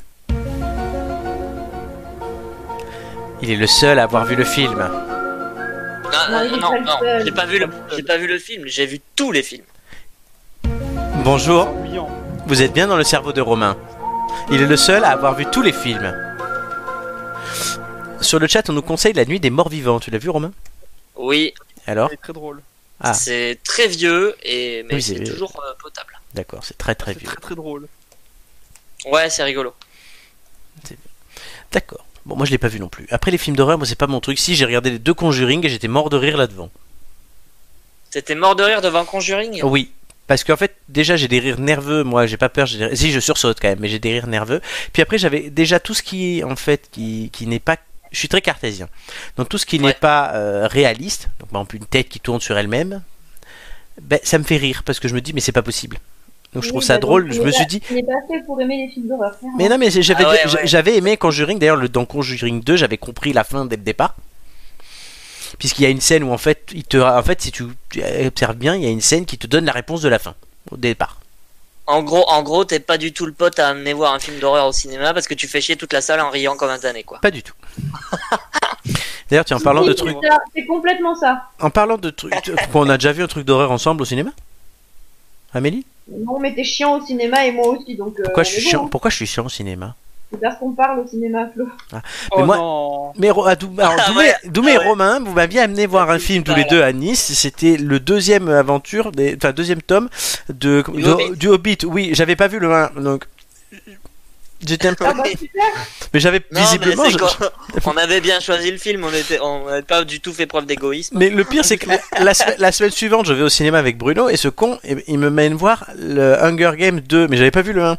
[SPEAKER 1] Il est le seul à avoir vu le film.
[SPEAKER 2] Non,
[SPEAKER 3] Non,
[SPEAKER 2] non,
[SPEAKER 3] il est
[SPEAKER 2] non,
[SPEAKER 3] pas le
[SPEAKER 2] non,
[SPEAKER 3] seul.
[SPEAKER 2] j'ai pas vu le, j'ai pas vu le film, j'ai vu tous les films.
[SPEAKER 1] Bonjour,
[SPEAKER 4] Ennuyant.
[SPEAKER 1] vous êtes bien dans le cerveau de Romain. Il est le seul à avoir vu tous les films. Sur le chat, on nous conseille La Nuit des Morts Vivants. Tu l'as vu, Romain
[SPEAKER 2] Oui,
[SPEAKER 1] Alors
[SPEAKER 4] C'est très drôle.
[SPEAKER 1] Ah.
[SPEAKER 2] c'est très vieux et mais
[SPEAKER 1] Oui, c'est
[SPEAKER 2] c'est
[SPEAKER 1] vieux.
[SPEAKER 2] toujours euh, potable.
[SPEAKER 1] D'accord, c'est très très
[SPEAKER 4] C'est
[SPEAKER 1] vieux.
[SPEAKER 4] très très drôle.
[SPEAKER 2] Ouais, c'est rigolo.
[SPEAKER 1] D'accord. Bon, moi je l'ai pas vu non plus. Après les films d'horreur, moi c'est pas mon truc. Si j'ai regardé les deux Conjuring et j'étais mort de rire là-devant.
[SPEAKER 2] T'étais mort de rire devant Conjuring
[SPEAKER 1] Oui. Parce qu'en fait, déjà j'ai des rires nerveux, moi j'ai pas peur, j'ai des- si je sursaute quand même, mais j'ai des rires nerveux. Puis après j'avais déjà tout ce qui est en fait qui, qui n'est pas. Je suis très cartésien. Donc tout ce qui
[SPEAKER 2] Ouais.
[SPEAKER 1] n'est pas euh, réaliste, donc par exemple une tête qui tourne sur elle-même, ben, ça me fait rire parce que je me dis mais c'est pas possible. Donc je trouve
[SPEAKER 3] Oui,
[SPEAKER 1] ça
[SPEAKER 3] bah,
[SPEAKER 1] drôle,
[SPEAKER 3] donc,
[SPEAKER 1] je
[SPEAKER 3] il
[SPEAKER 1] me
[SPEAKER 3] est
[SPEAKER 1] suis
[SPEAKER 3] pas-
[SPEAKER 1] dit
[SPEAKER 3] Il n'est pas fait pour aimer les films d'horreur. clairement.
[SPEAKER 1] Mais non, mais j'avais
[SPEAKER 2] Ah ouais,
[SPEAKER 1] j'a-
[SPEAKER 2] ouais.
[SPEAKER 1] j'avais aimé Conjuring. D'ailleurs, le- dans Conjuring 2, j'avais compris la fin dès le départ. Puisqu'il y a une scène où, en fait, il te, en fait si tu, tu observes bien, il y a une scène qui te donne la réponse de la fin, au départ.
[SPEAKER 2] En gros, en gros, t'es pas du tout le pote à amener voir un film d'horreur au cinéma parce que tu fais chier toute la salle en riant comme un damné quoi.
[SPEAKER 1] Pas du tout. D'ailleurs, tiens, en parlant de
[SPEAKER 3] C'est
[SPEAKER 1] trucs.
[SPEAKER 3] ça, C'est complètement ça.
[SPEAKER 1] En parlant de trucs. On a déjà vu un truc d'horreur ensemble au cinéma Amélie
[SPEAKER 3] Non, mais t'es chiant au cinéma et moi aussi, donc. euh,
[SPEAKER 1] Pourquoi
[SPEAKER 3] on
[SPEAKER 1] je
[SPEAKER 3] est
[SPEAKER 2] Ah,
[SPEAKER 1] suis
[SPEAKER 3] bon,
[SPEAKER 1] chiant
[SPEAKER 3] hein.
[SPEAKER 1] Pourquoi je suis chiant au cinéma
[SPEAKER 3] C'est parce qu'on parle au cinéma, Flo.
[SPEAKER 4] Oh
[SPEAKER 1] moi-
[SPEAKER 4] non
[SPEAKER 1] Mais Ro- ah, Dou- alors,
[SPEAKER 2] Ah
[SPEAKER 1] Doumé,
[SPEAKER 2] ouais,
[SPEAKER 1] Doumé
[SPEAKER 2] ah
[SPEAKER 1] et
[SPEAKER 2] ouais.
[SPEAKER 1] Romain, vous m'aviez amené voir un film tous les
[SPEAKER 2] Voilà.
[SPEAKER 1] deux à Nice. C'était le deuxième aventure, des, enfin deuxième tome de,
[SPEAKER 2] Du
[SPEAKER 1] de-
[SPEAKER 2] Hobbit.
[SPEAKER 1] du Hobbit. Oui, j'avais pas vu le 1, donc j'étais un peu,
[SPEAKER 3] Ah bah super
[SPEAKER 1] mais j'avais
[SPEAKER 2] Non,
[SPEAKER 1] visiblement.
[SPEAKER 2] mais
[SPEAKER 1] je-
[SPEAKER 2] c'est quoi on avait bien choisi le film, on était, on n'avait pas du tout fait preuve d'égoïsme.
[SPEAKER 1] mais le pire, c'est que la, la se- la semaine suivante, je vais au cinéma avec Bruno et ce con, il il me mène voir le Hunger Games 2, mais j'avais pas vu le 1.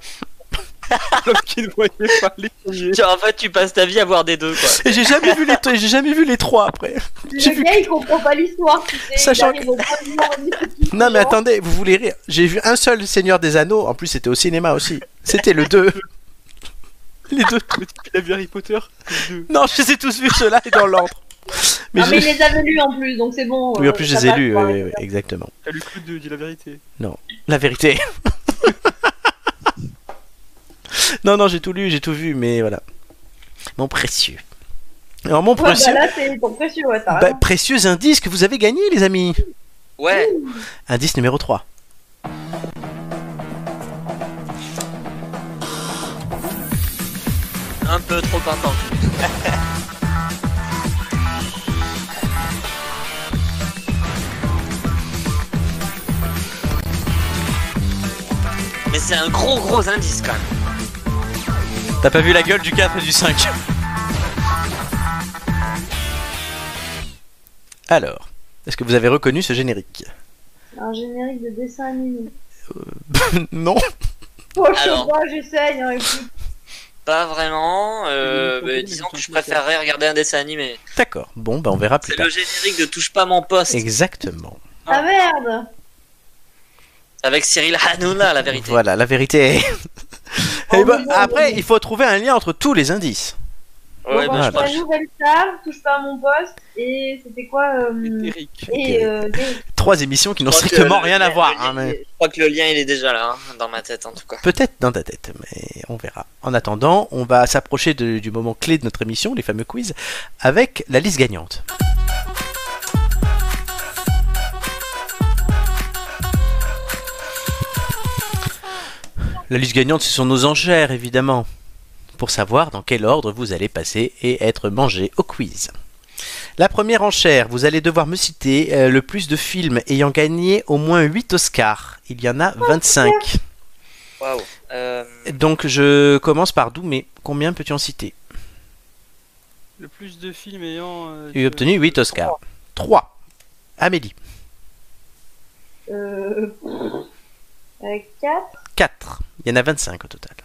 [SPEAKER 4] L'homme qui ne voyait pas les premiers.
[SPEAKER 2] Tu vois, en fait, tu passes ta vie à voir des deux, quoi.
[SPEAKER 1] Et j'ai jamais vu les, t- j'ai jamais vu les trois après. J'ai vu-
[SPEAKER 3] Le gars, il comprend pas l'histoire, tu sais.
[SPEAKER 1] Sachant
[SPEAKER 3] il arrive au premier moment, il dit,
[SPEAKER 1] Non, mais attendez, vous voulez rire J'ai vu un seul Seigneur des Anneaux. En plus, c'était au cinéma aussi. C'était le 2. Les deux.
[SPEAKER 4] Mais tu l'as vu Harry Potter les deux.
[SPEAKER 1] Non, je les ai tous vus ceux-là et dans l'ordre. Mais
[SPEAKER 3] Ah,
[SPEAKER 1] je-
[SPEAKER 3] mais il les avait lus en plus, donc c'est bon.
[SPEAKER 1] Oui, en
[SPEAKER 3] euh,
[SPEAKER 1] plus, je
[SPEAKER 3] ça
[SPEAKER 1] les ai
[SPEAKER 3] passe,
[SPEAKER 1] lus,
[SPEAKER 3] quoi.
[SPEAKER 1] oui, oui, oui, exactement.
[SPEAKER 4] T'as lu que deux, dis la vérité.
[SPEAKER 1] La vérité. non, non, j'ai tout lu, j'ai tout vu, mais voilà. Mon précieux. Alors, mon
[SPEAKER 3] Ouais, bah
[SPEAKER 1] précieux.
[SPEAKER 3] là, c'est ton précieux, ouais,
[SPEAKER 1] bah,
[SPEAKER 3] t'as raison.
[SPEAKER 1] précieux indice que vous avez gagné, les amis.
[SPEAKER 2] Ouais,
[SPEAKER 1] Indice numéro 3.
[SPEAKER 2] un peu trop intense. Mais c'est un gros gros indice quand même.
[SPEAKER 1] T'as pas vu la gueule du 4 et du 5 Alors, est-ce que vous avez reconnu ce générique
[SPEAKER 3] Un générique de dessin animé.
[SPEAKER 1] Non
[SPEAKER 3] Oh, je sais
[SPEAKER 2] Alors.
[SPEAKER 3] pas, j'essaye, hein, écoute.
[SPEAKER 2] Pas vraiment. euh,
[SPEAKER 4] Oui,
[SPEAKER 2] mais
[SPEAKER 4] oui,
[SPEAKER 2] disons
[SPEAKER 4] oui,
[SPEAKER 2] que
[SPEAKER 4] oui,
[SPEAKER 2] je
[SPEAKER 4] oui.
[SPEAKER 2] préférerais regarder un dessin animé.
[SPEAKER 1] D'accord, bon, bah on verra plus
[SPEAKER 2] C'est
[SPEAKER 1] tard.
[SPEAKER 2] le générique de Touche pas mon poste
[SPEAKER 1] Exactement.
[SPEAKER 3] Ah merde
[SPEAKER 2] avec Cyril Hanouna, la vérité.
[SPEAKER 1] Voilà, la vérité.
[SPEAKER 3] Oh,
[SPEAKER 1] Eh ben,
[SPEAKER 3] mais non,
[SPEAKER 1] après,
[SPEAKER 3] mais-
[SPEAKER 1] il faut trouver un lien entre tous les indices.
[SPEAKER 2] Ouais, bah,
[SPEAKER 3] Bon,
[SPEAKER 1] voilà.
[SPEAKER 2] je
[SPEAKER 3] bah,
[SPEAKER 2] crois
[SPEAKER 3] La nouvelle star, touche pas à mon poste, et c'était quoi euh,
[SPEAKER 4] Et Eric.
[SPEAKER 3] Et euh, des-
[SPEAKER 1] Trois émissions qui n'ont
[SPEAKER 2] Je crois que
[SPEAKER 1] strictement
[SPEAKER 2] le-
[SPEAKER 1] rien à
[SPEAKER 2] le-
[SPEAKER 1] voir.
[SPEAKER 2] le-
[SPEAKER 1] hein, mais-
[SPEAKER 2] Je crois que le lien il est déjà là, hein, dans ma tête en tout cas.
[SPEAKER 1] Peut-être dans ta tête, mais on verra. En attendant, on va s'approcher de- du moment clé de notre émission, les fameux quiz, avec la liste gagnante. La liste gagnante, ce sont nos enchères, évidemment, pour savoir dans quel ordre vous allez passer et être mangé au quiz. La première enchère, vous allez devoir me citer euh, le plus de films ayant gagné au moins 8 Oscars. Il y en a 25.
[SPEAKER 2] Waouh. Euh,
[SPEAKER 1] Donc je commence par Doumé. Combien peux-tu en citer
[SPEAKER 4] Le plus de films ayant. euh,
[SPEAKER 1] Tu as
[SPEAKER 4] de-
[SPEAKER 1] obtenu 8 Oscars. 3. Amélie.
[SPEAKER 3] euh, euh, 4
[SPEAKER 1] 4. Il y en a 25 au total.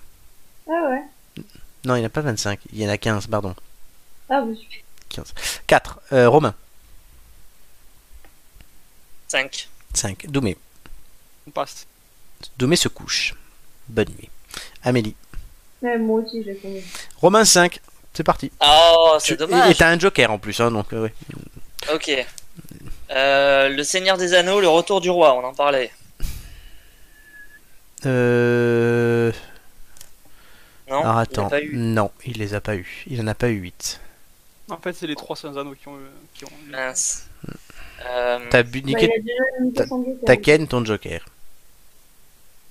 [SPEAKER 3] Ah ouais.
[SPEAKER 1] Non, il n'y en a pas 25. Il y en a 15, pardon.
[SPEAKER 3] Ah, bah, super.
[SPEAKER 1] 4. Euh, Romain.
[SPEAKER 2] 5.
[SPEAKER 1] 5. Doumé.
[SPEAKER 4] On passe.
[SPEAKER 1] Doumé se couche. Bonne nuit. Amélie.
[SPEAKER 3] Ouais, moi aussi, Bah, j'ai connu.
[SPEAKER 1] Romain 5. C'est parti.
[SPEAKER 2] Oh, c'est
[SPEAKER 1] Tu-
[SPEAKER 2] dommage.
[SPEAKER 1] Et t'as un joker en plus, hein, donc euh, ouais.
[SPEAKER 2] Ok. Euh, le Seigneur des Anneaux, le retour du roi, on en parlait.
[SPEAKER 1] Euh...
[SPEAKER 2] Non
[SPEAKER 1] Alors
[SPEAKER 2] Il y a
[SPEAKER 1] attends,
[SPEAKER 2] pas eu.
[SPEAKER 1] non, il les a pas eu. Il en a pas eu 8.
[SPEAKER 4] En fait, c'est les trois seuls anneaux qui ont. euh, Qui ont...
[SPEAKER 2] Mince. Euh,
[SPEAKER 1] T'as bu-
[SPEAKER 3] Bah,
[SPEAKER 1] niqué-
[SPEAKER 3] il a déjà une
[SPEAKER 1] t'as-
[SPEAKER 3] question de
[SPEAKER 1] t'as ken ton joker.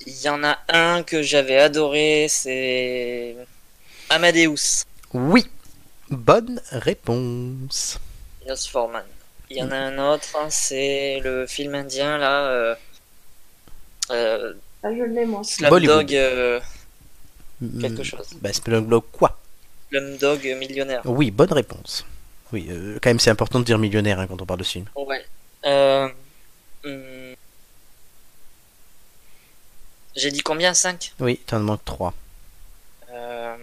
[SPEAKER 2] Il y en a un que j'avais adoré, c'est Amadeus,
[SPEAKER 1] Oui. Bonne réponse.
[SPEAKER 2] Milos Forman. Il y en a
[SPEAKER 1] Mm.
[SPEAKER 2] un autre, hein, c'est le film indien là, euh, euh,
[SPEAKER 3] Ah, je l'ai, moi.
[SPEAKER 1] Bollywood.
[SPEAKER 2] Slumdog euh, quelque
[SPEAKER 1] Hmm,
[SPEAKER 2] chose.
[SPEAKER 1] Bah, Spelunblock quoi
[SPEAKER 2] Slumdog millionnaire.
[SPEAKER 1] Oui, bonne réponse. Oui, euh, quand même, c'est important de dire millionnaire hein, quand on parle de ce film.
[SPEAKER 2] Ouais. Euh, hum. J'ai dit combien 5
[SPEAKER 1] Oui, t'en manques 3.
[SPEAKER 2] Euh...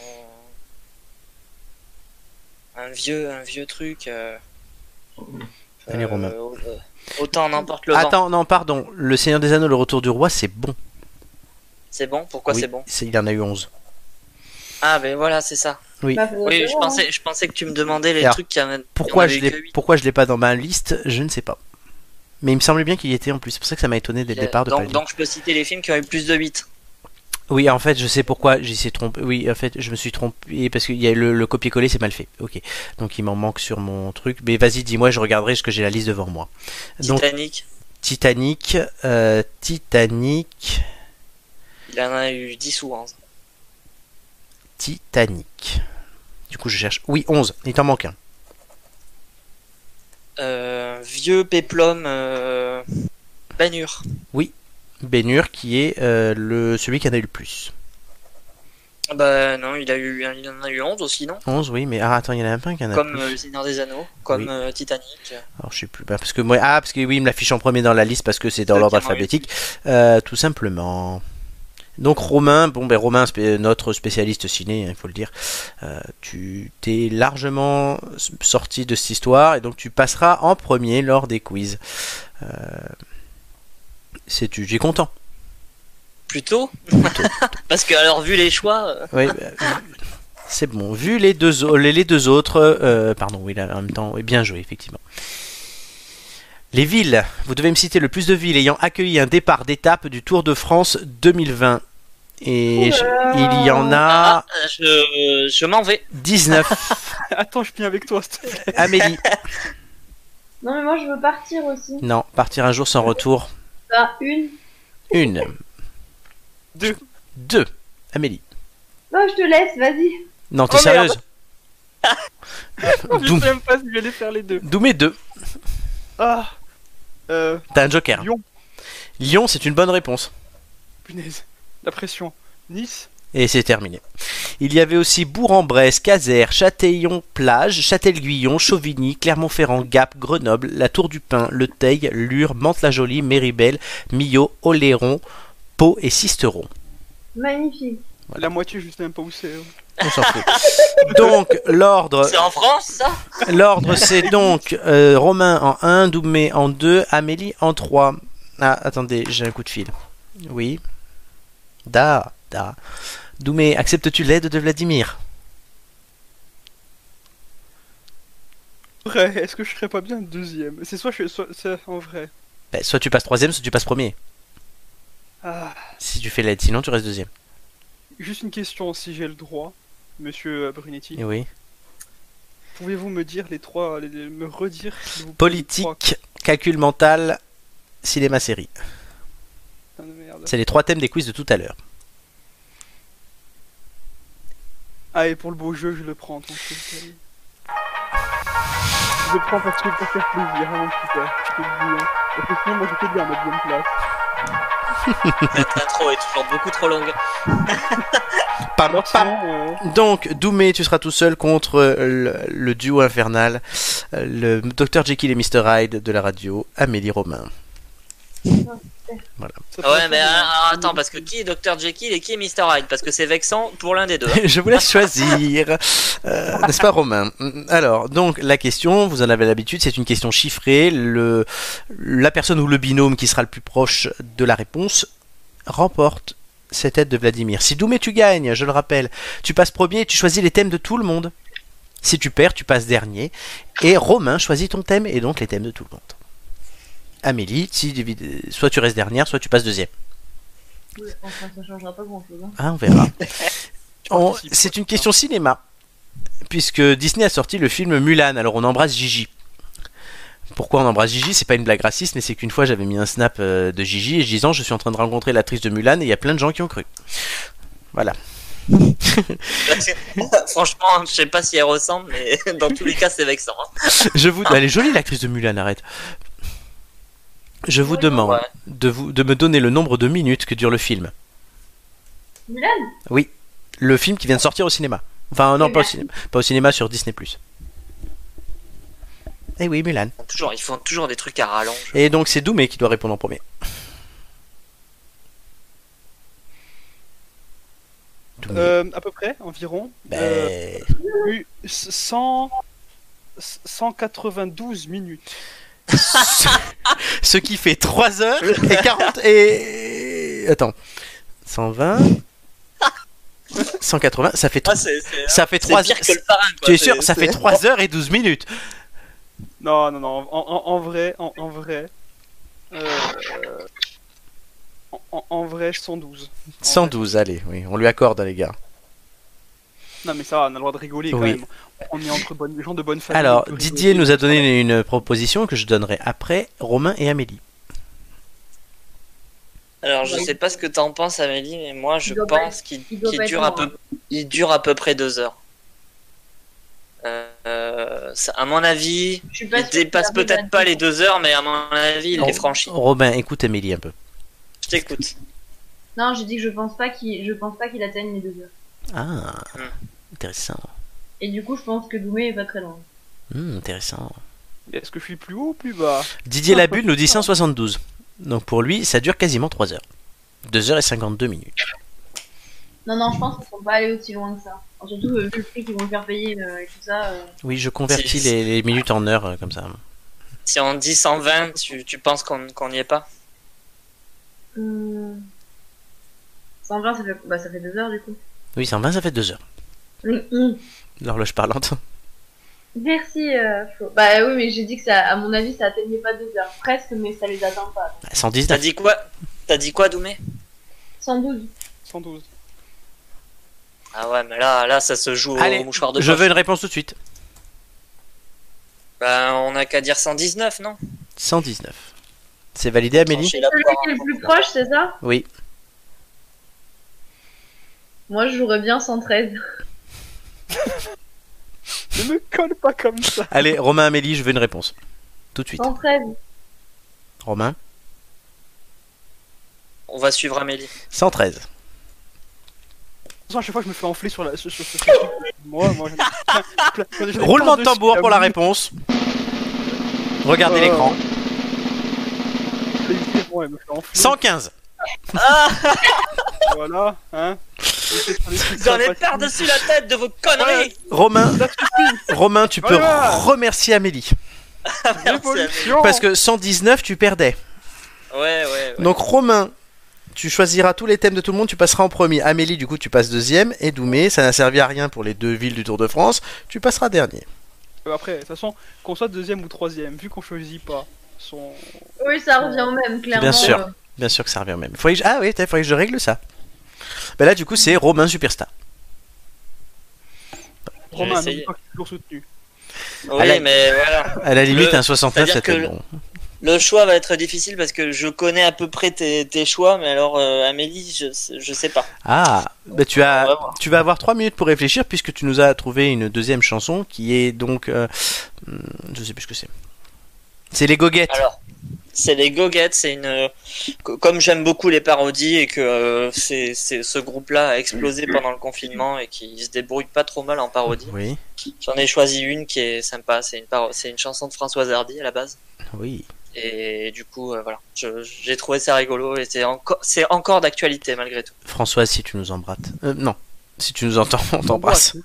[SPEAKER 2] euh, Un vieux, un vieux truc. euh,
[SPEAKER 1] Allez, Romain.
[SPEAKER 2] au- euh, Autant on emporte le vent.
[SPEAKER 1] Attends, non, pardon. Le Seigneur des Anneaux, le retour du roi, c'est bon.
[SPEAKER 2] C'est bon Pourquoi
[SPEAKER 1] Oui,
[SPEAKER 2] c'est bon
[SPEAKER 1] Il en a eu 11.
[SPEAKER 2] Ah, ben voilà, c'est ça.
[SPEAKER 1] Oui.
[SPEAKER 3] Bah, faut
[SPEAKER 2] Oui,
[SPEAKER 3] le
[SPEAKER 2] je
[SPEAKER 3] faire, hein.
[SPEAKER 2] pensais, je pensais que tu me demandais les
[SPEAKER 1] Alors,
[SPEAKER 2] trucs qui en-
[SPEAKER 1] Pourquoi
[SPEAKER 2] qui en
[SPEAKER 1] je
[SPEAKER 2] avaient
[SPEAKER 1] l'ai
[SPEAKER 2] eu que
[SPEAKER 1] pourquoi je l'ai pas dans ma liste, je ne sais pas. Mais il me semblait bien qu'il y était en plus. C'est pour ça que ça m'a étonné dès
[SPEAKER 2] huit.
[SPEAKER 1] le départ de pas
[SPEAKER 2] donc,
[SPEAKER 1] le dire.
[SPEAKER 2] donc je peux citer les films qui ont eu plus de 8.
[SPEAKER 1] Oui, en fait, je sais pourquoi j'y suis trompé. Oui, en fait, je me suis trompé parce que y a le, le copier-coller, c'est mal fait. Ok, donc il m'en manque sur mon truc. Mais vas-y, dis-moi, je regarderai ce que j'ai la liste devant moi. Donc
[SPEAKER 2] Titanic,
[SPEAKER 1] Titanic, euh, Titanic,
[SPEAKER 2] il en a eu 10 ou 11.
[SPEAKER 1] Titanic. Du coup, je cherche. Oui, 11. Il t'en manque un.
[SPEAKER 2] Euh, vieux péplum, euh... Banure.
[SPEAKER 1] Bénur, qui est euh, le celui qui en a eu le plus.
[SPEAKER 2] Bah non, il, a eu, il en a eu 11 aussi, non
[SPEAKER 1] 11, oui, mais ah, attends, il y en a un qui en a
[SPEAKER 2] Comme
[SPEAKER 1] plus.
[SPEAKER 2] euh, Le Seigneur des Anneaux, comme
[SPEAKER 1] Oui.
[SPEAKER 2] euh, Titanic.
[SPEAKER 1] Alors, je sais plus. Bah, parce que moi, ah, parce que oui, il me l'affiche en premier dans la liste parce que c'est dans
[SPEAKER 2] Ceux
[SPEAKER 1] l'ordre
[SPEAKER 2] qui en ont eu
[SPEAKER 1] alphabétique, Euh, tout simplement. Donc Romain, bon ben Romain, spé- notre spécialiste ciné, hein, il faut le dire, euh, tu t'es largement s- sorti de cette histoire et donc tu passeras en premier lors des quiz. Euh, c'est tu, j'ai content.
[SPEAKER 2] Plutôt Parce que alors vu les choix, euh,
[SPEAKER 1] Oui, bah, c'est bon. Vu les deux, au- les les deux autres, euh, pardon, oui, là, en même temps, oui, bien joué, effectivement. Les villes. Vous devez me citer le plus de villes ayant accueilli un départ d'étape du Tour de France 2020. Et je- il y en a
[SPEAKER 2] ah, je, je m'en vais.
[SPEAKER 1] 19.
[SPEAKER 4] Attends, je viens avec toi. s'il te plaît.
[SPEAKER 1] Amélie.
[SPEAKER 3] Non, mais moi, je veux partir aussi.
[SPEAKER 1] Non, partir un jour sans retour.
[SPEAKER 3] Bah, une.
[SPEAKER 1] Une.
[SPEAKER 4] Deux.
[SPEAKER 1] Deux. Amélie.
[SPEAKER 3] Non, je te laisse, vas-y.
[SPEAKER 1] Non, t'es
[SPEAKER 4] Oh, merde.
[SPEAKER 1] sérieuse
[SPEAKER 4] Je
[SPEAKER 1] Doum.
[SPEAKER 4] sais même pas si j'allais faire les deux.
[SPEAKER 1] Doumé 2.
[SPEAKER 4] Ah Euh.
[SPEAKER 1] T'as un joker.
[SPEAKER 4] Lyon.
[SPEAKER 1] Lyon, c'est une bonne réponse.
[SPEAKER 4] Punaise. La pression. Nice.
[SPEAKER 1] Et c'est terminé. Il y avait aussi Bourg-en-Bresse, Caser, Châtellon-Plage, Châtel-Guyon, Chauvigny, Clermont-Ferrand, Gap, Grenoble, La Tour du Pin, Le Teil, Lure, Mantes-la-Jolie, Méribel, Millau, Oléron, Pau et Sisteron.
[SPEAKER 3] Magnifique.
[SPEAKER 4] La moitié, je sais même pas où c'est. hein.
[SPEAKER 1] On s'en fout. Donc, l'ordre,
[SPEAKER 2] C'est en France ça
[SPEAKER 1] l'ordre c'est donc euh, Romain en 1, Doumé en 2, Amélie en 3. Ah, attendez, j'ai un coup de fil. Oui. Da, da. Doumé, acceptes-tu l'aide de Vladimir
[SPEAKER 4] Vrai, est-ce que je serais pas bien deuxième C'est soit je. Soit, c'est en vrai.
[SPEAKER 1] Ben, Soit tu passes troisième, soit tu passes premier.
[SPEAKER 4] Ah.
[SPEAKER 1] Si tu fais l'aide, sinon tu restes deuxième.
[SPEAKER 4] Juste une question, si j'ai le droit, monsieur euh, Brunetti.
[SPEAKER 1] Et oui.
[SPEAKER 4] Pouvez-vous me dire les trois. les- les- me redire s'il vous plaît, les trois-
[SPEAKER 1] Politique, calcul mental, cinéma série.
[SPEAKER 4] Putain de Ah, merde.
[SPEAKER 1] C'est les trois thèmes des quiz de tout à l'heure.
[SPEAKER 4] Ah, et pour le beau jeu, je le prends. tant pis, allez. Je le prends parce que pour faire plaisir, hein, super. Je te le dis, hein. Parce que sinon, moi, j'étais bien à ma deuxième place.
[SPEAKER 2] Cette intro est toujours beaucoup trop longue.
[SPEAKER 1] Pam, pam.
[SPEAKER 4] Alors, sinon, euh,
[SPEAKER 1] Donc, Doumé, tu seras tout seul contre euh, le, le duo infernal, euh, le Dr Jekyll et Mr Hyde de la radio, Amélie Romain.
[SPEAKER 4] Ça
[SPEAKER 2] Ah
[SPEAKER 4] pourrait
[SPEAKER 2] ouais,
[SPEAKER 4] être
[SPEAKER 2] mais
[SPEAKER 4] un-
[SPEAKER 2] alors, attends, parce que qui est Dr. Jekyll et qui est Mr. Hyde Parce que c'est vexant pour l'un des deux.
[SPEAKER 1] Je vous laisse choisir. Euh, N'est-ce pas, Romain Alors, donc, la question, vous en avez l'habitude, c'est une question chiffrée. Le, la personne ou le binôme qui sera le plus proche de la réponse remporte cette aide de Vladimir. Si Doumé, tu gagnes, je le rappelle, tu passes premier et tu choisis les thèmes de tout le monde. Si tu perds, tu passes dernier. Et Romain choisit ton thème et donc les thèmes de tout le monde. Amélie, si, soit tu restes dernière, soit tu passes deuxième.
[SPEAKER 3] Enfin, ça changera pas hein. grand chose.
[SPEAKER 1] Ah, on verra. On-
[SPEAKER 4] Participe.
[SPEAKER 1] C'est une question cinéma, puisque Disney a sorti le film Mulan, alors on embrasse Gigi. Pourquoi on embrasse Gigi C'est pas une blague raciste, mais c'est qu'une fois j'avais mis un snap euh, de Gigi et je disais je suis en train de rencontrer l'actrice de Mulan et il y a plein de gens qui ont cru. Voilà.
[SPEAKER 2] Franchement, je sais pas si elles ressemblent, mais dans tous les cas, c'est vexant. hein.
[SPEAKER 1] Je vous... Elle est jolie l'actrice de Mulan, arrête. Je vous
[SPEAKER 3] Ouais,
[SPEAKER 1] demande
[SPEAKER 2] ouais.
[SPEAKER 1] de, vous, de me donner le nombre de minutes que dure le film.
[SPEAKER 3] Mulan
[SPEAKER 1] Le film qui vient de sortir au cinéma. Enfin non, pas au cinéma, pas au cinéma sur Disney+. Eh oui, Mulan.
[SPEAKER 2] Toujours, ils font toujours des trucs à rallonge.
[SPEAKER 1] Et donc c'est Doumé qui doit répondre en premier. Doumé.
[SPEAKER 4] Euh, à peu près, environ.
[SPEAKER 1] Ben,
[SPEAKER 4] Euh, eu 100... 192 minutes.
[SPEAKER 1] ce... ce qui fait 3 heures et 40 et attends. 120 180, ça fait
[SPEAKER 2] Ah,
[SPEAKER 1] trois-
[SPEAKER 2] c'est c'est-
[SPEAKER 1] ça fait
[SPEAKER 2] c'est
[SPEAKER 1] 3
[SPEAKER 2] pire que le parrain. quoi.
[SPEAKER 1] Tu es
[SPEAKER 2] C'est-
[SPEAKER 1] sûr, ça
[SPEAKER 2] c'est-
[SPEAKER 1] fait 3 heures et 12 minutes.
[SPEAKER 4] Non, non, non, en, en- en vrai, en, en vrai... euh, en- en, en vrai, 112.
[SPEAKER 1] 112, allez, oui, on lui accorde les gars.
[SPEAKER 4] Non mais ça va, on a le droit de rigoler quand
[SPEAKER 1] Oui.
[SPEAKER 4] même. On est entre bonnes, gens de bonne famille.
[SPEAKER 1] Alors,
[SPEAKER 4] on peut
[SPEAKER 1] Didier
[SPEAKER 4] rigoler.
[SPEAKER 1] nous a donné une proposition que je donnerai après Romain et Amélie.
[SPEAKER 2] Alors, je sais pas ce que t'en penses, Amélie, mais moi, je
[SPEAKER 3] Il doit pas
[SPEAKER 2] pense qu'il
[SPEAKER 3] il doit
[SPEAKER 2] qu'il
[SPEAKER 3] pas être
[SPEAKER 2] dure, à
[SPEAKER 3] loin,
[SPEAKER 2] peu... il dure à peu près deux heures. Euh, euh, ça- à mon avis,
[SPEAKER 3] Je suis pas
[SPEAKER 2] il
[SPEAKER 3] sûre
[SPEAKER 2] dépasse
[SPEAKER 3] qu'il arrive à-
[SPEAKER 2] peut-être pas les deux heures, mais à mon avis, il
[SPEAKER 1] Oh.
[SPEAKER 2] les franchit.
[SPEAKER 1] Romain, écoute Amélie un peu.
[SPEAKER 2] Je t'écoute.
[SPEAKER 3] Non, j'ai dit que je pense pas qu'il, je pense pas qu'il atteigne les deux heures.
[SPEAKER 1] Ah,
[SPEAKER 2] Hmm.
[SPEAKER 1] intéressant.
[SPEAKER 3] Et du coup, je pense que Doumé est pas très loin.
[SPEAKER 1] Hmm, intéressant.
[SPEAKER 4] Est-ce que je suis plus haut ou plus bas
[SPEAKER 1] Didier Labulle nous dit 172. Donc pour lui, ça dure quasiment 3 heures. 2h52 minutes.
[SPEAKER 3] Non, non, je pense qu'ils sont pas allés aussi loin que ça. Alors, surtout euh, vu le prix qu'ils vont faire payer euh, et tout ça. euh,
[SPEAKER 1] Oui, je convertis
[SPEAKER 2] C'est-
[SPEAKER 1] les, les minutes en heures euh, comme ça.
[SPEAKER 2] Si on dit 120, tu, tu penses qu'on qu'on n'y est pas
[SPEAKER 3] hum, 120, ça fait, bah, ça fait deux heures du coup.
[SPEAKER 1] Oui, 120, ça fait 2 heures.
[SPEAKER 3] Hum, hum.
[SPEAKER 1] L'horloge parlante.
[SPEAKER 3] Merci, euh, Flo. Bah oui, mais j'ai dit que ça, à mon avis, ça atteignait pas deux heures. Presque, mais ça les atteint pas.
[SPEAKER 1] Bah,
[SPEAKER 2] T'as
[SPEAKER 1] 119.
[SPEAKER 2] dit quoi T'as dit quoi, Doumé
[SPEAKER 3] 112.
[SPEAKER 4] 112.
[SPEAKER 2] Ah ouais, mais là, là, ça se joue
[SPEAKER 1] Allez,
[SPEAKER 2] au mouchoir de
[SPEAKER 1] Je
[SPEAKER 2] poche.
[SPEAKER 1] veux une réponse tout de suite.
[SPEAKER 2] Bah, on a qu'à dire 119, non
[SPEAKER 1] 119. C'est validé, Amélie
[SPEAKER 2] Trancher la
[SPEAKER 3] Celui
[SPEAKER 2] poire,
[SPEAKER 3] qui est le
[SPEAKER 2] hein.
[SPEAKER 3] plus proche, c'est ça
[SPEAKER 1] Oui.
[SPEAKER 3] Moi, je jouerais bien 113.
[SPEAKER 4] Ne me colle pas comme ça.
[SPEAKER 1] Allez, Romain, Amélie, je veux une réponse. Tout de suite.
[SPEAKER 3] 113.
[SPEAKER 1] Romain
[SPEAKER 2] On va suivre Amélie.
[SPEAKER 1] 113.
[SPEAKER 4] De toute façon, à chaque fois, je me fais enfler sur la. Sur, sur- sur- sur- moi, moi. j'en ai plein- plein- j'en ai plein
[SPEAKER 1] Roulement de
[SPEAKER 4] dessus,
[SPEAKER 1] tambour
[SPEAKER 4] là,
[SPEAKER 1] pour la
[SPEAKER 4] oui.
[SPEAKER 1] réponse. Regardez
[SPEAKER 4] Euh,
[SPEAKER 1] l'écran.
[SPEAKER 4] Évidemment, elle me fait enfler.
[SPEAKER 1] 115.
[SPEAKER 4] Voilà, hein.
[SPEAKER 2] J'en ai par-dessus la tête de vos conneries
[SPEAKER 1] Romain, Romain, tu peux
[SPEAKER 4] Voilà.
[SPEAKER 1] remercier Amélie.
[SPEAKER 2] Merci, Amélie.
[SPEAKER 4] Révolution.
[SPEAKER 1] Parce que 119, tu perdais.
[SPEAKER 2] Ouais, ouais, ouais.
[SPEAKER 1] Donc Romain, tu choisiras tous les thèmes de tout le monde, tu passeras en premier. Amélie, du coup, tu passes deuxième. Et Doumé, ça n'a servi à rien pour les deux villes du Tour de France, tu passeras dernier.
[SPEAKER 4] Après, de toute façon, qu'on soit deuxième ou troisième, vu qu'on choisit pas son.
[SPEAKER 3] Oui, ça revient au même, clairement.
[SPEAKER 1] Bien sûr.
[SPEAKER 3] euh,
[SPEAKER 1] Bien sûr que ça revient au même. Faudrait que je- Ah oui, il faudrait que je règle ça. Ben là, du coup, c'est Romain Superstar.
[SPEAKER 2] J'ai
[SPEAKER 4] Romain,
[SPEAKER 2] essayé.
[SPEAKER 4] n'oublie pas qu'il est toujours soutenu.
[SPEAKER 1] À la-
[SPEAKER 2] Oui, mais voilà.
[SPEAKER 1] À la limite,
[SPEAKER 2] Le-
[SPEAKER 1] un 69,
[SPEAKER 2] c'est-à-dire
[SPEAKER 1] ça
[SPEAKER 2] que-
[SPEAKER 1] peut bon.
[SPEAKER 2] Le choix va être difficile parce que je connais à peu près tes, tes choix, mais alors, euh, Amélie, je, sais- je sais pas.
[SPEAKER 1] Ah, ben tu,
[SPEAKER 2] On va
[SPEAKER 1] as...
[SPEAKER 2] voir.
[SPEAKER 1] tu vas avoir 3 minutes pour réfléchir puisque tu nous as trouvé une deuxième chanson qui est donc. euh, hmm, Je sais plus ce que c'est. C'est les goguettes.
[SPEAKER 2] Alors, c'est les Goguettes, c'est une. euh, co- Comme j'aime beaucoup les parodies et que euh, c'est, c'est- ce groupe-là a explosé pendant le confinement et qu'il se débrouille pas trop mal en parodie,
[SPEAKER 1] Oui,
[SPEAKER 2] j'en ai choisi une qui est sympa. C'est une, paro- c'est une chanson de Françoise Hardy à la base.
[SPEAKER 1] oui.
[SPEAKER 2] Et du coup, euh, voilà, Je- j'ai trouvé ça rigolo et c'est encore, c'est encore d'actualité malgré tout.
[SPEAKER 1] Françoise, si tu nous embrasses. Euh, non. Si tu nous entends, on t'embrasse.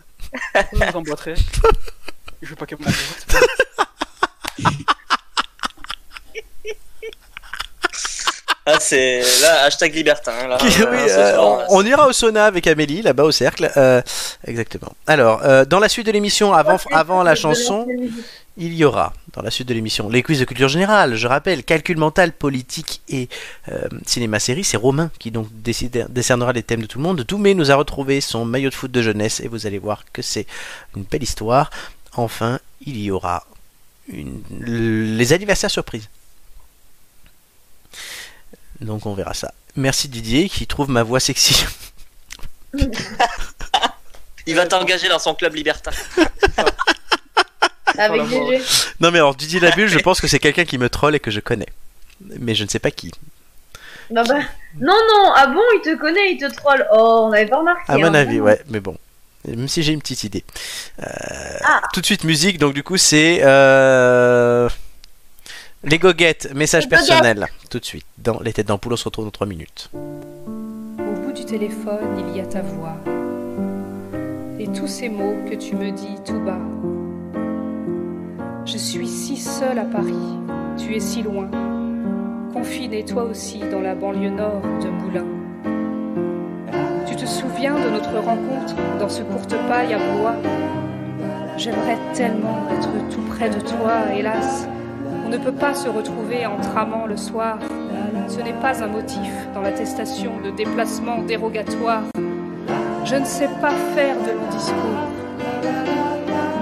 [SPEAKER 4] Pourquoi vous emboîterez Je veux pas qu'elle m'emboîte.
[SPEAKER 2] Ah, c'est là, hashtag libertin. hein, là,
[SPEAKER 1] Oui,
[SPEAKER 2] Voilà, ce
[SPEAKER 1] euh,
[SPEAKER 2] soir,
[SPEAKER 1] on, on ira au sauna avec Amélie, là-bas au cercle. Euh, exactement. Alors, euh, dans la suite de l'émission, avant, avant la chanson, il y aura, dans la suite de l'émission, les quiz de culture générale. Je rappelle, calcul mental, politique et euh, cinéma-série, c'est Romain qui donc décide- décernera les thèmes de tout le monde. Doumé nous a retrouvé son maillot de foot de jeunesse et vous allez voir que c'est une belle histoire. Enfin, il y aura une- les anniversaires surprises. Donc on verra ça. Merci Didier qui trouve ma voix sexy.
[SPEAKER 2] Il va t'engager dans son club libertin.
[SPEAKER 4] Oh,
[SPEAKER 3] Avec
[SPEAKER 4] la
[SPEAKER 3] DG.
[SPEAKER 1] Non mais alors Didier Labulle, je pense que c'est quelqu'un qui me troll et que je connais. Mais je ne sais pas qui.
[SPEAKER 3] Non, bah... non, non, ah bon, il te connaît, il te troll. Oh, on n'avait pas remarqué.
[SPEAKER 1] À mon
[SPEAKER 3] hein.
[SPEAKER 1] avis, ouais, mais bon. Même si j'ai une petite idée. Euh,
[SPEAKER 3] Ah.
[SPEAKER 1] Tout de suite, musique, donc du coup, c'est. euh, Les goguettes, message
[SPEAKER 3] Les goguettes.
[SPEAKER 1] personnel. Tout de suite, dans Les têtes d'ampoule, on se retrouve dans 3 minutes.
[SPEAKER 9] Au bout du téléphone, il y a ta voix. Et tous ces mots que tu me dis tout bas. Je suis si seule à Paris, tu es si loin. Confinée toi aussi dans la banlieue nord de Moulins. Tu te souviens de notre rencontre dans ce courte paille à Blois J'aimerais tellement être tout près de toi, hélas. On ne peut pas se retrouver en tramant le soir. Ce n'est pas un motif dans l'attestation de déplacement dérogatoire. Je ne sais pas faire de long discours,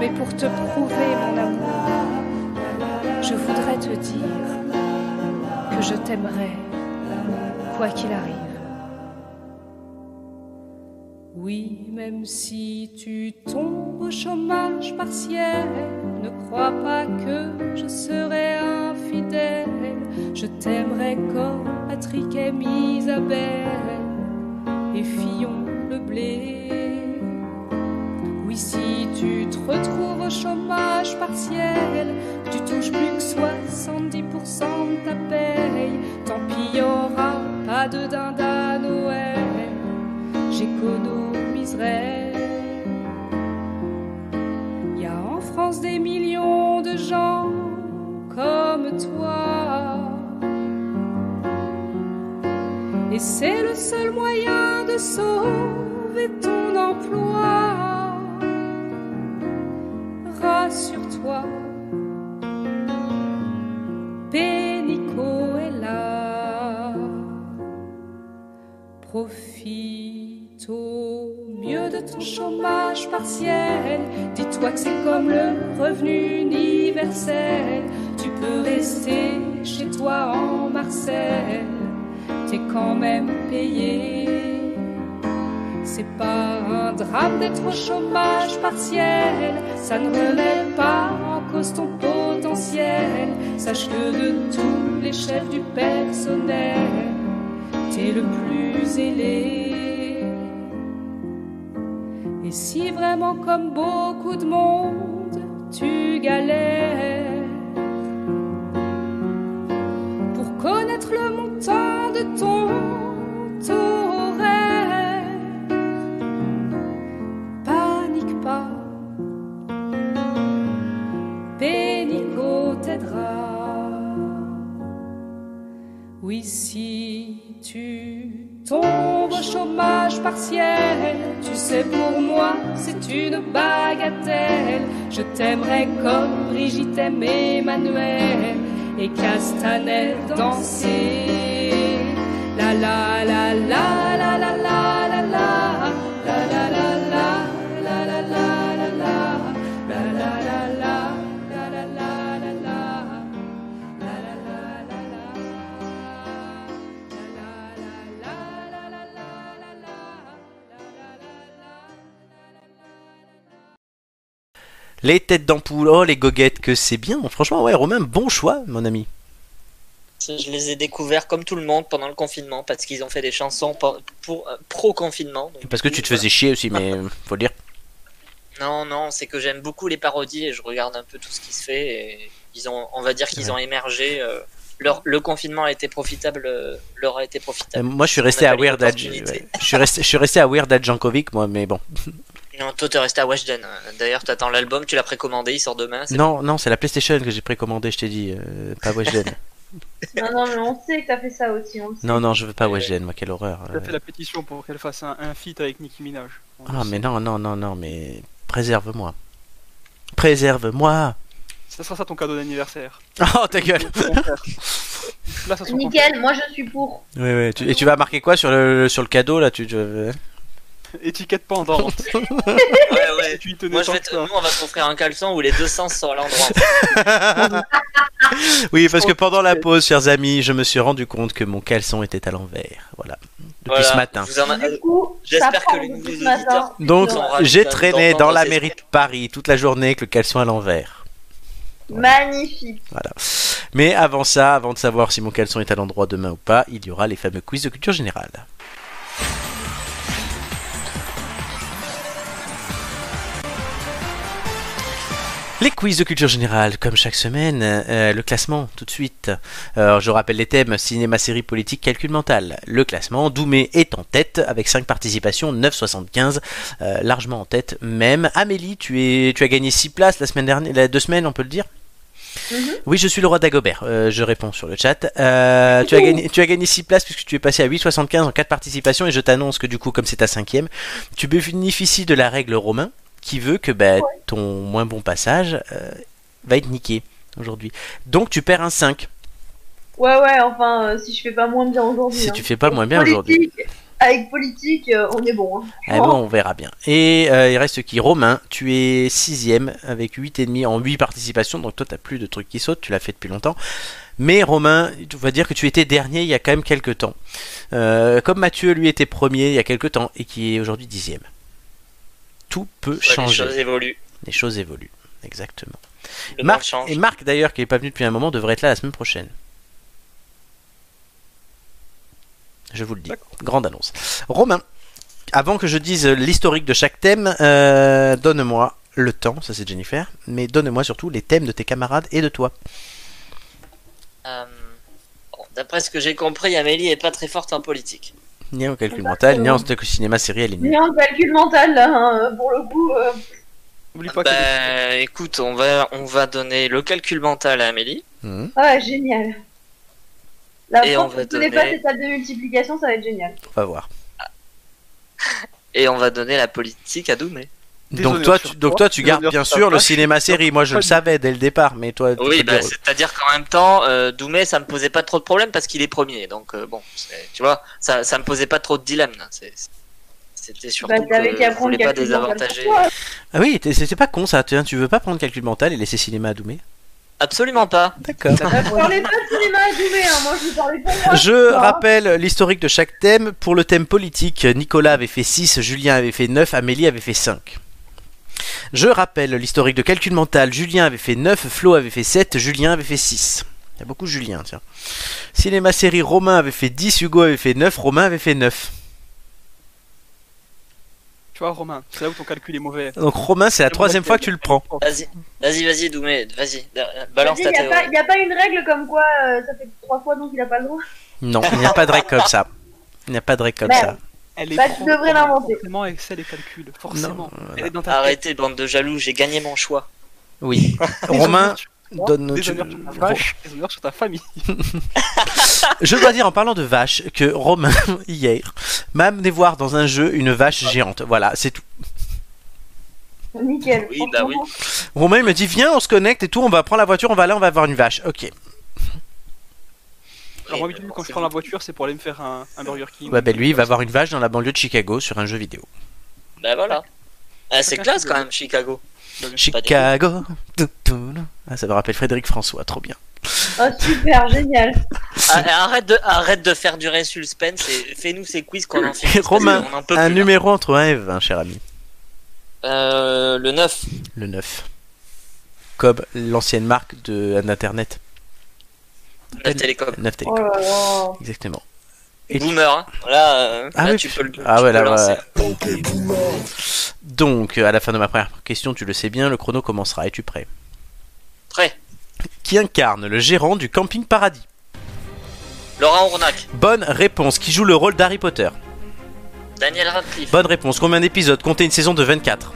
[SPEAKER 9] mais pour te prouver mon amour, je voudrais te dire que je t'aimerai, quoi qu'il arrive. Oui, même si tu tombes au chômage partiel, ne crois pas que je serai infidèle. Je t'aimerai comme Patrick aime Isabelle et Fillon le blé. Oui, si tu te retrouves au chômage partiel, tu touches plus que 70% de ta paye. Tant pis, y aura pas de dinde à Noël j'économiserai. Il y a en France des millions de gens comme toi. Et c'est le seul moyen de sauver ton emploi. Rassure-toi, Pénico est là. Profite au mieux de ton chômage partiel. Dis-toi que c'est comme le revenu universel. Tu peux rester chez toi en Marseille. T'es quand même payé. C'est pas un drame d'être au chômage partiel. Ça ne remet pas en cause ton potentiel. Sache que de tous les chefs du personnel, t'es le plus ailé. Et si vraiment comme beaucoup de monde, tu galères pour connaître le montant de ton taux horaire, panique pas, Pénico t'aidera. Oui, si tu tombes au chômage partiel, tu sais pour moi c'est une bagatelle. Je t'aimerai comme Brigitte aime Emmanuel et Castaner danser. La la la la la la la la la la la la la la la la la la la la la la la la la la
[SPEAKER 1] Les têtes d'ampoule, oh les goguettes, que c'est bien. Franchement, ouais, Romain, bon choix, mon ami.
[SPEAKER 2] Je les ai découverts comme tout le monde pendant le confinement parce qu'ils ont fait des chansons pour, pour- euh, pro confinement. Donc,
[SPEAKER 1] Parce que tu te faisais chier aussi, mais euh, faut le dire.
[SPEAKER 2] Non, non, c'est que j'aime beaucoup les parodies et je regarde un peu tout ce qui se fait. Et ils ont, on va dire qu'ils ont émergé euh, leur- le confinement a été profitable, euh, leur a été
[SPEAKER 1] Euh,
[SPEAKER 2] profitable.
[SPEAKER 1] Moi, je suis resté
[SPEAKER 2] On a
[SPEAKER 1] à
[SPEAKER 2] pas eu
[SPEAKER 1] Weird Al-
[SPEAKER 2] l'opportunité.
[SPEAKER 1] ouais. Je suis resté, je suis resté à Weird Al Jankovic, moi, mais bon.
[SPEAKER 2] Non, toi, t'es resté à Washington. hein. D'ailleurs, t'attends l'album, tu l'as précommandé, il sort demain. c'est-
[SPEAKER 1] Non, non, c'est la PlayStation que j'ai précommandée, je t'ai dit, euh, pas Weshden.
[SPEAKER 3] Non, non, mais on sait que t'as fait ça aussi. On le sait.
[SPEAKER 1] non, non, je veux pas Weshden, moi, quelle horreur. euh,
[SPEAKER 4] T'as fait la pétition pour qu'elle fasse un, un feat avec Nicki Minaj.
[SPEAKER 1] Ah, mais non, non, non, non, mais préserve-moi. Préserve-moi.
[SPEAKER 4] Ça sera ça ton cadeau d'anniversaire.
[SPEAKER 1] Oh, ta gueule.
[SPEAKER 4] Au contraire. Là, ça son contraire.
[SPEAKER 3] Nickel, moi je suis pour.
[SPEAKER 1] Oui, oui, tu- et tu vas marquer quoi sur le, sur le cadeau, là tu, tu- euh,
[SPEAKER 4] Étiquette pendante.
[SPEAKER 2] Ouais, ouais.
[SPEAKER 4] tu y tenais
[SPEAKER 2] Moi, je
[SPEAKER 4] tant
[SPEAKER 2] vais
[SPEAKER 4] que
[SPEAKER 2] te-
[SPEAKER 4] ça.
[SPEAKER 2] Nous, on va t'offrir un caleçon où les deux sens sont à l'endroit.
[SPEAKER 1] Oui, parce que pendant la pause, chers amis, je me suis rendu compte que mon caleçon était à l'envers. Voilà. Depuis
[SPEAKER 2] Voilà.
[SPEAKER 1] ce matin.
[SPEAKER 2] Vous en
[SPEAKER 3] Du
[SPEAKER 2] avez-
[SPEAKER 3] coup,
[SPEAKER 2] J'espère
[SPEAKER 3] ça
[SPEAKER 2] que
[SPEAKER 3] prend
[SPEAKER 2] les nouveaux
[SPEAKER 3] ce matin.
[SPEAKER 2] auditeurs-
[SPEAKER 1] Donc,
[SPEAKER 2] Ils ont rajouté
[SPEAKER 1] j'ai
[SPEAKER 2] un
[SPEAKER 1] traîné
[SPEAKER 2] dans- dans
[SPEAKER 1] dans la
[SPEAKER 2] les
[SPEAKER 1] mairie de
[SPEAKER 2] escaliers.
[SPEAKER 1] Paris toute la journée avec le caleçon à l'envers.
[SPEAKER 3] Magnifique.
[SPEAKER 1] Voilà. Mais avant ça, avant de savoir si mon caleçon est à l'endroit demain ou pas, il y aura les fameux quiz de culture générale. Les quiz de culture générale, comme chaque semaine, euh, le classement tout de suite. Alors, je rappelle les thèmes cinéma, série, politique, calcul mental. Le classement, Doumé est en tête avec 5 participations, 9,75, euh, largement en tête même. Amélie, tu, es, tu as gagné 6 places la semaine dernière, la deux semaines, on peut le dire oui, je suis le roi d'Agobert, euh, je réponds sur le chat. Euh, tu, as gagné, tu as gagné 6 places puisque tu es passé à 8,75 en 4 participations et je t'annonce que du coup, comme c'est ta cinquième, tu bénéficies de la règle romain qui veut que bah, ton moins bon passage euh, va être niqué aujourd'hui. Donc tu perds un 5
[SPEAKER 3] Ouais, ouais, enfin, euh, si je fais pas moins bien aujourd'hui.
[SPEAKER 1] si
[SPEAKER 3] hein.
[SPEAKER 1] tu fais pas moins bien
[SPEAKER 3] Politique,
[SPEAKER 1] aujourd'hui.
[SPEAKER 3] Avec politique, euh, on est bon. hein.
[SPEAKER 1] Ah bon, on verra bien. Et euh, il reste qui Romain, tu es sixième avec 8,5 en 8 participations, donc toi t'as plus de trucs qui sautent, tu l'as fait depuis longtemps. Mais Romain, on va dire que tu étais dernier il y a quand même quelques temps. Euh, comme Mathieu, lui, était premier il y a quelques temps et qui est aujourd'hui dixième. Tout peut
[SPEAKER 2] Ouais, les
[SPEAKER 1] changer.
[SPEAKER 2] choses évoluent.
[SPEAKER 1] les choses évoluent. Exactement.
[SPEAKER 2] Le monde
[SPEAKER 1] Marc,
[SPEAKER 2] change.
[SPEAKER 1] et Marc d'ailleurs, qui n'est pas venu depuis un moment, devrait être là la semaine prochaine. Je vous le dis. Grande annonce. Romain, avant que je dise l'historique de chaque thème, euh, donne-moi le temps, ça c'est Jennifer, mais donne-moi surtout les thèmes de tes camarades et de toi.
[SPEAKER 2] Euh, bon, D'après ce que j'ai compris, Amélie est pas très forte en politique.
[SPEAKER 1] Ni en calcul mental, ni en stock cinéma série, elle est nulle.
[SPEAKER 3] Mais un calcul mental, là, hein, pour le coup. euh,
[SPEAKER 4] N'oublie pas que
[SPEAKER 2] Bah, écoute, on va, on va donner le calcul mental à Amélie.
[SPEAKER 1] Mhm.
[SPEAKER 3] Ouais, ah, génial. La
[SPEAKER 2] Et
[SPEAKER 3] prof,
[SPEAKER 2] on va
[SPEAKER 3] si tu connais pas
[SPEAKER 2] donner-
[SPEAKER 3] cette table de multiplication, ça va être génial.
[SPEAKER 1] On va voir.
[SPEAKER 2] Et on va donner la politique à Doumé.
[SPEAKER 1] Donc toi, tu, donc toi, tu gardes bien sûr le cinéma série. Moi, je le savais dès le départ, mais toi, tu
[SPEAKER 2] Oui,
[SPEAKER 1] peux
[SPEAKER 2] bah,
[SPEAKER 1] dire-
[SPEAKER 2] c'est-à-dire qu'en même temps, euh, Doumé, ça me posait pas trop de problème parce qu'il est premier. Donc, euh, bon, c'est- tu vois, ça, ça me posait pas trop de dilemme. là. C'est- c'est- C'était surtout
[SPEAKER 3] Bah, t'avais
[SPEAKER 2] que
[SPEAKER 3] qu'à
[SPEAKER 2] je
[SPEAKER 3] prendre
[SPEAKER 2] voulais pas
[SPEAKER 3] calcul mental pour
[SPEAKER 2] désavantager.
[SPEAKER 3] toi.
[SPEAKER 1] Ah oui, t'es- c'était pas con ça. Tiens, tu veux pas prendre calcul mental et laisser cinéma à Doumé
[SPEAKER 2] Absolument pas.
[SPEAKER 1] D'accord.
[SPEAKER 3] Je parlais pas de cinéma à Doumé, hein, moi je vous parlais pas de moi.
[SPEAKER 1] Je
[SPEAKER 3] Ah.
[SPEAKER 1] rappelle l'historique de chaque thème. Pour le thème politique, Nicolas avait fait 6, Julien avait fait 9, Amélie avait fait 5. Je rappelle l'historique de calcul mental, Julien avait fait 9, Flo avait fait 7, Julien avait fait 6. Il y a beaucoup de Julien, tiens. Cinéma série, Romain avait fait 10, Hugo avait fait 9, Romain avait fait 9.
[SPEAKER 4] Tu vois, Romain, c'est là où ton calcul est mauvais.
[SPEAKER 1] Donc Romain, c'est la troisième fois que tu le prends.
[SPEAKER 2] Vas-y, vas-y, vas-y, Doumé, vas-y, euh, balance
[SPEAKER 3] Vas-y,
[SPEAKER 2] ta
[SPEAKER 3] y a, pas,
[SPEAKER 2] théorie.
[SPEAKER 3] y a pas une règle comme quoi euh, ça fait trois fois donc il a pas le droit.
[SPEAKER 1] Non, il n'y a pas de règle comme ça. Il n'y a pas de règle comme ça.
[SPEAKER 4] Elle est
[SPEAKER 3] Bah, tu devrais l'inventer.
[SPEAKER 4] Forcément, avec celle et calculs, forcément. Elle est dans ta tête.
[SPEAKER 2] Arrêtez, bande de jaloux, j'ai gagné mon choix.
[SPEAKER 1] Oui.
[SPEAKER 4] Des
[SPEAKER 1] Romain,
[SPEAKER 4] honneurs sur toi,
[SPEAKER 1] donne.
[SPEAKER 4] des
[SPEAKER 1] tu-
[SPEAKER 4] honneurs sur ta vache, des honneurs sur ta famille.
[SPEAKER 1] Je dois dire en parlant de vache que Romain, hier, m'a amené voir dans un jeu une vache géante. Voilà, c'est tout.
[SPEAKER 3] Nickel.
[SPEAKER 2] Oui, bah oui.
[SPEAKER 1] Romain il me dit Viens, on se connecte et tout, on va prendre la voiture, on va là, on va voir une vache. Ok.
[SPEAKER 4] Alors,
[SPEAKER 1] Eh
[SPEAKER 4] moi, habituellement, quand je prends la voiture, c'est pour aller me faire un, un Burger King.
[SPEAKER 1] ben, Ouais, ben lui, il va voir une vache dans la banlieue de Chicago sur un jeu vidéo.
[SPEAKER 2] Bah voilà. Ah, c'est
[SPEAKER 4] Chacun
[SPEAKER 2] classe
[SPEAKER 4] ses
[SPEAKER 2] quand même, Chicago.
[SPEAKER 1] Chicago. tout, tout, là. Ah, ça me rappelle Frédéric François, trop bien.
[SPEAKER 3] Oh, super, génial.
[SPEAKER 2] Ah, ah, arrête, de, arrête de faire durer le suspense et fais-nous ces quiz qu'on en fait.
[SPEAKER 1] Romain,
[SPEAKER 2] on en peut
[SPEAKER 1] Un
[SPEAKER 2] plus, hein. là.
[SPEAKER 1] numéro entre 1 et 20, cher ami.
[SPEAKER 2] Euh, le 9.
[SPEAKER 1] Le 9. Comme l'ancienne marque de d'Internet.
[SPEAKER 2] La télécom.
[SPEAKER 1] 9
[SPEAKER 3] Oh là là.
[SPEAKER 1] Exactement. Et-
[SPEAKER 2] Boomer, hein. Là, euh,
[SPEAKER 1] Ah
[SPEAKER 2] là,
[SPEAKER 1] oui,
[SPEAKER 2] tu peux le tu
[SPEAKER 1] Ah ouais,
[SPEAKER 2] peux
[SPEAKER 1] là,
[SPEAKER 2] le lancer.
[SPEAKER 1] ouais. Donc, euh, à la fin de ma première question, tu le sais bien, le chrono commencera. Es-tu prêt
[SPEAKER 2] Prêt.
[SPEAKER 1] Qui incarne le gérant du camping paradis
[SPEAKER 2] Laura Ournac,
[SPEAKER 1] Bonne réponse. Qui joue le rôle d'Harry Potter
[SPEAKER 2] Daniel Radcliffe,
[SPEAKER 1] Bonne réponse. Combien d'épisodes comptait une saison de 24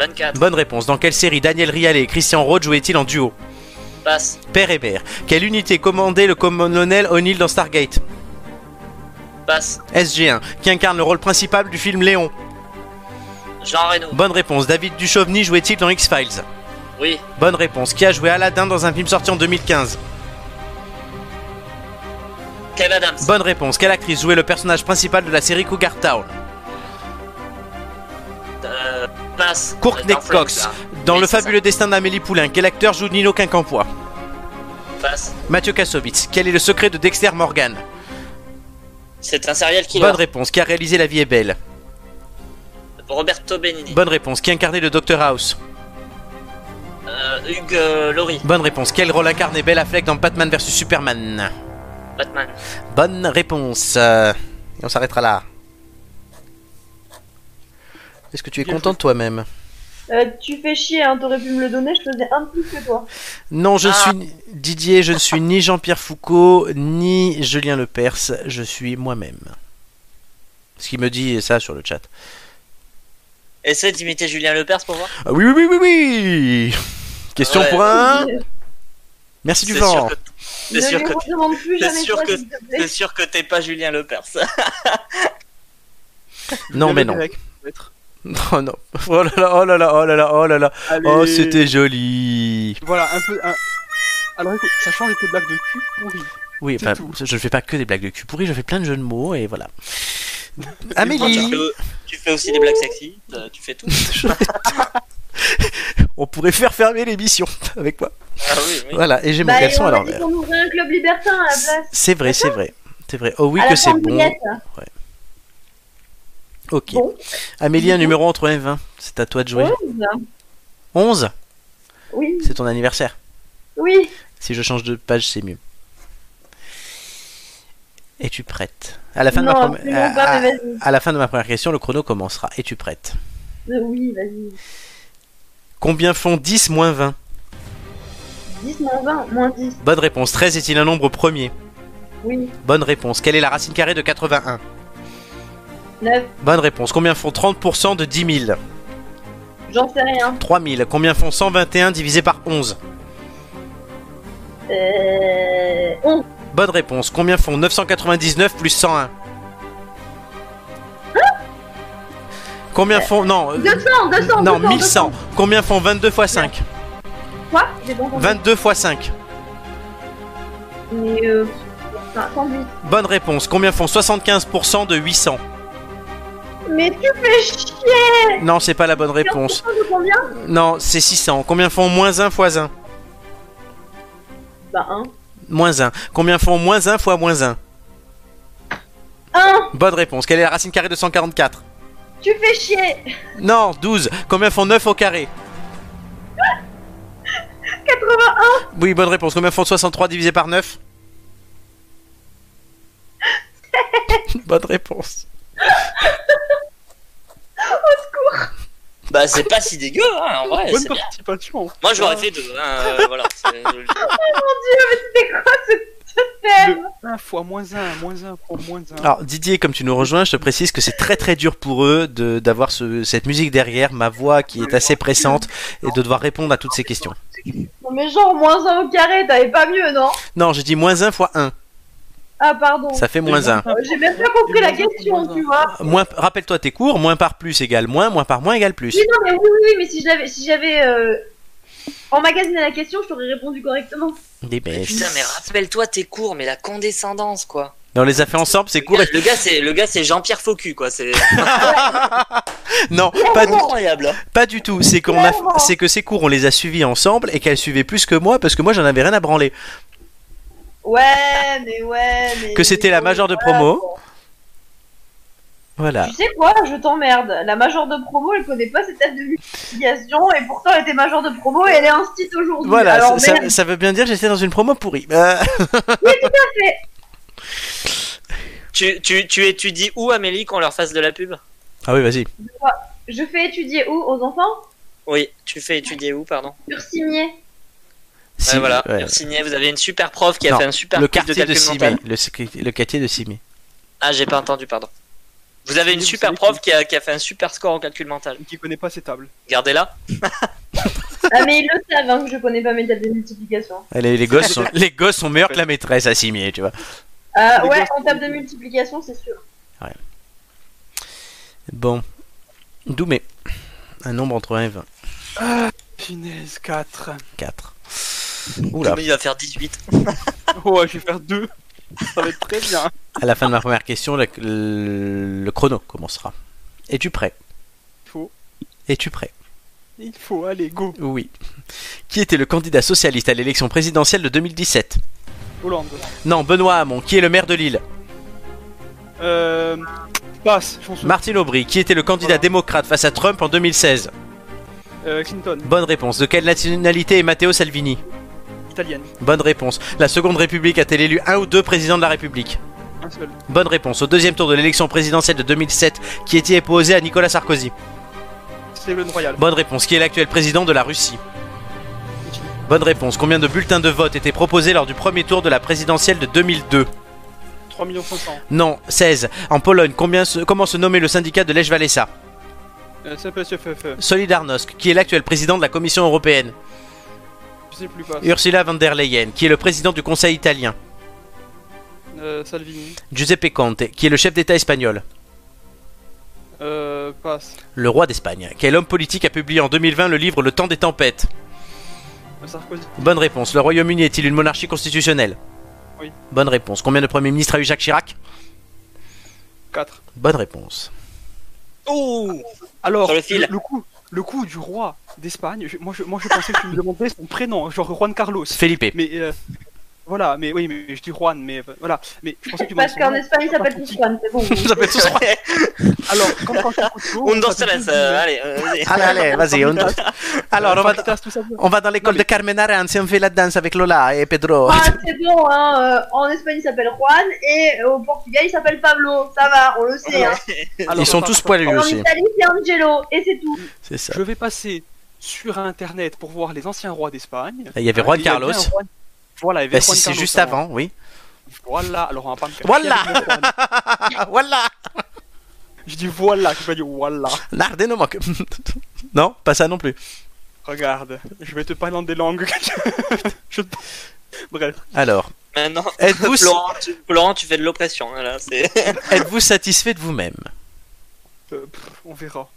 [SPEAKER 2] 24,
[SPEAKER 1] Bonne réponse. Dans quelle série Daniel Rial et Christian Roth jouaient-ils en duo
[SPEAKER 2] passe,
[SPEAKER 1] Père et mère. Quelle unité commandait le colonel O'Neill dans Stargate
[SPEAKER 2] passe,
[SPEAKER 1] SG1. Qui incarne le rôle principal du film Léon
[SPEAKER 2] Jean Reno,
[SPEAKER 1] Bonne réponse. David Duchovny jouait-il dans X-Files
[SPEAKER 2] oui,
[SPEAKER 1] Bonne réponse. Qui a joué Aladdin dans un film sorti en 2015
[SPEAKER 2] Kev Adams,
[SPEAKER 1] Bonne réponse. Quelle actrice jouait le personnage principal de la série Cougar Town
[SPEAKER 2] euh, passe,
[SPEAKER 1] Courtney
[SPEAKER 2] Dans Friends,
[SPEAKER 1] Cox.
[SPEAKER 2] là.
[SPEAKER 1] Dans
[SPEAKER 2] Oui,
[SPEAKER 1] Le
[SPEAKER 2] c'est
[SPEAKER 1] fabuleux destin d'Amélie Poulain, quel acteur joue Nino Quincampoix
[SPEAKER 2] ça. passe,
[SPEAKER 1] Mathieu Kassovitz. Quel est le secret de Dexter Morgan
[SPEAKER 2] c'est un serial killer,
[SPEAKER 1] Bonne réponse. Qui a réalisé La vie est belle
[SPEAKER 2] Roberto Benini,
[SPEAKER 1] Bonne réponse. Qui incarnait le Dr House
[SPEAKER 2] euh, Hugues euh, Laurie,
[SPEAKER 1] Bonne réponse. Quel rôle incarnait Bella Fleck dans Batman vs Superman
[SPEAKER 2] Batman,
[SPEAKER 1] Bonne réponse. Euh, et on s'arrêtera là. Est-ce que tu es
[SPEAKER 4] Bien
[SPEAKER 1] content de toi-même
[SPEAKER 3] Euh, tu fais chier, hein, t'aurais pu me le donner, je faisais un de plus que toi.
[SPEAKER 1] Non, je ne
[SPEAKER 2] Ah.
[SPEAKER 1] suis Didier, je ne suis ni Jean-Pierre Foucault, ni Julien Lepers, je suis moi-même. Ce qui me dit ça sur le chat.
[SPEAKER 2] essaie d'imiter Julien Lepers pour voir,
[SPEAKER 1] Ah oui, oui, oui, oui, oui Question
[SPEAKER 2] Ouais.
[SPEAKER 1] pour un. Merci du
[SPEAKER 2] c'est sûr
[SPEAKER 1] vent.
[SPEAKER 2] que
[SPEAKER 3] ne
[SPEAKER 2] Hein c'est sûr
[SPEAKER 3] lui
[SPEAKER 2] que
[SPEAKER 3] redemande plus
[SPEAKER 2] c'est
[SPEAKER 3] jamais
[SPEAKER 2] sûr
[SPEAKER 3] ça,
[SPEAKER 2] que-
[SPEAKER 3] s'il te plaît.
[SPEAKER 2] c'est sûr que t'es pas Julien Lepers.
[SPEAKER 1] Non, mais non. Oh non. Oh là là, oh là là, oh là là, oh là là. Oh, c'était joli.
[SPEAKER 4] Voilà, un peu. un- Alors écoute, ça change les blagues de cul pourri.
[SPEAKER 1] Oui,
[SPEAKER 4] C'est
[SPEAKER 1] enfin,
[SPEAKER 4] tout.
[SPEAKER 1] je ne fais pas que des blagues de cul pourri, je fais plein de jeux de mots et voilà.
[SPEAKER 2] tu,
[SPEAKER 1] Amélie,
[SPEAKER 2] fais, tu fais aussi des blagues sexy, euh, tu fais tout.
[SPEAKER 1] on pourrait faire fermer l'émission avec moi.
[SPEAKER 2] Ah oui, oui.
[SPEAKER 1] Voilà, et j'ai mon
[SPEAKER 3] Bah, et
[SPEAKER 1] caleçon
[SPEAKER 3] on
[SPEAKER 1] à
[SPEAKER 3] a dit
[SPEAKER 1] l'envers.
[SPEAKER 3] qu'on ouvrait un club libertin à la place.
[SPEAKER 1] C'est vrai, c'est vrai. C'est vrai. Oh oui,
[SPEAKER 3] à la
[SPEAKER 1] que c'est
[SPEAKER 3] fin de
[SPEAKER 1] bon.
[SPEAKER 3] Juliette.
[SPEAKER 1] Ok.
[SPEAKER 3] Bon.
[SPEAKER 1] Amélie, un numéro entre 1 et 20. C'est à toi de jouer.
[SPEAKER 3] Onze.
[SPEAKER 1] 11
[SPEAKER 3] Oui,
[SPEAKER 1] C'est ton anniversaire.
[SPEAKER 3] oui.
[SPEAKER 1] Si je change de page, c'est mieux. Es-tu prête à la, fin de ma
[SPEAKER 3] non,
[SPEAKER 1] première-
[SPEAKER 3] absolument
[SPEAKER 2] euh,
[SPEAKER 1] à-
[SPEAKER 2] ah.
[SPEAKER 3] pas,
[SPEAKER 1] à-
[SPEAKER 3] mais vas-y.
[SPEAKER 1] à la fin de ma première question, le chrono commencera. Es-tu prête
[SPEAKER 3] Euh, Oui, vas-y.
[SPEAKER 1] Combien font 10 moins 20
[SPEAKER 3] 10 moins 20, moins 10.
[SPEAKER 1] Bonne réponse. 13 est-il un nombre premier
[SPEAKER 3] Oui,
[SPEAKER 1] Bonne réponse. Quelle est la racine carrée de 81
[SPEAKER 3] 9.
[SPEAKER 1] Bonne réponse. Combien font 30% de 10 000
[SPEAKER 3] J'en sais rien.
[SPEAKER 1] 3000. Combien font 121 divisé par 11
[SPEAKER 3] Euh... 11.
[SPEAKER 1] Bonne réponse. Combien font 999 plus 101 Combien font. Non, euh,
[SPEAKER 3] 200, 200,
[SPEAKER 1] non
[SPEAKER 3] 200,
[SPEAKER 1] 1100. Combien font 22 x 5
[SPEAKER 3] Quoi J'ai pas entendu.
[SPEAKER 1] 22 x 5.
[SPEAKER 3] Mais euh... enfin, 108.
[SPEAKER 1] Bonne réponse. Combien font 75% de 800
[SPEAKER 3] Mais tu fais chier
[SPEAKER 1] Non, c'est pas la bonne réponse.
[SPEAKER 3] de combien
[SPEAKER 1] Non, c'est 600. Combien font moins 1 x 1
[SPEAKER 3] Bah 1.
[SPEAKER 1] Moins 1. Combien font moins 1 fois moins 1
[SPEAKER 3] 1
[SPEAKER 1] Bonne réponse. Quelle est la racine carrée de 144
[SPEAKER 3] Tu fais chier
[SPEAKER 1] Non, 12. Combien font 9 au carré
[SPEAKER 3] 81
[SPEAKER 1] Oui, bonne réponse. Combien font 63 divisé par 9 Bonne réponse.
[SPEAKER 2] Bah c'est pas si dégueu hein, en vrai.
[SPEAKER 4] Bonne
[SPEAKER 2] c'est bien.
[SPEAKER 4] participation.
[SPEAKER 2] Moi j'aurais fait deux. hein, euh, voilà. c'est- je le dis.
[SPEAKER 3] C'était quoi ce système
[SPEAKER 4] 1 fois moins 1, moins 1 fois moins 1.
[SPEAKER 1] Alors, Didier, comme tu nous rejoins, je te précise que c'est très très dur pour eux de- d'avoir ce- cette musique derrière, ma voix qui est assez pressante, et de devoir répondre à toutes ces questions.
[SPEAKER 3] Non mais genre moins 1 au carré, t'avais pas mieux non
[SPEAKER 1] Non, j'ai dit moins 1 fois 1.
[SPEAKER 3] Ah pardon.
[SPEAKER 1] Ça fait moins 1.
[SPEAKER 3] Euh, J'ai même pas compris la question, tu vois.
[SPEAKER 1] Moins, rappelle-toi tes cours, moins par plus égale moins, moins par moins égale plus.
[SPEAKER 3] Oui, non, mais oui, oui, oui, mais si j'avais si j'avais euh, emmagasiné la question, je t'aurais répondu correctement.
[SPEAKER 1] Des bêtes.
[SPEAKER 2] Putain mais rappelle-toi tes cours, mais la condescendance quoi.
[SPEAKER 1] On les a fait ensemble, c'est court.
[SPEAKER 2] Le
[SPEAKER 1] et-
[SPEAKER 2] gars- le gars c'est le gars c'est Jean-Pierre Faucu quoi. C'est
[SPEAKER 1] Non, pas du,
[SPEAKER 2] incroyable. hein.
[SPEAKER 1] pas du tout. C'est qu'on a,
[SPEAKER 3] Clairement.
[SPEAKER 1] c'est que ces cours, on les a suivis ensemble et qu'elle suivait plus que moi parce que moi j'en avais rien à branler.
[SPEAKER 3] Ouais, mais ouais, mais.
[SPEAKER 1] Que c'était la majeure de promo. Voilà.
[SPEAKER 3] Tu sais quoi, je t'emmerde. La majeure de promo, elle connaît pas cette table de multiplication et pourtant elle était majeure de promo et elle est instite aujourd'hui.
[SPEAKER 1] Voilà,
[SPEAKER 3] Alors,
[SPEAKER 1] ça,
[SPEAKER 3] merde.
[SPEAKER 1] ça veut bien dire que j'étais dans une promo pourrie. Euh,
[SPEAKER 2] Tu, tu, tu étudies où Amélie qu'on leur fasse de la pub
[SPEAKER 1] Ah oui, vas-y.
[SPEAKER 3] je fais étudier où aux enfants
[SPEAKER 2] Oui, tu fais étudier où pardon
[SPEAKER 3] Sur Cimier.
[SPEAKER 1] Si-
[SPEAKER 2] voilà,
[SPEAKER 1] ouais.
[SPEAKER 2] merci Nia, vous avez une super prof qui a
[SPEAKER 1] Non,
[SPEAKER 2] fait un super
[SPEAKER 1] le
[SPEAKER 2] quiz
[SPEAKER 1] quartier de
[SPEAKER 2] calcul
[SPEAKER 1] Cimé.
[SPEAKER 2] mental.
[SPEAKER 1] Le, sc- le quartier de Cimé.
[SPEAKER 2] Ah, j'ai pas entendu, pardon. Vous avez une
[SPEAKER 4] Vous
[SPEAKER 2] super
[SPEAKER 4] savez
[SPEAKER 2] prof qui a, qui a fait un super score en calcul mental.
[SPEAKER 4] Qui connaît pas ses tables.
[SPEAKER 2] Gardez-la.
[SPEAKER 3] Ah, mais ils le savent hein, que je connais pas mes tables de multiplication.
[SPEAKER 1] Ah, Les, les gosses sont, les gosses sont meilleurs que la maîtresse à Cimier, tu vois.
[SPEAKER 3] Euh,
[SPEAKER 4] Les
[SPEAKER 3] ouais,
[SPEAKER 4] gosses-
[SPEAKER 3] en table de multiplication, c'est sûr.
[SPEAKER 1] Bon. Doumé. Un nombre entre 1 et 20.
[SPEAKER 4] Punaise, 4.
[SPEAKER 1] 4. Oula.
[SPEAKER 2] Mais il va faire 18.
[SPEAKER 4] Ouais, je vais faire 2. Ça va être très bien.
[SPEAKER 1] À la fin de ma première question, le, le chrono commencera. Es-tu prêt
[SPEAKER 4] Faut.
[SPEAKER 1] Es-tu prêt
[SPEAKER 4] Il faut aller, go.
[SPEAKER 1] Oui. Qui était le candidat socialiste à l'élection présidentielle de 2017
[SPEAKER 4] Hollande.
[SPEAKER 1] Non, Benoît Hamon. Qui est le maire de Lille
[SPEAKER 4] Euh. Passe, je m'en souviens.
[SPEAKER 1] Martine Aubry. Qui était le candidat
[SPEAKER 4] Voilà.
[SPEAKER 1] démocrate face à Trump en 2016
[SPEAKER 4] Euh, Clinton,
[SPEAKER 1] Bonne réponse. De quelle nationalité est Matteo Salvini
[SPEAKER 4] italienne.
[SPEAKER 1] Bonne réponse. La Seconde République a-t-elle élu un ou deux présidents de la République
[SPEAKER 4] Un seul.
[SPEAKER 1] Bonne réponse. Au deuxième tour de l'élection présidentielle de 2007, qui était opposé à Nicolas Sarkozy
[SPEAKER 4] C'est le Royal.
[SPEAKER 1] Bonne réponse. Qui est l'actuel président de la Russie
[SPEAKER 4] Poutine.
[SPEAKER 1] Bonne réponse. Combien de bulletins de vote étaient proposés lors du premier tour de la présidentielle de 2002
[SPEAKER 4] 3 500
[SPEAKER 1] Non, 16. En Pologne, combien se- comment se nommait le syndicat de Lech Walesa
[SPEAKER 4] Euh, ça passe, FFE.
[SPEAKER 1] Solidarnosc, qui est l'actuel président de la Commission européenne
[SPEAKER 4] Je sais plus pas.
[SPEAKER 1] Ursula von der Leyen, qui est le président du Conseil italien
[SPEAKER 4] Euh, Salvini.
[SPEAKER 1] Giuseppe Conte, qui est le chef d'État espagnol
[SPEAKER 4] Euh, passe.
[SPEAKER 1] Le roi d'Espagne. Quel homme politique a publié en 2020 le livre Le temps des tempêtes
[SPEAKER 4] Euh, Sarkozy.
[SPEAKER 1] Bonne réponse. Le Royaume-Uni est-il une monarchie constitutionnelle
[SPEAKER 4] Oui.
[SPEAKER 1] Bonne réponse. Combien de premiers ministres a eu Jacques Chirac
[SPEAKER 4] 4.
[SPEAKER 1] Bonne réponse.
[SPEAKER 2] Oh
[SPEAKER 1] Ah,
[SPEAKER 4] Alors,
[SPEAKER 2] Sur le fil.
[SPEAKER 4] coup, le coup du roi d'Espagne, je- moi, je, moi je pensais que tu me demandais son prénom, genre Juan Carlos.
[SPEAKER 1] Felipe.
[SPEAKER 4] Mais euh, voilà, mais oui, mais je dis Juan, mais euh, voilà. Mais je pensais que tu me
[SPEAKER 3] Parce qu'en Espagne, ils s'appellent tous Juan, c'est bon.
[SPEAKER 1] Vous appelez tous
[SPEAKER 4] Alors, quand quand je t'écoute, Joe,
[SPEAKER 2] On danse
[SPEAKER 4] ça fait
[SPEAKER 2] la
[SPEAKER 4] plus
[SPEAKER 2] ça, allez, euh, vas-y.
[SPEAKER 1] Allez, allez, vas-y. on- Alors, on va,
[SPEAKER 4] Fajitas, tout ça.
[SPEAKER 1] on va dans l'école de Carmen Arans et on fait la danse avec Lola et Pedro.
[SPEAKER 3] Ah, c'est bon, hein. euh, en Espagne, il s'appelle Juan et au Portugal, il s'appelle Pablo. Ça va, on le sait. Hein.
[SPEAKER 4] Alors,
[SPEAKER 1] Ils sont
[SPEAKER 4] attends,
[SPEAKER 1] tous
[SPEAKER 4] attends,
[SPEAKER 1] poilus
[SPEAKER 3] En
[SPEAKER 1] aussi.
[SPEAKER 3] Italie, c'est Angelo et c'est tout.
[SPEAKER 1] C'est ça.
[SPEAKER 4] Je vais passer sur internet pour voir les anciens rois d'Espagne.
[SPEAKER 1] Il y avait
[SPEAKER 4] Euh,
[SPEAKER 1] Juan
[SPEAKER 4] il y avait
[SPEAKER 1] Carlos.
[SPEAKER 4] un Juan- Voilà, il y avait
[SPEAKER 1] Bah,
[SPEAKER 4] Juan
[SPEAKER 1] si c'est
[SPEAKER 4] Carlos
[SPEAKER 1] juste avant, oui.
[SPEAKER 4] Voilà, alors on va pas me faire
[SPEAKER 1] Voilà.
[SPEAKER 4] chier avec mon Juan.
[SPEAKER 1] Ah, voilà
[SPEAKER 4] Je dis voilà, je vais dire voilà.
[SPEAKER 1] Nardeno manque. Non, pas ça non plus.
[SPEAKER 4] Regarde, je vais te parler en des langues. que- je te- Bref,
[SPEAKER 1] Alors,
[SPEAKER 2] Maintenant,
[SPEAKER 1] êtes-vous
[SPEAKER 2] Florent, tu, Florent, tu fais de l'oppression. hein, Là, c'est.
[SPEAKER 1] êtes-vous satisfait de vous-même
[SPEAKER 4] euh, pff, on verra.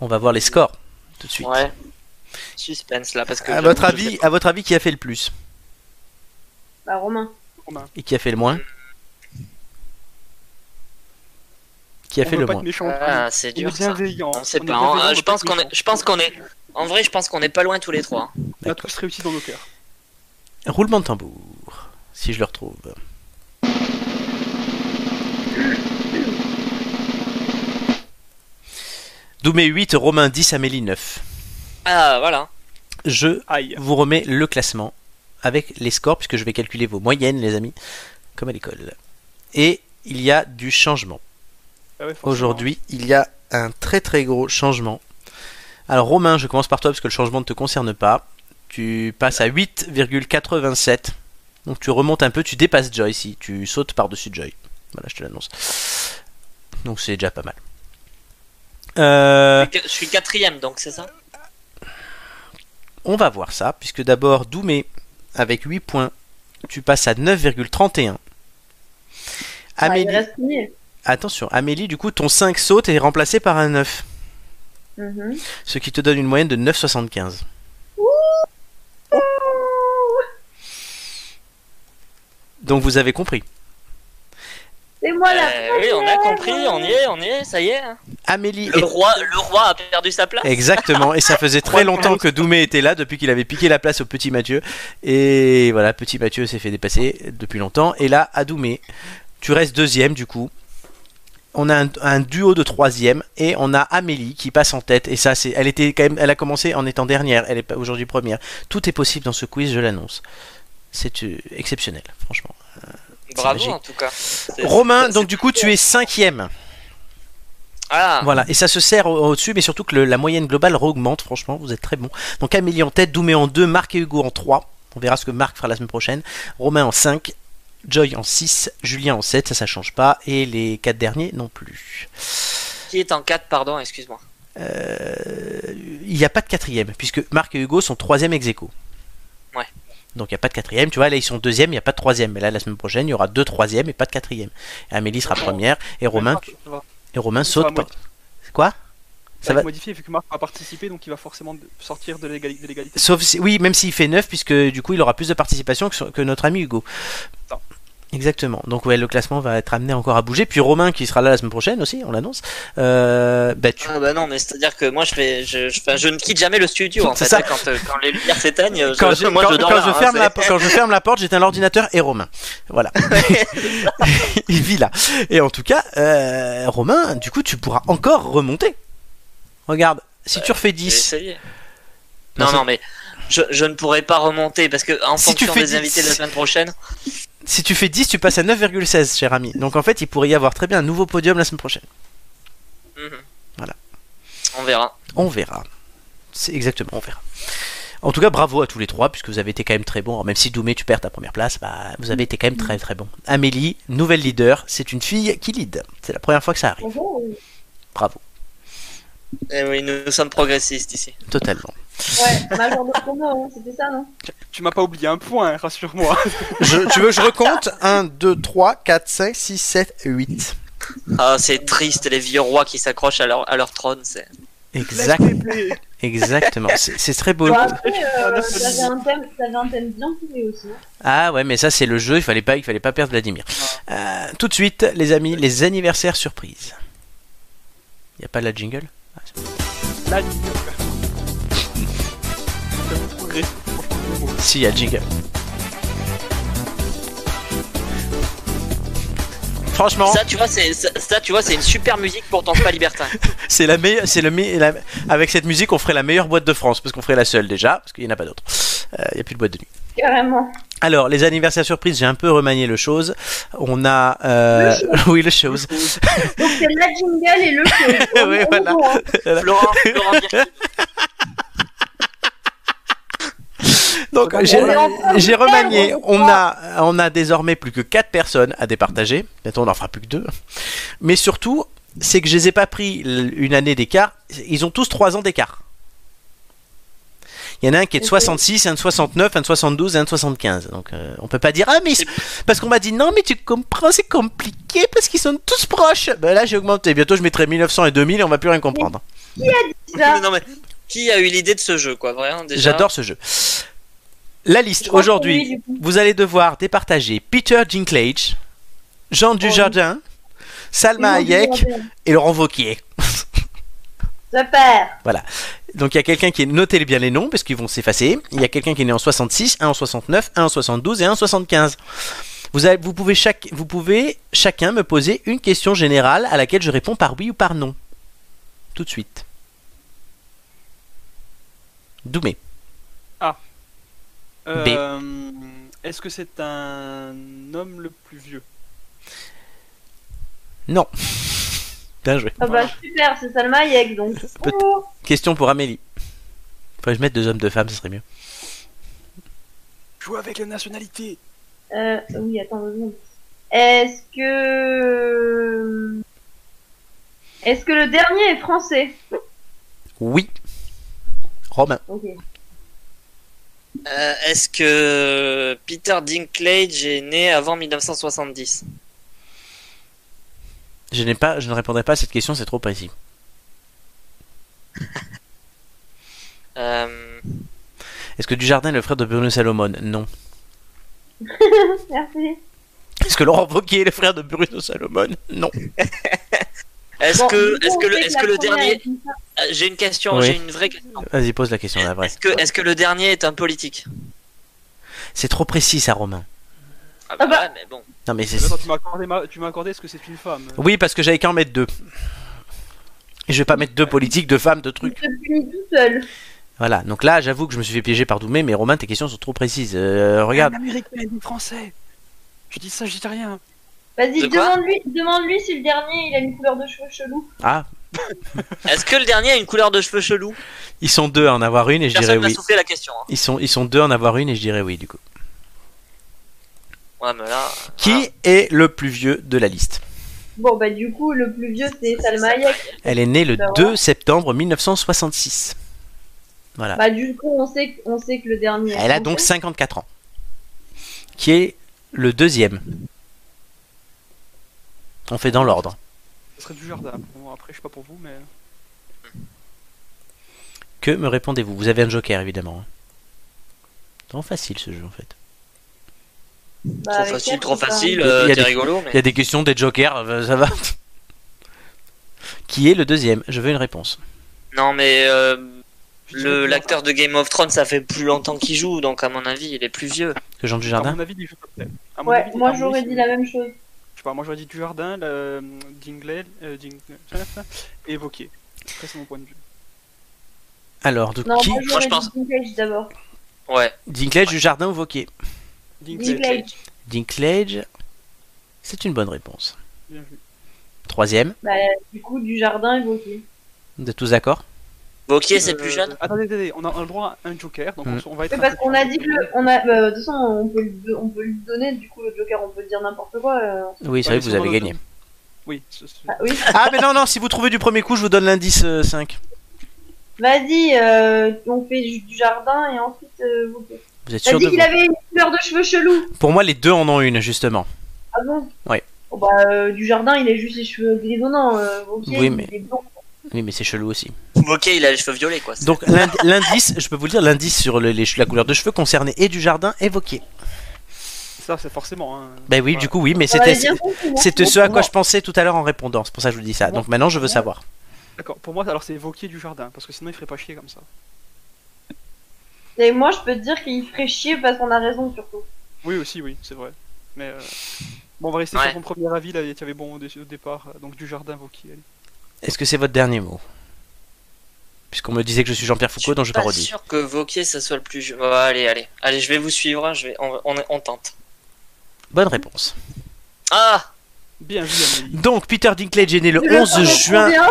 [SPEAKER 1] On va voir les scores tout de suite.
[SPEAKER 2] Ouais. Suspense là, parce que.
[SPEAKER 1] À
[SPEAKER 2] j'avoue,
[SPEAKER 1] votre
[SPEAKER 2] je
[SPEAKER 1] avis, à votre avis, qui a fait le plus
[SPEAKER 3] Bah, Romain.
[SPEAKER 1] et qui a fait le moins Qui a
[SPEAKER 4] on
[SPEAKER 1] fait
[SPEAKER 4] veut
[SPEAKER 1] le
[SPEAKER 4] pas
[SPEAKER 1] moins
[SPEAKER 4] être méchant.
[SPEAKER 2] sais pas. Ah, c'est
[SPEAKER 4] on
[SPEAKER 2] dur
[SPEAKER 4] est
[SPEAKER 2] ça.
[SPEAKER 4] bienveillant.
[SPEAKER 2] On sait
[SPEAKER 4] est
[SPEAKER 2] pas.
[SPEAKER 4] bienveillant,
[SPEAKER 2] hein.
[SPEAKER 4] on
[SPEAKER 2] Je
[SPEAKER 4] veut pas
[SPEAKER 2] pense
[SPEAKER 4] être
[SPEAKER 2] qu'on
[SPEAKER 4] méchant.
[SPEAKER 2] est. Je pense qu'on est. En vrai, je pense qu'on est pas loin tous les trois. hein.
[SPEAKER 4] On a tous réussi dans nos cœurs.
[SPEAKER 1] Roulement de tambour, si je le retrouve. Doumé 8, Romain 10, Amélie 9.
[SPEAKER 2] Ah voilà.
[SPEAKER 1] Je
[SPEAKER 4] Aïe.
[SPEAKER 1] vous remets le classement avec les scores, puisque je vais calculer vos moyennes, les amis, comme à l'école. Et il y a du changement.
[SPEAKER 4] Ah ouais, forcément.
[SPEAKER 1] Aujourd'hui, il y a un très très gros changement. Alors Romain, je commence par toi parce que le changement ne te concerne pas. Tu passes à 8,87. Donc tu remontes un peu, tu dépasses Joy ici, tu sautes par-dessus Joy. Voilà, je te l'annonce. Donc c'est déjà pas mal. Euh,
[SPEAKER 2] Je suis quatrième donc c'est ça.
[SPEAKER 1] on va voir ça, puisque d'abord Doumé, avec 8 points, tu passes à 9,31.
[SPEAKER 3] Ah,
[SPEAKER 1] Amélie,
[SPEAKER 3] il reste premier.
[SPEAKER 1] attention, Amélie, du coup, ton 5 saute et est remplacé par un 9.
[SPEAKER 3] Mhm.
[SPEAKER 1] ce qui te donne une moyenne de 9,75. Donc vous avez compris.
[SPEAKER 3] C'est moi la
[SPEAKER 2] Euh,
[SPEAKER 3] première.
[SPEAKER 2] oui, on a compris, on y est, on y est, ça y est. hein.
[SPEAKER 1] Amélie
[SPEAKER 2] Le
[SPEAKER 1] est-
[SPEAKER 2] roi, le roi a perdu sa place.
[SPEAKER 1] Exactement, et ça faisait très longtemps que Doumé était là depuis qu'il avait piqué la place au petit Mathieu. Et voilà, petit Mathieu s'est fait dépasser depuis longtemps. Et là, à Doumé, tu restes deuxième du coup. On a un, un duo de troisième et on a Amélie qui passe en tête. Et ça, c'est, elle était quand même, elle a commencé en étant dernière. Elle est pas- aujourd'hui première. Tout est possible dans ce quiz, je l'annonce. C'est euh, exceptionnel, franchement.
[SPEAKER 2] Bravo
[SPEAKER 1] magique.
[SPEAKER 2] en tout cas. Euh, C'est-
[SPEAKER 1] Romain,
[SPEAKER 2] c'est-
[SPEAKER 1] donc du coup, tu es cinquième.
[SPEAKER 2] Ah,
[SPEAKER 1] Voilà, et ça se sert au- au-dessus, mais surtout que le- la moyenne globale augmente, franchement, vous êtes très bon. Donc Amélie en tête, Doumé en 2, Marc et Hugo en 3. On verra ce que Marc fera la semaine prochaine. Romain en 5, Joy en 6, Julien en 7, ça ça change pas, et les 4 derniers non plus.
[SPEAKER 2] qui est en 4, pardon, excuse-moi.
[SPEAKER 1] Euh, Il n'y a pas de quatrième, puisque Marc et Hugo sont troisième ex aequo.
[SPEAKER 2] Ouais.
[SPEAKER 1] Donc il n'y a pas de quatrième, tu vois, là ils sont deuxième, il n'y a pas de troisième. Mais là la semaine prochaine, il y aura deux troisièmes et pas de quatrième. Et Amélie
[SPEAKER 2] Oh.
[SPEAKER 1] sera première, et Romain,
[SPEAKER 4] Marc, ça va.
[SPEAKER 1] et Romain
[SPEAKER 4] Il sera
[SPEAKER 1] saute. par-
[SPEAKER 4] modifié.
[SPEAKER 1] Quoi Ça
[SPEAKER 2] Bah,
[SPEAKER 4] Il va
[SPEAKER 1] va,
[SPEAKER 4] être modifié vu que Marc va participer, donc il va forcément de- sortir de l'égali- de l'égalité.
[SPEAKER 1] Sauf si, oui, même s'il fait 9, puisque du coup il aura plus de participation que, son- que notre ami Hugo.
[SPEAKER 4] Non.
[SPEAKER 1] Exactement. Donc ouais, le classement va être amené encore à bouger. Puis Romain qui sera là la semaine prochaine aussi, on l'annonce. Euh, bah, tu-
[SPEAKER 2] Ah bah non, mais c'est-à-dire que moi je fais, je, je, enfin, je ne quitte jamais le studio en
[SPEAKER 1] C'est
[SPEAKER 2] fait.
[SPEAKER 1] ça.
[SPEAKER 2] hein, Quand, euh, quand les lumières s'éteignent, je-
[SPEAKER 1] quand, j'ai-
[SPEAKER 2] moi
[SPEAKER 1] quand-
[SPEAKER 2] je dors
[SPEAKER 1] quand
[SPEAKER 2] là,
[SPEAKER 1] je
[SPEAKER 2] hein,
[SPEAKER 1] ferme la,
[SPEAKER 2] c'est-
[SPEAKER 1] quand je ferme la porte, j'éteins l'ordinateur et Romain. Voilà. il vit là. Et en tout cas, euh, Romain, du coup, tu pourras encore remonter. Regarde, si tu refais
[SPEAKER 2] Je vais
[SPEAKER 1] 10,
[SPEAKER 2] essayer.
[SPEAKER 1] Non,
[SPEAKER 2] Non,
[SPEAKER 1] c'est-
[SPEAKER 2] non, mais je, je ne pourrais pas remonter parce que en
[SPEAKER 1] Si tu
[SPEAKER 2] fonction
[SPEAKER 1] fais
[SPEAKER 2] des
[SPEAKER 1] dix-
[SPEAKER 2] invités de la semaine prochaine,
[SPEAKER 1] si tu fais 10, tu passes à 9,16, cher ami. Donc en fait, il pourrait y avoir très bien un nouveau podium la semaine prochaine.
[SPEAKER 2] mhm.
[SPEAKER 1] Voilà.
[SPEAKER 2] on verra.
[SPEAKER 1] On verra. C'est exactement, on verra. En tout cas, bravo à tous les trois, puisque vous avez été quand même très bons. Alors, même si Doumé, tu perds ta première place, bah, vous avez été quand même très très bons. Amélie, nouvelle leader, c'est une fille qui lead. C'est la première fois que ça arrive.
[SPEAKER 3] Bonjour.
[SPEAKER 1] Bravo,
[SPEAKER 2] Et Eh oui, nous, nous sommes progressistes ici.
[SPEAKER 1] totalement.
[SPEAKER 3] Ouais, major de combat, hein, c'était ça, non
[SPEAKER 4] Tu m'as pas oublié un point, hein, rassure-moi.
[SPEAKER 1] Je- tu veux que je recompte 1, 2, 3, 4, 5, 6, 7, 8.
[SPEAKER 2] Ah, c'est triste les vieux rois qui s'accrochent à leur, à leur trône. C'est
[SPEAKER 1] Exact, exactement. C'est c'est très beau.
[SPEAKER 3] Bon, après, euh, t'avais un thème, t'avais un thème bien trouvé aussi. hein.
[SPEAKER 1] Ah ouais, mais ça c'est le jeu, il fallait pas, il fallait pas perdre Vladimir. Euh, tout de suite, les amis, les anniversaires surprises. Y a pas la jingle Ah,
[SPEAKER 4] La ligne. Ça vous progresse, franchement, c'est beau.
[SPEAKER 1] Si, y a le jingle. Franchement,
[SPEAKER 2] ça, tu vois, c'est ça, ça, tu vois, c'est une super musique pour ton spa libertin.
[SPEAKER 1] c'est la meilleure, c'est le me- la- avec cette musique, on ferait la meilleure boîte de France parce qu'on ferait la seule déjà, parce qu'il n'y en a pas d'autre. Il n'y a plus de boîte de nuit.
[SPEAKER 3] Carrément.
[SPEAKER 1] Alors, les anniversaires surprises, j'ai un peu remanié le chose. On a, euh, oui, le chose.
[SPEAKER 3] Donc c'est la jingle et le show. On-
[SPEAKER 1] Oui,
[SPEAKER 3] on
[SPEAKER 1] voilà.
[SPEAKER 3] est bon,
[SPEAKER 2] Florent,
[SPEAKER 3] hein.
[SPEAKER 2] Florent Virgile.
[SPEAKER 1] Donc,
[SPEAKER 4] On est
[SPEAKER 1] j'ai
[SPEAKER 3] en train de
[SPEAKER 1] j'ai
[SPEAKER 3] perdre,
[SPEAKER 1] remanié.
[SPEAKER 3] je
[SPEAKER 1] On
[SPEAKER 3] crois.
[SPEAKER 1] a, on a désormais plus que 4 personnes à départager. Bientôt, on en fera plus que 2. Mais surtout, c'est que je les ai pas pris l- une année d'écart. Ils ont tous 3 ans d'écart. Il y en a un qui est de
[SPEAKER 3] Ok.
[SPEAKER 1] 66, un de 69, un de 72 et un de 75. Donc euh, on peut pas dire ah mais c'est- parce qu'on m'a dit non mais tu comprends c'est compliqué parce qu'ils sont tous proches. Ben là j'ai augmenté. Bientôt je mettrai 1900 et 2000 et on va plus rien comprendre.
[SPEAKER 3] Ça,
[SPEAKER 2] non mais qui a eu l'idée de ce jeu, quoi, vraiment déjà.
[SPEAKER 1] J'adore ce jeu. La liste
[SPEAKER 3] je crois que
[SPEAKER 1] aujourd'hui.
[SPEAKER 3] oui, du coup.
[SPEAKER 1] vous allez devoir départager Peter Dinklage,
[SPEAKER 3] Oh
[SPEAKER 1] Jean Dujardin, Salma
[SPEAKER 3] Ils m'ont
[SPEAKER 1] Hayek
[SPEAKER 3] dit, regardez.
[SPEAKER 1] et Laurent Vauquier.
[SPEAKER 3] Super.
[SPEAKER 1] Donc il y a quelqu'un qui est notez bien les noms parce qu'ils vont s'effacer. Il y a quelqu'un qui est né en 66, un en 69, un en 72 et un en 75. Vous, avez- vous pouvez chaque, vous pouvez chacun me poser une question générale à laquelle je réponds par oui ou par non. Tout de suite. Doumé.
[SPEAKER 4] Euh, Est-ce que c'est un homme le plus vieux
[SPEAKER 1] Bien joué.
[SPEAKER 3] Ah bah super, c'est Salma Hayek donc.
[SPEAKER 1] Peut-
[SPEAKER 3] Bonjour.
[SPEAKER 1] Question pour Amélie. Faudrait que je mette deux hommes, deux femmes, ce serait mieux.
[SPEAKER 4] Joue avec la nationalité
[SPEAKER 3] Euh, oui, attends deux secondes. Est-ce que est-ce que le dernier est français
[SPEAKER 1] Oui. Romain.
[SPEAKER 3] Ok.
[SPEAKER 2] Euh, Est-ce que Peter Dinklage est né avant 1970
[SPEAKER 1] Je n'ai pas, je ne répondrai pas à cette question, c'est trop précis.
[SPEAKER 2] euh...
[SPEAKER 1] Est-ce que Dujardin est le frère de Bruno Salomon Non.
[SPEAKER 3] Merci.
[SPEAKER 1] Est-ce que Laurent Wauquiez est le frère de Bruno Salomon Non.
[SPEAKER 2] Est-ce
[SPEAKER 3] Bon,
[SPEAKER 2] que,
[SPEAKER 3] du coup,
[SPEAKER 2] est-ce
[SPEAKER 3] on
[SPEAKER 2] que, le-
[SPEAKER 3] sait
[SPEAKER 2] est-ce
[SPEAKER 3] la
[SPEAKER 2] que le
[SPEAKER 3] première
[SPEAKER 2] dernier,
[SPEAKER 3] est une femme.
[SPEAKER 2] Euh, j'ai une question,
[SPEAKER 1] Oui.
[SPEAKER 2] j'ai une vraie question.
[SPEAKER 1] Vas-y, pose la question, la vraie.
[SPEAKER 2] Est-ce que, est-ce que le dernier est un politique
[SPEAKER 1] C'est trop précis, ça, Romain.
[SPEAKER 2] Ah
[SPEAKER 3] bah.
[SPEAKER 2] ouais, mais bon.
[SPEAKER 1] Non, mais c'est.
[SPEAKER 4] Attends, tu m'as accordé, ma- tu m'as accordé est-ce que c'est une femme
[SPEAKER 1] Oui, parce que j'avais qu'à en mettre deux. Et je vais pas mettre deux politiques, deux femmes, deux
[SPEAKER 3] Je
[SPEAKER 1] trucs.
[SPEAKER 3] te punis tout seul.
[SPEAKER 1] Voilà. Donc là, j'avoue que je me suis fait piéger par Doumé, mais Romain, tes questions sont trop précises. Euh, regarde.
[SPEAKER 4] Un américain, un français Je dis ça, je dis rien
[SPEAKER 3] Vas-y,
[SPEAKER 2] De quoi
[SPEAKER 3] demande-lui demande -lui si le dernier il a une couleur de cheveux chelou.
[SPEAKER 1] Ah,
[SPEAKER 2] Est-ce que le dernier a une couleur de cheveux chelou
[SPEAKER 1] Ils sont deux à en avoir une et je
[SPEAKER 2] Personne
[SPEAKER 1] dirais
[SPEAKER 2] n'a
[SPEAKER 1] oui.
[SPEAKER 2] soufflé la question. hein.
[SPEAKER 1] Ils sont, ils sont deux à en avoir une et je dirais oui du coup.
[SPEAKER 2] Ouais, mais là,
[SPEAKER 1] Qui est le plus vieux de la liste
[SPEAKER 3] Bon, bah, du coup, le plus vieux, c'est Salma Hayek.
[SPEAKER 1] Elle est née le
[SPEAKER 3] Bah,
[SPEAKER 1] 2
[SPEAKER 3] voilà.
[SPEAKER 1] septembre 1966.
[SPEAKER 2] Ah.
[SPEAKER 1] Voilà.
[SPEAKER 3] Bah, du coup, on sait, on sait que le dernier.
[SPEAKER 1] Elle a donc 54 ans. Qui est le deuxième On fait dans l'ordre.
[SPEAKER 4] Ce serait du jardin. Bon, après, je sais pas pour vous, mais. euh,
[SPEAKER 1] Que me répondez-vous Vous avez un joker évidemment. hein. C'est vraiment facile ce jeu en fait.
[SPEAKER 3] Bah,
[SPEAKER 2] trop
[SPEAKER 3] avec
[SPEAKER 2] facile,
[SPEAKER 3] elle,
[SPEAKER 2] trop
[SPEAKER 3] c'est pas-
[SPEAKER 1] Il
[SPEAKER 2] facile,
[SPEAKER 1] y a
[SPEAKER 2] euh,
[SPEAKER 1] des-
[SPEAKER 2] t'es rigolo, mais
[SPEAKER 1] Il y a des questions, des jokers, euh, ça va. Qui est le deuxième Je veux une réponse.
[SPEAKER 2] non, mais euh, le l'acteur de Game of Thrones, ça fait plus longtemps qu'il joue, donc à mon avis, il est plus vieux.
[SPEAKER 1] Que Jean du
[SPEAKER 4] À
[SPEAKER 1] Jardin
[SPEAKER 4] mon avis, des jeux comme ça. À mon
[SPEAKER 3] Ouais,
[SPEAKER 4] avis, à
[SPEAKER 3] moi,
[SPEAKER 4] mon
[SPEAKER 3] j'aurais
[SPEAKER 4] avis,
[SPEAKER 3] dit la même chose.
[SPEAKER 4] Je sais pas, moi j'aurais dit du jardin, le... Dingley, euh, Ding... et Vauquier. Après, c'est mon point de vue.
[SPEAKER 1] Alors, de
[SPEAKER 3] Non,
[SPEAKER 1] qui
[SPEAKER 3] moi,
[SPEAKER 2] Moi, je
[SPEAKER 3] j'aurais
[SPEAKER 2] pense-
[SPEAKER 3] dit Dinklage d'abord.
[SPEAKER 2] Ouais.
[SPEAKER 1] Dinklage du Jardin ou Vauquier
[SPEAKER 3] Dinklage.
[SPEAKER 1] Dinklage, c'est une bonne réponse.
[SPEAKER 4] Bien vu.
[SPEAKER 1] Troisième,
[SPEAKER 3] Bah, du coup, du jardin évoqué.
[SPEAKER 1] de tous d'accord
[SPEAKER 2] Vauquier, c'est
[SPEAKER 4] Euh,
[SPEAKER 2] plus jeune.
[SPEAKER 4] Attendez, attendez, on a, on a le droit à un joker, donc
[SPEAKER 1] Hmm.
[SPEAKER 4] on, on va être.
[SPEAKER 3] Mais
[SPEAKER 4] un
[SPEAKER 3] parce
[SPEAKER 4] peu-
[SPEAKER 3] qu'on a dit que le, on a, bah, de toute façon, on peut, le, on peut le donner, du coup, le Joker, on peut dire n'importe quoi. euh.
[SPEAKER 1] Oui, c'est
[SPEAKER 4] Ouais,
[SPEAKER 1] vrai que vous
[SPEAKER 4] mais
[SPEAKER 1] avez
[SPEAKER 4] sur le-
[SPEAKER 1] gagné.
[SPEAKER 4] Oui, ce- ce-
[SPEAKER 3] Ah, oui.
[SPEAKER 1] Ah, mais non, non, si vous trouvez du premier coup, je vous donne l'indice euh, 5.
[SPEAKER 3] Vas-y, euh, on fait ju- du jardin et ensuite euh, vous.
[SPEAKER 1] Vous êtes
[SPEAKER 3] T'as
[SPEAKER 1] sûr
[SPEAKER 3] dit
[SPEAKER 1] de
[SPEAKER 3] qu'il
[SPEAKER 1] vous
[SPEAKER 3] avait une couleur de cheveux chelou.
[SPEAKER 1] Pour moi, les deux en ont une, justement.
[SPEAKER 3] Ah bon
[SPEAKER 1] Ouais.
[SPEAKER 3] Oh, bah, euh, du jardin, il a juste les cheveux grisonnants. Euh, ok,
[SPEAKER 1] Oui, mais-
[SPEAKER 3] il est blond.
[SPEAKER 1] Oui, mais c'est chelou aussi.
[SPEAKER 2] Vauquier, il a les cheveux violets, quoi. C'est-
[SPEAKER 1] Donc, l'ind- l'indice, je peux vous le dire, l'indice sur le- les che- la couleur de cheveux concernait et du jardin et Vauquier.
[SPEAKER 4] ça, c'est forcément. Hein.
[SPEAKER 1] Ben oui,
[SPEAKER 4] Voilà.
[SPEAKER 1] du coup, oui, mais
[SPEAKER 3] On avait
[SPEAKER 1] c'était.
[SPEAKER 3] bien compris, hein.
[SPEAKER 1] C'était
[SPEAKER 3] Bon,
[SPEAKER 1] ce à quoi
[SPEAKER 3] bon.
[SPEAKER 1] je pensais tout à l'heure en répondant, c'est pour ça que je vous dis ça. Donc maintenant je veux savoir.
[SPEAKER 4] D'accord, pour moi, alors c'est Vauquier du jardin, parce que sinon il ferait pas chier comme ça.
[SPEAKER 3] Et moi, je peux te dire qu'il ferait chier parce qu'on a raison, surtout.
[SPEAKER 4] Oui, aussi, oui, c'est vrai. Mais. euh, Bon, on va rester
[SPEAKER 2] Ouais.
[SPEAKER 4] sur ton premier avis, là, tu avais bon au, dé- au départ, euh, donc du jardin, Vauquier. allez.
[SPEAKER 1] Est-ce que c'est votre dernier mot Puisqu'on me disait que je suis Jean-Pierre
[SPEAKER 2] Je suis
[SPEAKER 1] Foucault, donc je
[SPEAKER 2] pas
[SPEAKER 1] parodie.
[SPEAKER 2] sûr que Vauquier, ça soit le plus vieux. Bon, allez, allez, allez, je vais vous suivre. hein, Je vais, on, on- on tente.
[SPEAKER 1] Bonne réponse.
[SPEAKER 2] Ah,
[SPEAKER 4] Bien vu, Amélie.
[SPEAKER 1] Donc Peter Dinklage est né le
[SPEAKER 3] Je le
[SPEAKER 1] 11
[SPEAKER 3] ferais
[SPEAKER 1] juin,
[SPEAKER 3] trop Ah,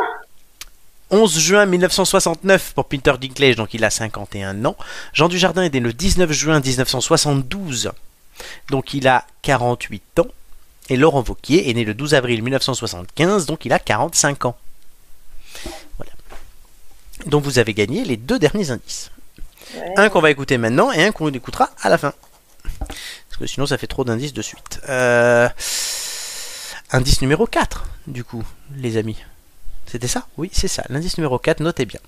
[SPEAKER 3] bien.
[SPEAKER 1] 11 juin 1969 pour Peter Dinklage, donc il a 51 ans. Jean Dujardin est né le 19 juin 1972, donc il a 48 ans. Et Laurent Vauquier est né le 12 avril 1975, donc il a 45 ans. Voilà. Donc vous avez gagné les deux derniers indices.
[SPEAKER 3] Ouais.
[SPEAKER 1] Un qu'on va écouter maintenant et un qu'on écoutera à la fin. Parce que sinon ça fait trop d'indices de suite. Euh, Indice numéro 4, du coup, les amis. C'était ça Oui, c'est ça. L'indice numéro 4, notez bien.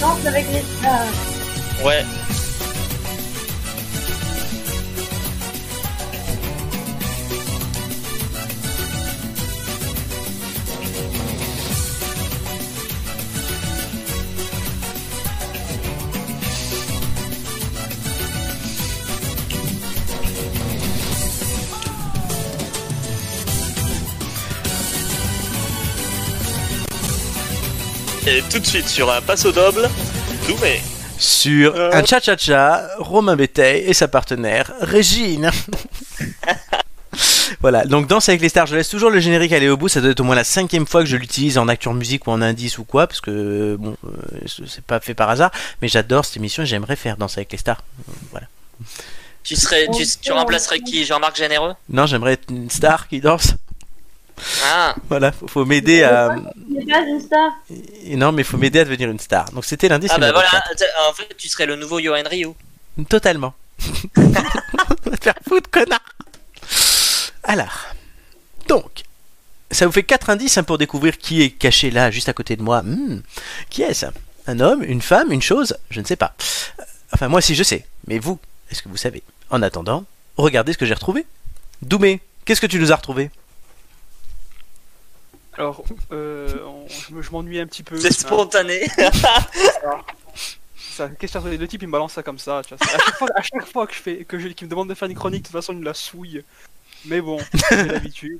[SPEAKER 3] Danse avec les. Ah,
[SPEAKER 2] ouais.
[SPEAKER 10] Et euh, tout de suite sur un passo doble, Doumé.
[SPEAKER 1] Sur un cha-cha-cha, Romain Béteille et sa partenaire, Régine. voilà, donc Danse avec les stars, je laisse toujours le générique aller au bout, ça doit être au moins la cinquième fois que je l'utilise en acteur musique ou en indice ou quoi, parce que bon, euh, c'est pas fait par hasard, mais j'adore cette émission et j'aimerais faire Danse avec les stars.
[SPEAKER 2] Tu serais, tu, tu remplacerais qui Jean-Marc Généreux
[SPEAKER 1] Non, j'aimerais être une star qui danse.
[SPEAKER 2] Ah,
[SPEAKER 1] Voilà, faut, faut m'aider à. euh,
[SPEAKER 3] il n'est pas une star.
[SPEAKER 1] Non, mais faut m'aider à devenir une star. Donc c'était l'indice
[SPEAKER 2] ah bah
[SPEAKER 1] numéro
[SPEAKER 2] voilà. t'as- En fait, tu serais le nouveau Johan Ryu.
[SPEAKER 1] quatre. Totalement. On va te faire foutre, connard. Alors, donc, ça vous fait quatre indices hein, pour découvrir qui est caché là, juste à côté de moi. Hmm, Qui est-ce Un homme, une femme, une chose Je ne sais pas. Euh, Enfin, moi si je sais, mais vous, est-ce que vous savez En attendant, regardez ce que j'ai retrouvé. Doumé, qu'est-ce que tu nous as retrouvé
[SPEAKER 4] Alors, euh, on- je me- je m'ennuie un petit peu.
[SPEAKER 2] C'est
[SPEAKER 4] hein.
[SPEAKER 2] spontané.
[SPEAKER 4] Ça, qu'est-ce que le type il me balance ça comme ça, tu vois, c'est- à, chaque fois, à chaque fois que je fais que je qu'il me demande de faire une chronique, de toute façon il me la souille. Mais bon, c'est l'habitude.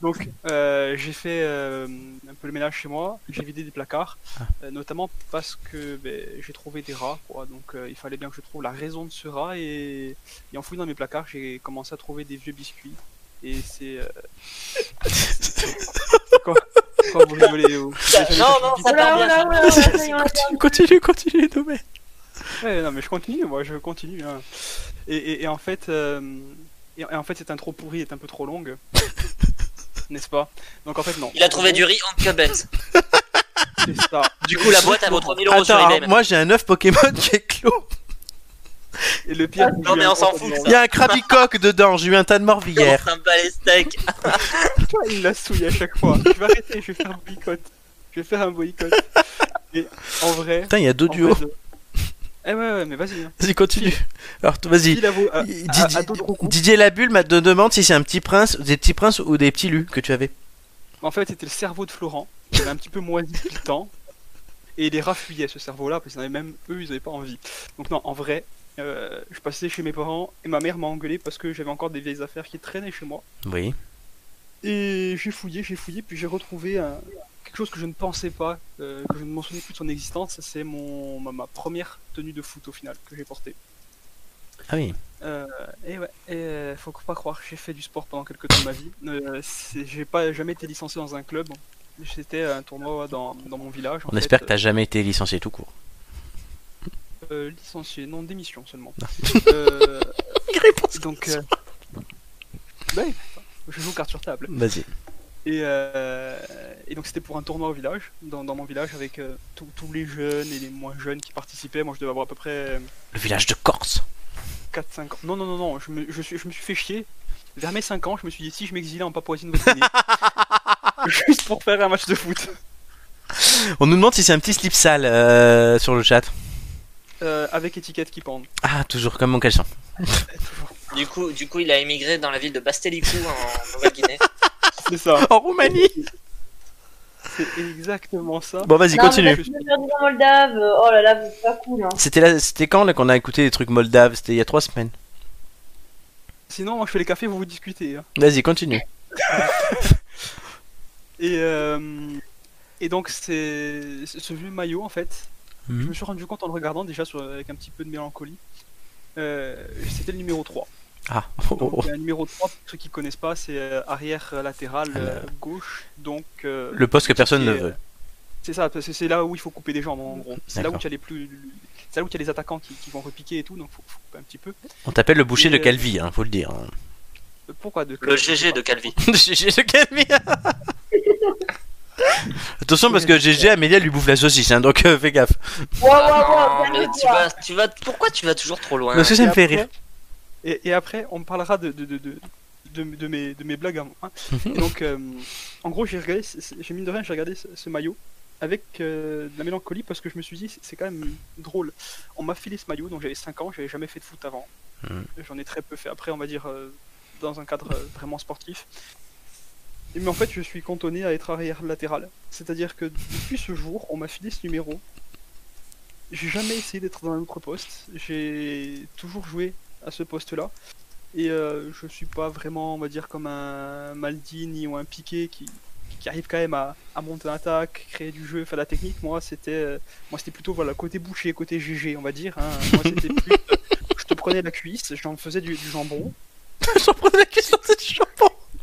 [SPEAKER 4] Donc euh, j'ai fait euh, un peu le ménage chez moi, j'ai vidé des placards, euh, notamment parce que ben, j'ai trouvé des rats, quoi. Donc euh, il fallait bien que je trouve la raison de ce rat et, et en fouillant dans mes placards, j'ai commencé à trouver des vieux biscuits. Et c'est euh, Quoi Quoi, vous rigolez vous Vous
[SPEAKER 2] Non, non,
[SPEAKER 3] Oh
[SPEAKER 2] ça part bien. ça.
[SPEAKER 1] Continue, continue, continue, Domaine.
[SPEAKER 4] Ouais, non, mais je continue, moi, je continue. hein. Et, et- et en fait, euh, et, et en fait, cette intro pourrie est un peu trop longue, n'est-ce pas Donc en fait, non.
[SPEAKER 2] Il a trouvé du riz en cabette.
[SPEAKER 4] C'est ça.
[SPEAKER 2] Du coup, la boîte, elle vaut 3000 euros sur
[SPEAKER 1] Attends,
[SPEAKER 2] eBay.
[SPEAKER 1] alors, moi j'ai un œuf Pokémon qui est clos.
[SPEAKER 4] Et le pire.
[SPEAKER 2] Ah, Non, mais on s'en fout,
[SPEAKER 1] Il y a un crabicoque dedans, j'ai eu un tas de
[SPEAKER 2] On
[SPEAKER 1] morvillères.
[SPEAKER 2] s'en bat les steaks.
[SPEAKER 4] Toi, il la souille à chaque fois. Je vais arrêter, je vais faire un boycott. Je vais faire un boycott. Et en vrai.
[SPEAKER 1] Putain, il y a deux
[SPEAKER 4] en
[SPEAKER 1] duos.
[SPEAKER 4] fait, euh, Eh ouais, ouais, mais vas-y. hein. euh,
[SPEAKER 1] Vas-y, continue. Alors, t- vas-y.
[SPEAKER 4] File à vous- à- à-
[SPEAKER 1] Didier,
[SPEAKER 4] à d'autres coups.
[SPEAKER 1] Didier Labulle m'a de- demande si c'est un petit prince, des petits princes ou des petits lus que tu avais.
[SPEAKER 4] En fait, c'était le cerveau de Florent, qui avait un petit peu moisi depuis le temps. Et il les raffuyait ce cerveau-là, parce qu'ils en avaient même eux, ils n'avaient pas envie. Donc, non, en vrai, euh, je passais chez mes parents et ma mère m'a engueulé parce que j'avais encore des vieilles affaires qui traînaient chez moi.
[SPEAKER 1] Oui.
[SPEAKER 4] Et j'ai fouillé, j'ai fouillé, puis j'ai retrouvé un- quelque chose que je ne pensais pas, euh, que je ne m'en souvenais plus de son existence. C'est mon... ma, ma première tenue de foot au final que j'ai portée.
[SPEAKER 1] Ah oui.
[SPEAKER 4] Euh, et ouais, et, euh, faut pas croire, j'ai fait du sport pendant quelques temps de ma vie. Euh, c'est- j'ai pas jamais été licencié dans un club. C'était un tournoi dans, dans mon village. en
[SPEAKER 1] On
[SPEAKER 4] fait.
[SPEAKER 1] espère que t'as jamais été licencié tout court.
[SPEAKER 4] Euh, licencié, non, démission seulement. Euh, donc, euh, ouais, je joue carte sur table.
[SPEAKER 1] Vas-y.
[SPEAKER 4] Et, euh, et donc c'était pour un tournoi au village, dans, dans mon village, avec euh, tous- tous les jeunes et les moins jeunes qui participaient. Moi, je devais avoir à peu près euh,
[SPEAKER 1] Le village de Corse.
[SPEAKER 4] 4-5 ans. Non, non, non, non, je me, je, suis- je me suis fait chier. Vers mes 5 ans, je me suis dit si je m'exilais en Papouasie-Nouvelle-Guinée, juste pour faire un match de foot.
[SPEAKER 1] On nous demande si c'est un petit slip sale euh, sur le chat.
[SPEAKER 4] Euh, avec étiquette qui pend.
[SPEAKER 1] Ah, toujours comme mon caleçon.
[SPEAKER 2] Du coup, du coup, il a émigré dans la ville de Bastelicou en Nouvelle-Guinée.
[SPEAKER 4] C'est ça,
[SPEAKER 1] En Roumanie
[SPEAKER 4] c'est exactement ça.
[SPEAKER 1] Bon, vas-y,
[SPEAKER 3] Non, mais
[SPEAKER 1] continue.
[SPEAKER 3] parce que me faire dire en moldave, euh, oh là là, vous êtes pas cool. Hein.
[SPEAKER 1] C'était là, c'était quand là qu'on a écouté des trucs moldaves C'était il y a trois semaines.
[SPEAKER 4] Sinon, moi je fais les cafés, vous vous discutez. hein.
[SPEAKER 1] Vas-y, continue.
[SPEAKER 4] Et, euh, et donc, c'est c'est ce vieux maillot en fait.
[SPEAKER 1] Mhm.
[SPEAKER 4] Je me suis rendu compte en le regardant déjà sur- avec un petit peu de mélancolie. Euh, C'était le numéro 3.
[SPEAKER 1] Ah, oh, oh,
[SPEAKER 4] Donc,
[SPEAKER 1] oh.
[SPEAKER 4] euh, numéro 3, pour ceux qui connaissent pas, c'est euh, arrière euh, latéral euh, gauche. Donc, euh,
[SPEAKER 1] Ah le poste que personne
[SPEAKER 4] Et,
[SPEAKER 1] ne
[SPEAKER 4] euh,
[SPEAKER 1] veut.
[SPEAKER 4] C'est ça, parce que c'est là où il faut couper des jambes en gros. C'est là où
[SPEAKER 1] D'accord.
[SPEAKER 4] tu as les plus, c'est là où tu as les attaquants qui, qui vont repiquer et tout, donc faut, faut couper un petit peu.
[SPEAKER 1] On t'appelle le boucher
[SPEAKER 4] et,
[SPEAKER 1] de
[SPEAKER 4] euh,
[SPEAKER 1] Calvi, hein, faut le dire.
[SPEAKER 4] Euh, Pourquoi de
[SPEAKER 2] Le GG de Calvi.
[SPEAKER 1] Le GG de Calvi Attention parce que GG Amélia lui bouffe la saucisse, hein, donc euh, fais gaffe.
[SPEAKER 3] Wow, wow,
[SPEAKER 2] Ah
[SPEAKER 3] wow,
[SPEAKER 2] non, mais tu
[SPEAKER 3] calme-toi.
[SPEAKER 2] vas, tu vas, pourquoi tu vas toujours trop loin
[SPEAKER 1] Parce que ça
[SPEAKER 4] Et
[SPEAKER 1] me fait
[SPEAKER 4] après-
[SPEAKER 1] rire.
[SPEAKER 4] Et, et après, on parlera de de, de, de, de, de mes de mes blagues. à moi, hein. Et donc, euh, en gros, j'ai regardé, ce- ce- j'ai mine de rien, j'ai regardé ce, ce maillot avec euh, de la mélancolie parce que je me suis dit c'est- c'est quand même drôle. On m'a filé ce maillot, donc j'avais 5 ans, j'avais jamais fait de foot avant.
[SPEAKER 1] Mhm.
[SPEAKER 4] J'en ai très peu fait après, on va dire euh, dans un cadre euh, vraiment sportif. Et- Mais en fait, je suis cantonné à être arrière latéral. C'est-à-dire que depuis ce jour, on m'a filé ce numéro. J'ai jamais essayé d'être dans un autre poste. J'ai toujours joué à ce poste-là. Et euh, je suis pas vraiment, on va dire, comme un Maldini ou un Piqué qui, qui arrive quand même à, à monter un attaque, créer du jeu, faire de la technique. Moi, c'était euh, moi c'était plutôt voilà côté boucher, côté GG, on va dire. hein. Moi, c'était plus, euh, je te prenais la cuisse, j'en faisais du, du jambon.
[SPEAKER 1] J'en prenais la question de cette chambre.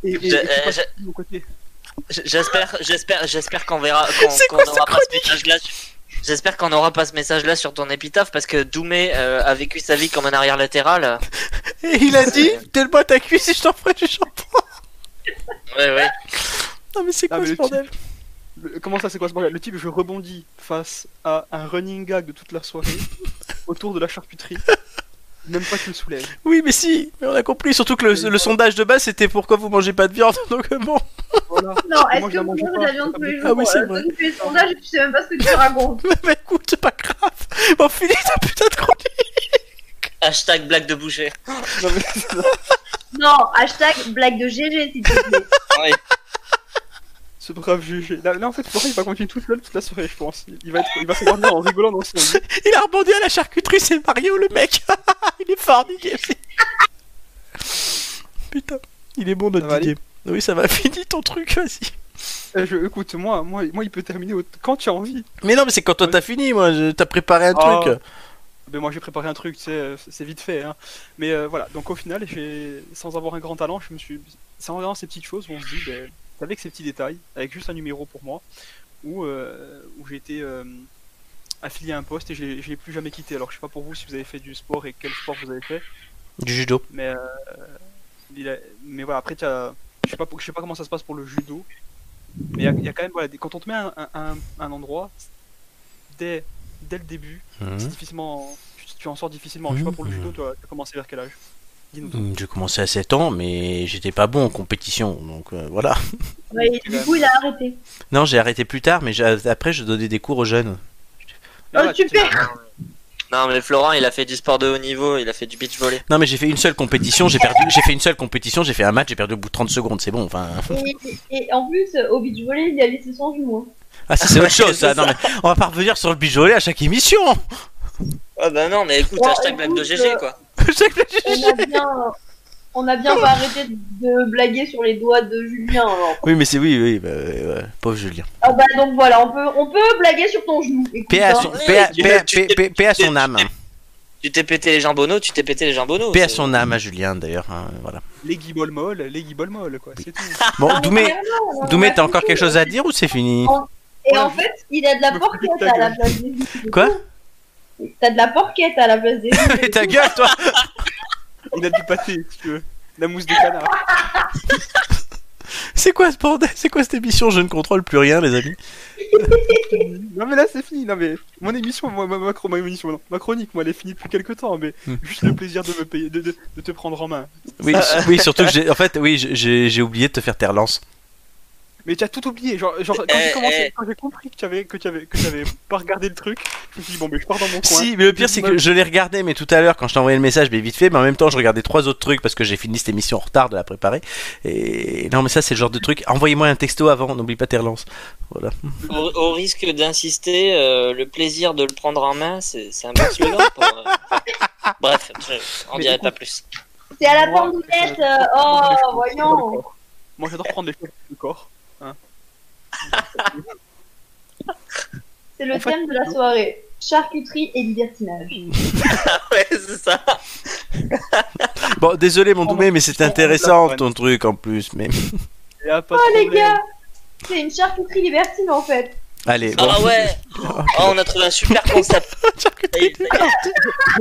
[SPEAKER 4] Et, et-
[SPEAKER 2] Je-
[SPEAKER 4] et je suis
[SPEAKER 2] euh,
[SPEAKER 4] passé de mon côté.
[SPEAKER 2] J- J'espère, j'espère, j'espère qu'on verra, qu'on
[SPEAKER 1] C'est
[SPEAKER 2] qu'on
[SPEAKER 1] quoi cette
[SPEAKER 2] aura pas ce message-là. sur- J'espère qu'on n'aura pas ce message-là sur ton épitaphe parce que Doumé euh, a vécu sa vie comme un arrière latéral.
[SPEAKER 1] Et il a dit, donne-moi ta cuisse et je t'en ferai du shampoing.
[SPEAKER 2] Ouais, ouais.
[SPEAKER 1] Non mais c'est
[SPEAKER 4] Ah,
[SPEAKER 1] quoi
[SPEAKER 4] mais
[SPEAKER 1] ce
[SPEAKER 4] le
[SPEAKER 1] bordel
[SPEAKER 4] type- le- comment ça, c'est quoi ce bordel Le type, je rebondis face à un running gag de toute la soirée autour de la charcuterie. Même pas qu'il le soulève.
[SPEAKER 1] Oui mais si, mais on a compris, surtout que le, le sondage de base c'était pourquoi vous mangez pas de viande, donc euh, bon.
[SPEAKER 4] Voilà.
[SPEAKER 3] Non,
[SPEAKER 4] Et
[SPEAKER 3] est-ce
[SPEAKER 4] moi,
[SPEAKER 3] que
[SPEAKER 4] je la
[SPEAKER 3] vous mangez
[SPEAKER 4] mangeais
[SPEAKER 3] de
[SPEAKER 4] pas.
[SPEAKER 3] la viande tous les
[SPEAKER 1] Ah
[SPEAKER 3] jours
[SPEAKER 1] oui, c'est
[SPEAKER 3] euh,
[SPEAKER 1] vrai.
[SPEAKER 3] toi qui fais les sondages et tu sais même pas ce que tu racontes.
[SPEAKER 1] Bah écoute, c'est pas grave. Bon, finis ta putain de chronique.
[SPEAKER 2] Hashtag blague de boucher.
[SPEAKER 4] Non, mais-
[SPEAKER 3] Non, hashtag blague de GG s'il te plaît.
[SPEAKER 2] Ouais.
[SPEAKER 4] Ce brave GG. Là, là, en fait, Florent, il va continuer toute la, toute la soirée, je pense. Il va, être, il va se dormir en rigolant dans son lit.
[SPEAKER 1] Il a rebondi à la charcuterie, c'est Mario le mec. il est fort, Didier. putain, il est bon
[SPEAKER 4] Ça
[SPEAKER 1] notre
[SPEAKER 4] va
[SPEAKER 1] Didier. Oui, ça va, finis ton truc, vas-y.
[SPEAKER 4] Eh, je, écoute, moi, moi, moi, il peut terminer au- quand tu as envie.
[SPEAKER 1] Mais non, mais c'est quand toi t'as fini, moi, je- t'as préparé un
[SPEAKER 4] Ah.
[SPEAKER 1] truc.
[SPEAKER 4] Mais moi, j'ai préparé un truc, tu sais, euh, c'est vite fait. Hein. Mais euh, voilà, donc au final, j'ai- sans avoir un grand talent, je me suis. Sans avoir ces petites choses, on se dit, ben, avec ces petits détails, avec juste un numéro pour moi, où, euh, où j'ai été euh, affilié à un poste et je l'ai- je l'ai plus jamais quitté. Alors je sais pas pour vous si vous avez fait du sport et quel sport vous avez fait.
[SPEAKER 1] Du judo.
[SPEAKER 4] Mais, euh, il a- mais voilà, après, t'as- je sais, pas, je sais pas comment ça se passe pour le judo. Mais il y a- il y, a quand même, voilà, des- quand on te met un, un- un endroit, dès, dès le début,
[SPEAKER 1] Mhm.
[SPEAKER 4] c'est difficilement, tu, tu en sors difficilement. Je sais pas pour le judo, toi, t'as commencé vers quel âge Dis-nous.
[SPEAKER 1] Hmm, J'ai commencé à 7 ans, mais j'étais pas bon en compétition, donc euh, voilà.
[SPEAKER 3] Ouais, et du coup, il a arrêté.
[SPEAKER 1] Non, j'ai arrêté plus tard, mais j'ai- après, je donnais des cours aux jeunes.
[SPEAKER 4] Ah,
[SPEAKER 3] Oh, super
[SPEAKER 2] Non, mais Florent, il a fait du sport de haut niveau, il a fait du beach volley.
[SPEAKER 1] Non, mais j'ai fait une seule compétition, j'ai perdu. J'ai fait une seule compétition, j'ai fait un match, j'ai perdu au bout de 30 secondes, c'est bon. Enfin.
[SPEAKER 3] et, et en plus, euh, au beach volley, il y a les sessions jumeaux.
[SPEAKER 1] Ah, ça, c'est autre chose, ça.
[SPEAKER 2] c'est
[SPEAKER 1] Non, mais on va pas revenir sur le bijolet à chaque émission.
[SPEAKER 2] Ah bah non, mais écoute,
[SPEAKER 3] Ouais,
[SPEAKER 2] hashtag
[SPEAKER 3] écoute,
[SPEAKER 2] blague de GG
[SPEAKER 3] euh,
[SPEAKER 2] quoi.
[SPEAKER 3] On a bien, on a bien pas arrêté de blaguer sur les doigts de Julien. alors.
[SPEAKER 1] Oui, mais c'est oui, oui, bah, euh, pauvre Julien.
[SPEAKER 3] Ah bah donc voilà, on peut, on peut blaguer sur ton genou. Écoute,
[SPEAKER 1] Paix à
[SPEAKER 3] hein.
[SPEAKER 1] son, paix à-
[SPEAKER 2] tu-
[SPEAKER 1] paix à-
[SPEAKER 2] tu-
[SPEAKER 1] paix- paix- paix à son âme.
[SPEAKER 2] Tu t'es pété les jambonneaux, tu t'es pété les jambonneaux.
[SPEAKER 1] Paix à
[SPEAKER 2] c'est-
[SPEAKER 1] son âme à Julien, d'ailleurs. hein, voilà.
[SPEAKER 4] Les guibolles molles, les guibolles molles, quoi, c'est tout.
[SPEAKER 1] Bon,
[SPEAKER 3] Ah, mais
[SPEAKER 1] Doumé,
[SPEAKER 3] clairement, on a
[SPEAKER 1] Doumé, t'as
[SPEAKER 3] fait
[SPEAKER 1] encore
[SPEAKER 3] tout.
[SPEAKER 1] quelque chose à dire ou c'est fini
[SPEAKER 3] On- Et en fait, il a de la porquette à la place des yeux.
[SPEAKER 1] Quoi
[SPEAKER 3] T'as de la porquette à la place des yeux.
[SPEAKER 1] Mais ta gueule, toi
[SPEAKER 4] Il a du pâté, si tu veux. La mousse de canard.
[SPEAKER 1] C'est quoi ce bordel C'est quoi cette émission Je ne contrôle plus rien, les amis.
[SPEAKER 4] Non mais là c'est fini, non mais mon émission, moi, ma, ma, ma émission, non, ma chronique, moi elle est finie depuis quelques temps, mais
[SPEAKER 1] Hmm.
[SPEAKER 4] juste le plaisir de me payer, de, de- de te prendre en main.
[SPEAKER 1] Oui, s- oui surtout que j'ai. En fait, oui, j'ai- j'ai j'ai oublié de te faire ta relance.
[SPEAKER 4] Mais tu as tout oublié, genre, genre quand j'ai
[SPEAKER 2] Eh,
[SPEAKER 4] commencé,
[SPEAKER 2] eh.
[SPEAKER 4] quand j'ai compris que tu avais, que tu avais, que tu avais pas regardé le truc, je me suis dit bon mais je pars dans mon coin.
[SPEAKER 1] Si, mais le pire, c'est que je l'ai regardé, mais tout à l'heure, quand je t'ai envoyé le message, mais vite fait, mais en même temps, je regardais trois autres trucs parce que j'ai fini cette émission en retard de la préparer. Et non, mais ça, c'est le genre de truc. Envoyez-moi un texto avant, n'oublie pas tes relances. Voilà.
[SPEAKER 2] Au, au risque d'insister, euh, le plaisir de le prendre en main, c'est c'est un bon slogan. pour, euh, enfin, Bref, je- on
[SPEAKER 4] Mais
[SPEAKER 2] dirait
[SPEAKER 4] écoute,
[SPEAKER 2] pas plus.
[SPEAKER 3] C'est à la
[SPEAKER 4] Moi,
[SPEAKER 3] pandoulette.
[SPEAKER 4] euh,
[SPEAKER 3] euh,
[SPEAKER 4] prendre les
[SPEAKER 3] Oh,
[SPEAKER 4] choses dans le
[SPEAKER 3] voyons.
[SPEAKER 4] corps. Moi j'adore prendre les choses dans le corps.
[SPEAKER 3] C'est le
[SPEAKER 4] En fait,
[SPEAKER 3] thème de la soirée. Charcuterie et libertinage.
[SPEAKER 2] Ouais, c'est ça.
[SPEAKER 1] Bon, désolé, mon Doumé, mais c'est intéressant ton truc en plus. Mais
[SPEAKER 4] Il y a pas de
[SPEAKER 3] Oh les
[SPEAKER 4] problème.
[SPEAKER 3] gars, c'est une charcuterie libertine en fait.
[SPEAKER 1] allez, bon.
[SPEAKER 2] Ah ouais Oh, on a trouvé un super concept.
[SPEAKER 4] J'ai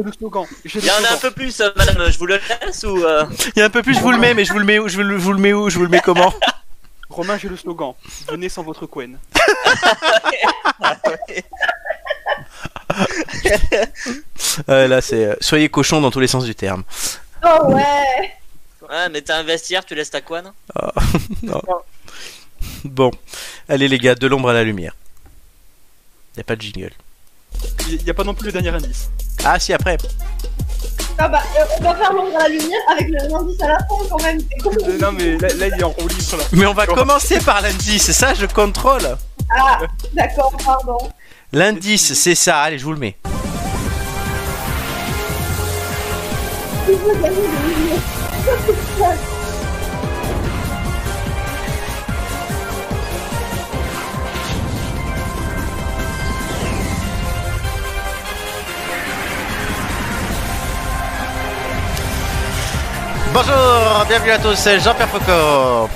[SPEAKER 4] le slogan, j'ai
[SPEAKER 2] Il
[SPEAKER 4] le
[SPEAKER 2] y en a un
[SPEAKER 4] slogan.
[SPEAKER 2] peu plus, euh, madame, je vous le laisse ou. euh,
[SPEAKER 1] Il y a un peu plus, je vous le mets, mais je vous le mets où Je vous le, je vous le mets où Je vous le mets comment
[SPEAKER 4] Romain j'ai le slogan, venez sans votre Quen.
[SPEAKER 1] Euh, Là, c'est euh, soyez cochon dans tous les sens du terme.
[SPEAKER 3] Oh ouais.
[SPEAKER 2] Ouais, mais t'as un vestiaire, tu laisses ta couane
[SPEAKER 1] Bon, allez les gars, de l'ombre à la lumière. Y a pas de jingle.
[SPEAKER 4] Il n'y a pas non plus le dernier indice.
[SPEAKER 1] Ah si après.
[SPEAKER 3] Ah bah, euh, on va faire l'ombre à la lumière avec le indice à la fin quand même. C'est con.
[SPEAKER 4] Euh, Non mais là, là, il est en roue libre là.
[SPEAKER 1] Mais on va commencer par l'indice, c'est ça je contrôle.
[SPEAKER 3] Ah, d'accord, pardon.
[SPEAKER 1] L'indice c'est ça, allez je vous le mets.
[SPEAKER 3] Il faut gagner des millions.
[SPEAKER 1] Bonjour, bienvenue à tous, c'est Jean-Pierre Foucault.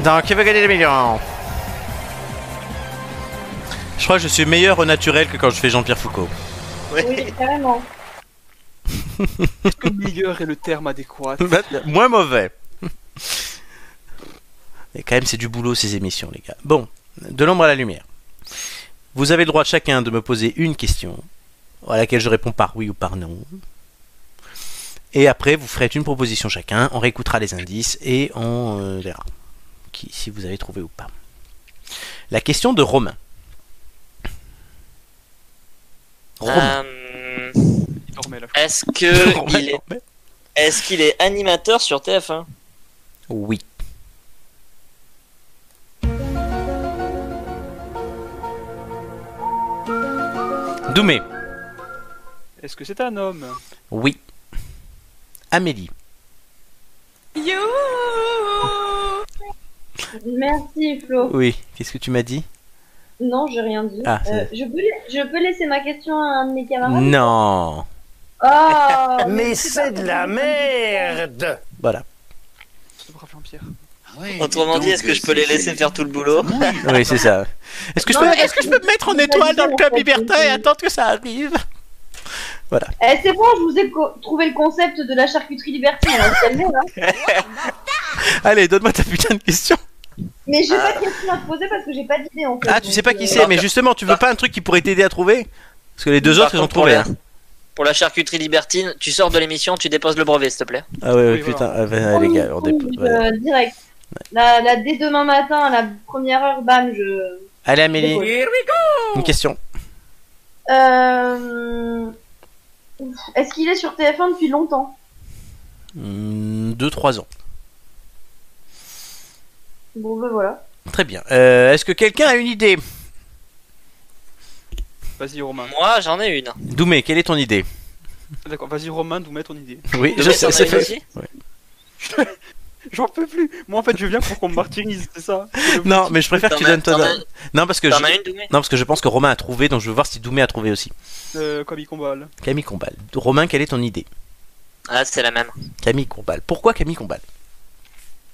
[SPEAKER 1] Dans Qui veut gagner des millions Je crois que je suis meilleur au naturel que quand je fais Jean-Pierre Foucault.
[SPEAKER 3] Oui, carrément.
[SPEAKER 4] Le meilleur est le terme adéquat.
[SPEAKER 2] Bah,
[SPEAKER 1] Moins mauvais. Et quand même, c'est du boulot ces émissions, les gars. Bon, de l'ombre à la lumière. Vous avez le droit chacun de me poser une question à laquelle je réponds par oui ou par non. Et après, vous ferez une proposition chacun, on réécoutera les indices et on euh, verra qui, si vous avez trouvé ou pas. La question de Romain. Romain.
[SPEAKER 2] Euh,
[SPEAKER 4] Il dormait là. je
[SPEAKER 2] Est-ce que
[SPEAKER 1] Romain,
[SPEAKER 2] il est,
[SPEAKER 1] Romain.
[SPEAKER 2] est-ce qu'il est animateur sur TF1
[SPEAKER 1] Oui. Doumé.
[SPEAKER 4] crois. Est-ce que c'est un homme
[SPEAKER 1] Oui. Amélie.
[SPEAKER 3] Merci Flo.
[SPEAKER 1] Oui. Qu'est-ce que tu m'as dit
[SPEAKER 3] Non, j'ai rien dit.
[SPEAKER 1] Ah, c'est-
[SPEAKER 3] Euh, je, peux la- je peux laisser ma question à un de mes camarades
[SPEAKER 1] Non.
[SPEAKER 3] Oh
[SPEAKER 11] Mm. Mais c'est de la merde
[SPEAKER 1] Voilà.
[SPEAKER 4] C'est brave Jean-Pierre.
[SPEAKER 6] ouais,
[SPEAKER 2] Autrement
[SPEAKER 6] donc,
[SPEAKER 2] dit, est-ce que je peux les
[SPEAKER 6] c'est-
[SPEAKER 2] laisser faire tout le boulot
[SPEAKER 1] Oui, c'est ça. Est-ce que, je
[SPEAKER 3] Non,
[SPEAKER 1] peux,
[SPEAKER 3] mais
[SPEAKER 1] est-ce que je peux me mettre en étoile dans le club libertin et attendre que ça arrive
[SPEAKER 3] Eh, c'est bon, je vous ai co- trouvé le concept de la charcuterie libertine. hein, vous calmez, hein.
[SPEAKER 1] Allez, donne-moi ta putain de question.
[SPEAKER 3] Mais j'ai pas de question à te poser parce que j'ai pas d'idée en fait.
[SPEAKER 1] Ah, tu sais
[SPEAKER 3] donc,
[SPEAKER 1] pas qui
[SPEAKER 3] euh,
[SPEAKER 1] c'est, mais justement, tu veux pas un truc qui pourrait t'aider à trouver Parce que les deux
[SPEAKER 2] Par
[SPEAKER 1] autres, ils ont
[SPEAKER 2] contre, pour
[SPEAKER 1] trouvé.
[SPEAKER 2] la-
[SPEAKER 1] hein.
[SPEAKER 2] Pour la charcuterie libertine, tu sors de l'émission, tu déposes le brevet, s'il te plaît.
[SPEAKER 1] Ah ouais, ouais,
[SPEAKER 4] Oui,
[SPEAKER 1] putain, ah, ben, les gars, on dépo- ouais.
[SPEAKER 3] euh, direct. Là, là, dès demain matin, à la première heure, bam, je.
[SPEAKER 1] Allez, Amélie, une question.
[SPEAKER 3] Euh... Est-ce qu'il est sur TF1 depuis longtemps
[SPEAKER 1] 2-3 Hmm, ans.
[SPEAKER 3] Bon, ben voilà.
[SPEAKER 1] Très bien. Euh, Est-ce que quelqu'un a une idée
[SPEAKER 4] Vas-y Romain.
[SPEAKER 2] Moi, j'en ai une.
[SPEAKER 1] Doumé, quelle est ton idée
[SPEAKER 4] D'accord, vas-y Romain, nous mets ton idée.
[SPEAKER 1] Oui,
[SPEAKER 2] Dommage, t'en as
[SPEAKER 1] c'est
[SPEAKER 2] une aussi
[SPEAKER 1] Ouais.
[SPEAKER 4] J'en peux plus. Moi en fait, je viens pour qu'on me martyrise, c'est ça
[SPEAKER 1] Non, mais je préfère que
[SPEAKER 2] T'en
[SPEAKER 1] tu
[SPEAKER 2] as-
[SPEAKER 1] donnes ton.
[SPEAKER 2] t'en as-
[SPEAKER 1] Non, parce que je...
[SPEAKER 2] T'en as
[SPEAKER 1] non,
[SPEAKER 2] une, Doumé
[SPEAKER 1] parce que je pense que Romain a trouvé, donc je veux voir si Doumé a trouvé aussi.
[SPEAKER 4] Euh, Comme il combat. là.
[SPEAKER 1] Camille Combal. Romain, quelle est ton idée
[SPEAKER 2] Ah, c'est la même.
[SPEAKER 1] Camille Combal. Pourquoi Camille Combal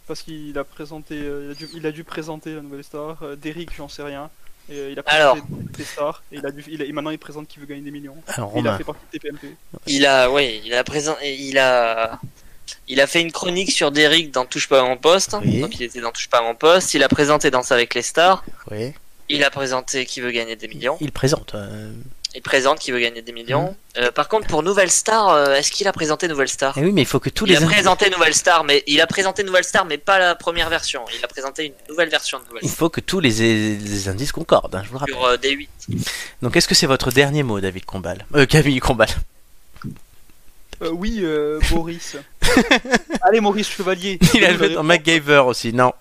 [SPEAKER 4] Parce qu'il a présenté, euh, il, a dû, il a dû présenter la nouvelle star. euh, Derrick, j'en sais rien. Et, euh, il a
[SPEAKER 2] Alors.
[SPEAKER 4] présenté des stars. Et, il a dû, il a- et maintenant il présente qu'il veut gagner des millions.
[SPEAKER 1] Alors,
[SPEAKER 4] Et il a
[SPEAKER 1] Romain.
[SPEAKER 4] fait partie de TPMP.
[SPEAKER 2] Il a, ouais, il a présent, il a, il a fait une chronique sur Derrick dans Touche pas à mon poste.
[SPEAKER 1] Oui.
[SPEAKER 2] Donc il était dans Touche pas à mon poste. Il a présenté Danse avec les stars.
[SPEAKER 1] Oui.
[SPEAKER 2] Il a présenté Qui veut gagner des millions.
[SPEAKER 1] Il présente. euh,
[SPEAKER 2] Il présente Qui veut gagner des millions.
[SPEAKER 1] Mm.
[SPEAKER 2] Euh, par contre, pour Nouvelle Star, euh, est-ce qu'il a présenté Nouvelle Star
[SPEAKER 1] Eh oui, mais il faut que tous
[SPEAKER 2] Ah. Il
[SPEAKER 1] les.
[SPEAKER 2] a présenté Nouvelle Star, mais il a présenté Nouvelle Star, mais pas la première version. Il a présenté une nouvelle version de Nouvelle
[SPEAKER 1] Il
[SPEAKER 2] Star
[SPEAKER 1] faut que tous les, les indices concordent, hein, je vous le rappelle.
[SPEAKER 2] sur euh, D8.
[SPEAKER 1] Donc, est-ce que c'est votre dernier mot, David Combal Euh, Camille Combal.
[SPEAKER 4] Euh, oui, euh, Boris. Allez, Maurice Chevalier.
[SPEAKER 1] Il a le fait dans MacGyver aussi, non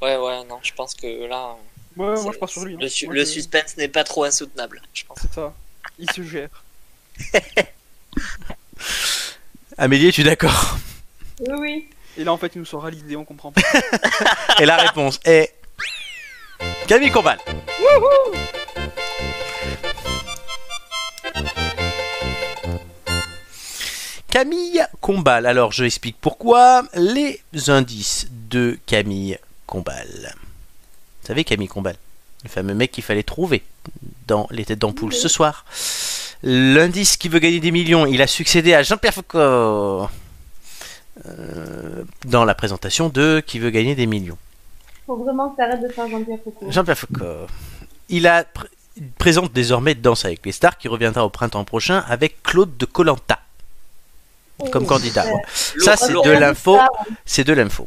[SPEAKER 2] Ouais, ouais, non, je pense que là, euh,
[SPEAKER 4] Ouais,
[SPEAKER 2] c'est-
[SPEAKER 4] moi je pars sur lui. hein.
[SPEAKER 2] le, su-
[SPEAKER 4] Moi,
[SPEAKER 2] le
[SPEAKER 4] je-
[SPEAKER 2] suspense n'est pas trop insoutenable. Je pense.
[SPEAKER 4] C'est ça. Il se gère.
[SPEAKER 1] Amélie, es-tu d'accord
[SPEAKER 3] Oui, oui.
[SPEAKER 4] Et là en fait, il nous sera l'idée, on comprend pas.
[SPEAKER 1] Et la réponse est. Camille Combal Camille Combal. Alors, je explique pourquoi. Les indices de Camille Combal. Vous savez, Camille Combal, le fameux mec qu'il fallait trouver dans les têtes d'ampoule ce soir. L'indice qui veut gagner des millions, il a succédé à Jean-Pierre Foucault euh, dans la présentation de Qui veut gagner des millions.
[SPEAKER 3] Faut vraiment que t'arrêtes de faire Jean-Pierre Foucault.
[SPEAKER 1] Jean-Pierre Foucault. Il a pr- il présente désormais Danse avec les stars qui reviendra au printemps prochain avec Claude de Colanta comme
[SPEAKER 3] Oh,
[SPEAKER 1] candidat.
[SPEAKER 3] super.
[SPEAKER 1] Ça
[SPEAKER 2] Laurent-
[SPEAKER 1] c'est
[SPEAKER 2] Laurent-
[SPEAKER 1] de l'info,
[SPEAKER 3] Star,
[SPEAKER 1] c'est de l'info.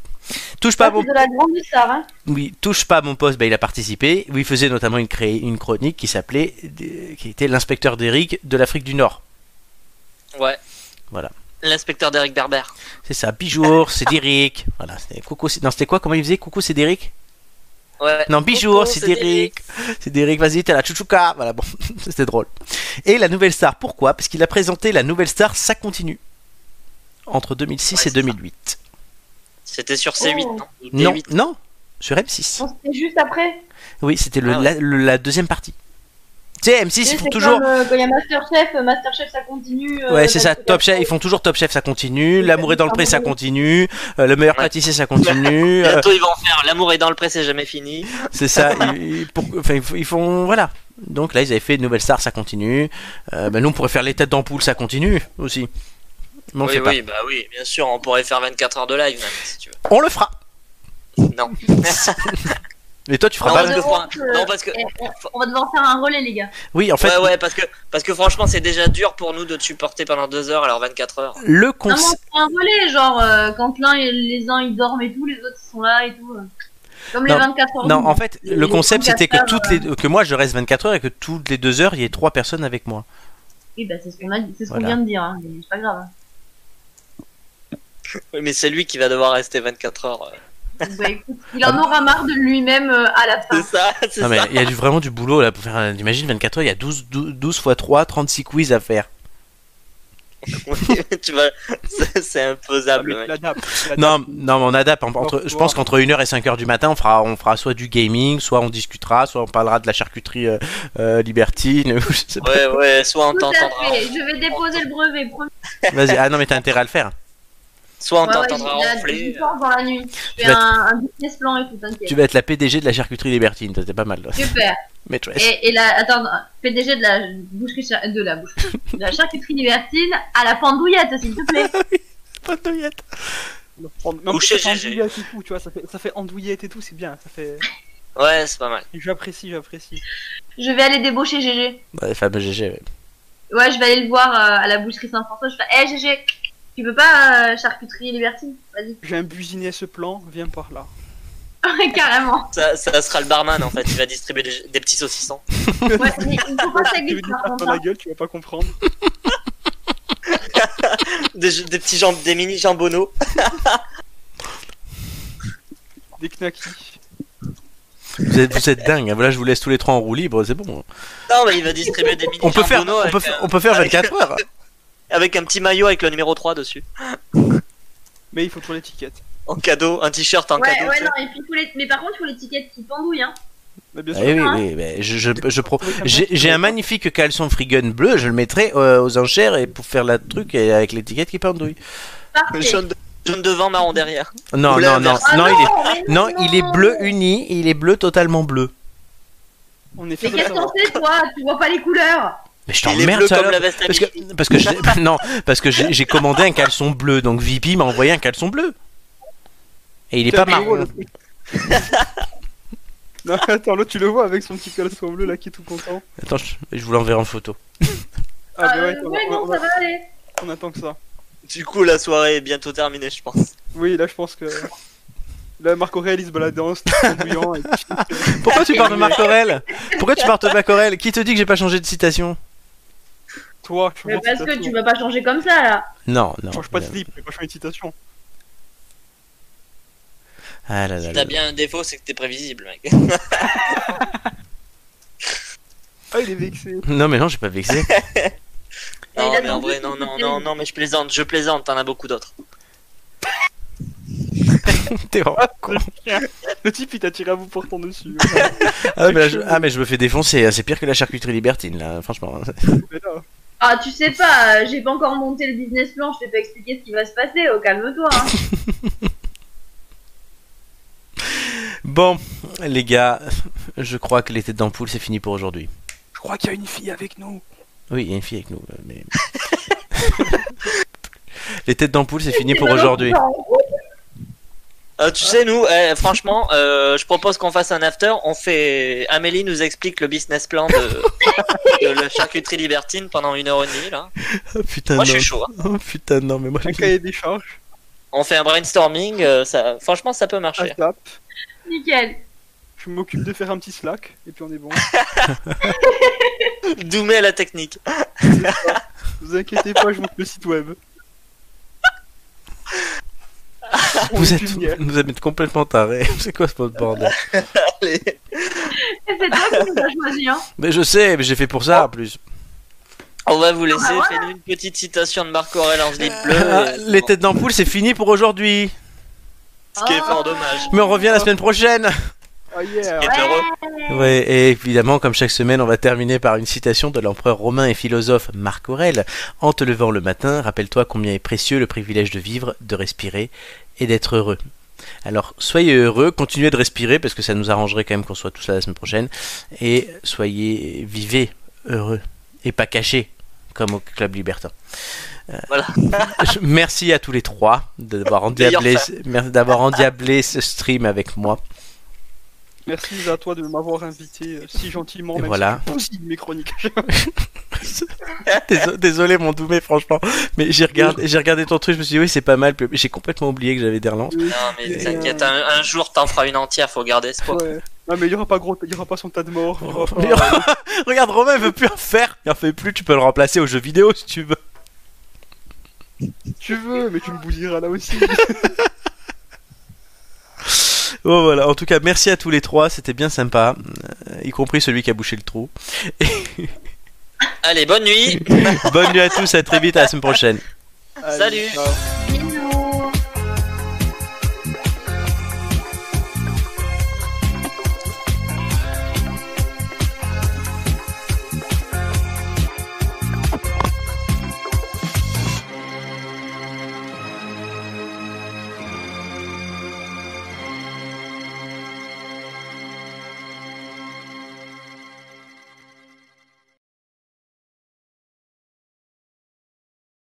[SPEAKER 1] Touche pas
[SPEAKER 3] ça,
[SPEAKER 1] à mon
[SPEAKER 3] c'est de la grande star, hein.
[SPEAKER 1] oui, touche pas à mon poste, bah, il a participé, où il faisait notamment une, cré- une chronique qui s'appelait euh, qui était l'inspecteur d'Eric de l'Afrique du Nord.
[SPEAKER 2] Ouais.
[SPEAKER 1] Voilà.
[SPEAKER 2] L'inspecteur d'Eric Berber.
[SPEAKER 1] C'est ça, Bijour, c'est Derrick. Voilà, c'était coucou, c'est- non, c'était quoi comment il faisait Coucou, c'est Derrick
[SPEAKER 2] Ouais. Oh,
[SPEAKER 1] Non, Bijour,
[SPEAKER 2] Coucou,
[SPEAKER 1] c'est Derrick. C'est Derrick, vas-y, t'as la chouchouka. Voilà, bon, c'était drôle. Et la nouvelle star, pourquoi Parce qu'il a présenté la nouvelle star, ça continue. Entre 2006
[SPEAKER 2] Ouais,
[SPEAKER 1] et
[SPEAKER 2] c'est ça.
[SPEAKER 1] 2008.
[SPEAKER 2] C'était sur C8,
[SPEAKER 3] Oh.
[SPEAKER 2] non Ou
[SPEAKER 1] Non,
[SPEAKER 2] D8.
[SPEAKER 1] non, sur M6.
[SPEAKER 3] On se fait juste après.
[SPEAKER 1] Oui, c'était le-
[SPEAKER 2] Ah ouais.
[SPEAKER 1] la, le- la deuxième partie. Tu sais, M6,
[SPEAKER 3] Tu sais,
[SPEAKER 1] ils font
[SPEAKER 3] c'est
[SPEAKER 1] toujours.
[SPEAKER 3] Comme, euh, quand il y a Masterchef, euh, Masterchef ça continue. euh,
[SPEAKER 1] Ouais, c'est ça,
[SPEAKER 3] Masterchef,
[SPEAKER 1] Top Chef, ils font toujours Top Chef, ça continue.
[SPEAKER 3] Oui,
[SPEAKER 1] L'amour est dans le pré, ça continue. Euh, le meilleur
[SPEAKER 2] Ouais.
[SPEAKER 1] pâtissier, ça continue. Euh,
[SPEAKER 2] Bientôt, ils vont faire L'amour est dans le pré, c'est jamais fini.
[SPEAKER 1] c'est ça, ils, ils- pour- enfin, ils font- ils font. Voilà. Donc là, ils avaient fait Nouvelle Star, ça continue. Euh, ben, nous, on pourrait faire Les Têtes d'Ampoule, ça continue aussi. Mais on le
[SPEAKER 2] oui,
[SPEAKER 1] fait pas.
[SPEAKER 2] oui, bah oui, bien sûr, on pourrait faire 24 heures de live, même, si tu veux.
[SPEAKER 1] On le fera.
[SPEAKER 2] Non.
[SPEAKER 1] Mais toi, tu feras
[SPEAKER 2] non,
[SPEAKER 1] pas.
[SPEAKER 2] parce que,
[SPEAKER 3] non,
[SPEAKER 2] fran-
[SPEAKER 3] je-
[SPEAKER 2] non, parce que.
[SPEAKER 3] Eh, eh, On va devoir faire un relais, les gars.
[SPEAKER 1] Oui, en fait,
[SPEAKER 2] Ouais, ouais, parce que, parce que franchement, c'est déjà dur pour nous de te supporter pendant 2 heures, alors 24 heures.
[SPEAKER 1] le
[SPEAKER 3] Non, mais on
[SPEAKER 1] concept.
[SPEAKER 3] fait un relais, genre euh, quand l'un et les uns ils dorment et tout, les autres ils sont là et tout. euh. Comme
[SPEAKER 1] Non,
[SPEAKER 3] les 24 heures.
[SPEAKER 1] Non,
[SPEAKER 3] du-
[SPEAKER 1] en fait,
[SPEAKER 3] les-
[SPEAKER 1] le
[SPEAKER 3] les
[SPEAKER 1] concept
[SPEAKER 3] 24
[SPEAKER 1] c'était que
[SPEAKER 3] heures,
[SPEAKER 1] toutes les que moi je reste 24 heures et que toutes les deux heures il y ait trois personnes avec moi.
[SPEAKER 3] Oui, bah, c'est ce qu'on a dit- c'est ce qu'on
[SPEAKER 1] Voilà.
[SPEAKER 3] vient de dire, hein, mais c'est pas grave.
[SPEAKER 2] Oui, mais c'est lui qui va devoir rester 24 heures. euh.
[SPEAKER 3] Bah, écoute, il
[SPEAKER 1] Ah,
[SPEAKER 3] en aura marre de lui-même euh, à la fin.
[SPEAKER 2] C'est ça, c'est
[SPEAKER 1] Non mais
[SPEAKER 2] ça.
[SPEAKER 1] il y a du, vraiment du boulot là pour faire. un- Imagine 24 heures, il y a 12, 12, 12 fois 3, 36 quiz à faire.
[SPEAKER 2] Oui, tu vas... c'est- C'est
[SPEAKER 4] Ah,
[SPEAKER 2] imposable. mec.
[SPEAKER 4] mais la nappe. la nappe.
[SPEAKER 1] Non, non, mais on adapte. en- entre- je pense qu'entre 1h et 5h du matin, on fera, on fera soit du gaming, soit on discutera, soit on parlera de la charcuterie euh, euh, libertine. ou je sais pas.
[SPEAKER 2] Ouais, ouais, soit on
[SPEAKER 3] Tout à
[SPEAKER 2] t'entendra.
[SPEAKER 3] fait, je vais déposer le brevet. promis.
[SPEAKER 1] Vas-y, ah non, mais t'as intérêt à le faire.
[SPEAKER 2] Soit on
[SPEAKER 3] Ouais, ouais,
[SPEAKER 2] t'entendra euh.
[SPEAKER 3] j'ai- j'ai
[SPEAKER 2] ronfler.
[SPEAKER 3] du temps dans la nuit. Je
[SPEAKER 1] Tu
[SPEAKER 3] fais
[SPEAKER 1] vas
[SPEAKER 3] un,
[SPEAKER 1] être-
[SPEAKER 3] un business plan et tout, t'inquiète.
[SPEAKER 1] Tu vas être la PDG de la charcuterie Libertine, toi, t'es pas mal. là.
[SPEAKER 3] Super.
[SPEAKER 1] Maîtresse.
[SPEAKER 3] Et, et la, attends, PDG de la boucherie, char- de la boucherie, de la charcuterie libertine à la pandouillette, s'il te plaît.
[SPEAKER 1] Pandouillette.
[SPEAKER 4] Le prendre- Mais en
[SPEAKER 2] Ou
[SPEAKER 4] plus,
[SPEAKER 2] chez
[SPEAKER 4] ça fait
[SPEAKER 2] GG.
[SPEAKER 4] andouillette et tout, tu vois, ça fait, ça fait andouillette et tout, c'est bien, ça fait...
[SPEAKER 2] Ouais, c'est pas mal.
[SPEAKER 4] J'apprécie, j'apprécie.
[SPEAKER 3] Je vais aller débaucher GG.
[SPEAKER 1] Ouais, les fameux GG, ouais.
[SPEAKER 3] Ouais, je vais aller le voir euh, à la boucherie Saint-François. Je fais, hé GG, tu peux pas euh, charcuterie libertine Vas-y.
[SPEAKER 4] J'ai un businé ce plan, viens par là.
[SPEAKER 3] Ouais, Carrément.
[SPEAKER 2] Ça, ça sera le barman en fait, il va distribuer des, des petits saucissons.
[SPEAKER 3] Ouais, mais il faut pas que ça
[SPEAKER 4] Tu veux
[SPEAKER 3] glisse
[SPEAKER 4] dire
[SPEAKER 3] par
[SPEAKER 4] ah,
[SPEAKER 3] contre.
[SPEAKER 4] dans la
[SPEAKER 3] hein.
[SPEAKER 4] gueule, tu vas pas comprendre.
[SPEAKER 2] Des, des petits jambes, des mini jambonneaux.
[SPEAKER 4] Des knackis.
[SPEAKER 1] Vous êtes, vous êtes dingue. hein. Voilà, je vous laisse tous les trois en roue libre, c'est bon.
[SPEAKER 2] Non, mais il va distribuer des mini
[SPEAKER 1] On peut faire,
[SPEAKER 2] jambonneaux
[SPEAKER 1] on
[SPEAKER 2] avec,
[SPEAKER 1] peut, faire-
[SPEAKER 2] un- Ah,
[SPEAKER 1] on peut faire
[SPEAKER 2] avec-
[SPEAKER 1] 24 heures.
[SPEAKER 2] avec un petit maillot avec le numéro 3 dessus.
[SPEAKER 4] Mais il faut toujours l'étiquette.
[SPEAKER 2] En cadeau, un t-shirt en
[SPEAKER 3] hein. Ouais,
[SPEAKER 2] cadeau.
[SPEAKER 3] ouais,
[SPEAKER 2] tu
[SPEAKER 3] non, et puis faut les... mais par contre, il faut l'étiquette qui pendouille, hein.
[SPEAKER 4] Mais Bah, bien
[SPEAKER 1] Ah
[SPEAKER 4] sûr,
[SPEAKER 1] oui, oui, mais je, je, je pro-
[SPEAKER 4] Oui, comme
[SPEAKER 1] j'ai-
[SPEAKER 4] ça, tu
[SPEAKER 1] j'ai
[SPEAKER 4] peux-
[SPEAKER 1] un magnifique caleçon frigun bleu, je le mettrai euh, aux enchères et pour faire la truc et avec l'étiquette qui pendouille.
[SPEAKER 2] sais.
[SPEAKER 3] Parfait.
[SPEAKER 2] Jaune, de- jaune devant, marron derrière.
[SPEAKER 1] Non,
[SPEAKER 2] Oula,
[SPEAKER 1] non, non,
[SPEAKER 2] merci.
[SPEAKER 3] Ah
[SPEAKER 1] non, il est,
[SPEAKER 3] mais
[SPEAKER 1] non, il est bleu uni, il est bleu totalement bleu.
[SPEAKER 4] on est
[SPEAKER 3] Mais
[SPEAKER 4] fiers de le
[SPEAKER 3] qu'est-ce qu'on
[SPEAKER 4] savoir.
[SPEAKER 3] fait, toi Tu vois pas les couleurs
[SPEAKER 1] Mais je
[SPEAKER 2] il est
[SPEAKER 1] t'emmerde,
[SPEAKER 2] bleu comme
[SPEAKER 1] salope.
[SPEAKER 2] la veste à
[SPEAKER 1] Parce que, parce que je- non, parce que j'ai j'ai commandé un caleçon bleu, donc VP m'a envoyé un caleçon bleu. Et il est pas
[SPEAKER 4] Tiens, mais
[SPEAKER 1] marron.
[SPEAKER 4] voilà. Non, attends, l'autre, tu le vois avec son petit caleçon bleu là qui est tout content.
[SPEAKER 1] Attends, je, je vous l'enverrai en photo.
[SPEAKER 4] Ah, mais
[SPEAKER 3] Euh,
[SPEAKER 4] ouais, on,
[SPEAKER 3] ouais,
[SPEAKER 4] on-
[SPEAKER 3] non,
[SPEAKER 4] on-
[SPEAKER 3] ça va aller.
[SPEAKER 4] on attend que ça.
[SPEAKER 2] Du coup, la soirée est bientôt terminée, je pense.
[SPEAKER 4] Oui, là, je pense que. Là, Marc Aurel, il se balade en se bouillant. Et...
[SPEAKER 1] Pourquoi tu parles de Marc Aurel Pourquoi tu parles de Marc Aurel Qui te dit que j'ai pas changé de citation
[SPEAKER 4] Toi, je
[SPEAKER 3] Mais
[SPEAKER 4] change
[SPEAKER 3] parce
[SPEAKER 4] de
[SPEAKER 3] que tu
[SPEAKER 4] citation.
[SPEAKER 3] vas pas changer comme ça, là.
[SPEAKER 1] Non, non.
[SPEAKER 4] Change pas de slip, mais pas changer de citation.
[SPEAKER 1] Ah là là là
[SPEAKER 2] T'as
[SPEAKER 1] là.
[SPEAKER 2] bien un défaut, c'est que t'es prévisible, mec.
[SPEAKER 4] Ah, il est vexé.
[SPEAKER 1] Non mais non, j'ai pas vexé.
[SPEAKER 3] Mais il
[SPEAKER 2] Non,
[SPEAKER 3] a
[SPEAKER 2] mais en
[SPEAKER 3] demandé
[SPEAKER 2] vrai,
[SPEAKER 3] si
[SPEAKER 2] non, non,
[SPEAKER 3] c'était-
[SPEAKER 2] non, non, mais je plaisante, je plaisante, t'en as beaucoup d'autres.
[SPEAKER 1] T'es vraiment con.
[SPEAKER 4] Le type, il t'a tiré à vous portant dessus.
[SPEAKER 1] Ah, mais là, je... ah, mais je me fais défoncer, hein. c'est pire que la charcuterie libertine là, franchement.
[SPEAKER 4] Mais là,
[SPEAKER 3] Ah, tu sais pas, euh, j'ai pas encore monté le business plan, je t'ai pas expliqué ce qui va se passer, oh calme-toi. hein.
[SPEAKER 1] Bon, les gars, je crois que l'été d'ampoule c'est fini pour aujourd'hui.
[SPEAKER 4] je crois qu'il y a une fille avec nous.
[SPEAKER 1] Oui, il y a une fille avec nous, euh, mais... Les têtes d'ampoule, c'est fini pour
[SPEAKER 3] C'est
[SPEAKER 1] aujourd'hui.
[SPEAKER 3] vraiment pas
[SPEAKER 2] Euh, tu sais, nous, eh, franchement, euh, je propose qu'on fasse un after. On fait. Amélie nous explique le business plan de, de la charcuterie libertine pendant une heure et demie, là.
[SPEAKER 1] Oh, putain,
[SPEAKER 2] Moi, je
[SPEAKER 1] non.
[SPEAKER 2] suis chaud. hein.
[SPEAKER 1] Oh, putain, non, mais moi,
[SPEAKER 4] Un
[SPEAKER 1] je...
[SPEAKER 4] cahier des charges.
[SPEAKER 2] On fait un brainstorming, euh, ça... franchement, ça peut
[SPEAKER 4] Un
[SPEAKER 2] marcher.
[SPEAKER 4] tap.
[SPEAKER 3] Nickel.
[SPEAKER 4] Je m'occupe de faire un petit slack. Et puis on est bon.
[SPEAKER 2] Doumé à la technique.
[SPEAKER 4] vous inquiétez pas, je monte le site web. On
[SPEAKER 1] vous
[SPEAKER 4] est
[SPEAKER 1] êtes,
[SPEAKER 4] lumière.
[SPEAKER 1] vous êtes complètement tarés. C'est quoi ce pot de bordel
[SPEAKER 2] Allez.
[SPEAKER 3] Et C'est toi qui nous as choisi, hein.
[SPEAKER 1] Mais je sais, mais j'ai fait pour
[SPEAKER 2] Oh.
[SPEAKER 1] ça en plus.
[SPEAKER 2] On va
[SPEAKER 3] Ah,
[SPEAKER 2] vous
[SPEAKER 3] bah,
[SPEAKER 2] laisser. Faites-nous une petite citation de Marc Aurel en slip bleu.
[SPEAKER 1] Ah,
[SPEAKER 2] et-
[SPEAKER 1] les têtes d'ampoule, c'est fini pour aujourd'hui.
[SPEAKER 2] Ce qui est fort dommage.
[SPEAKER 1] Mais on revient la semaine prochaine.
[SPEAKER 4] Ah yeah.
[SPEAKER 2] Et heureux.
[SPEAKER 1] Ouais, et évidemment, comme chaque semaine, on va terminer par une citation de l'empereur romain et philosophe Marc Aurèle. En te levant le matin, rappelle-toi combien est précieux le privilège de vivre, de respirer et d'être heureux. Alors, soyez heureux, continuez de respirer parce que ça nous arrangerait quand même qu'on soit tous là la semaine prochaine. Et soyez, vivez heureux et pas cachés comme au Club Libertin. Euh,
[SPEAKER 2] Voilà.
[SPEAKER 1] je- merci à tous les trois d'avoir
[SPEAKER 2] D'ailleurs,
[SPEAKER 1] endiablé, merci d'avoir endiablé ce stream avec moi.
[SPEAKER 4] Merci à toi de m'avoir invité euh, si gentiment.
[SPEAKER 1] Et
[SPEAKER 4] Même
[SPEAKER 1] voilà.
[SPEAKER 4] Si je bousille mes chroniques.
[SPEAKER 1] Déso- Désolé mon Doumé franchement mais j'ai regardé j'ai regardé ton truc je me suis dit oui c'est pas mal puis j'ai complètement oublié que j'avais des relances
[SPEAKER 2] Non, mais t'inquiète, un, un jour t'en feras une entière, faut garder espoir.
[SPEAKER 4] Ouais. Non mais il y aura pas gros, il y aura pas son tas de morts. il y aura pas-
[SPEAKER 1] Mais- regarde Romain il veut plus en faire il en fait plus tu peux le remplacer aux jeux vidéo si tu veux
[SPEAKER 4] Tu veux, mais tu me bousilleras là aussi.
[SPEAKER 1] bon voilà en tout cas merci à tous les trois c'était bien sympa euh, y compris celui qui a bouché le trou
[SPEAKER 2] Allez, bonne nuit.
[SPEAKER 1] bonne nuit à tous à très vite à la semaine prochaine
[SPEAKER 4] Allez,
[SPEAKER 2] Salut.
[SPEAKER 4] ciao.
[SPEAKER 3] Bisous.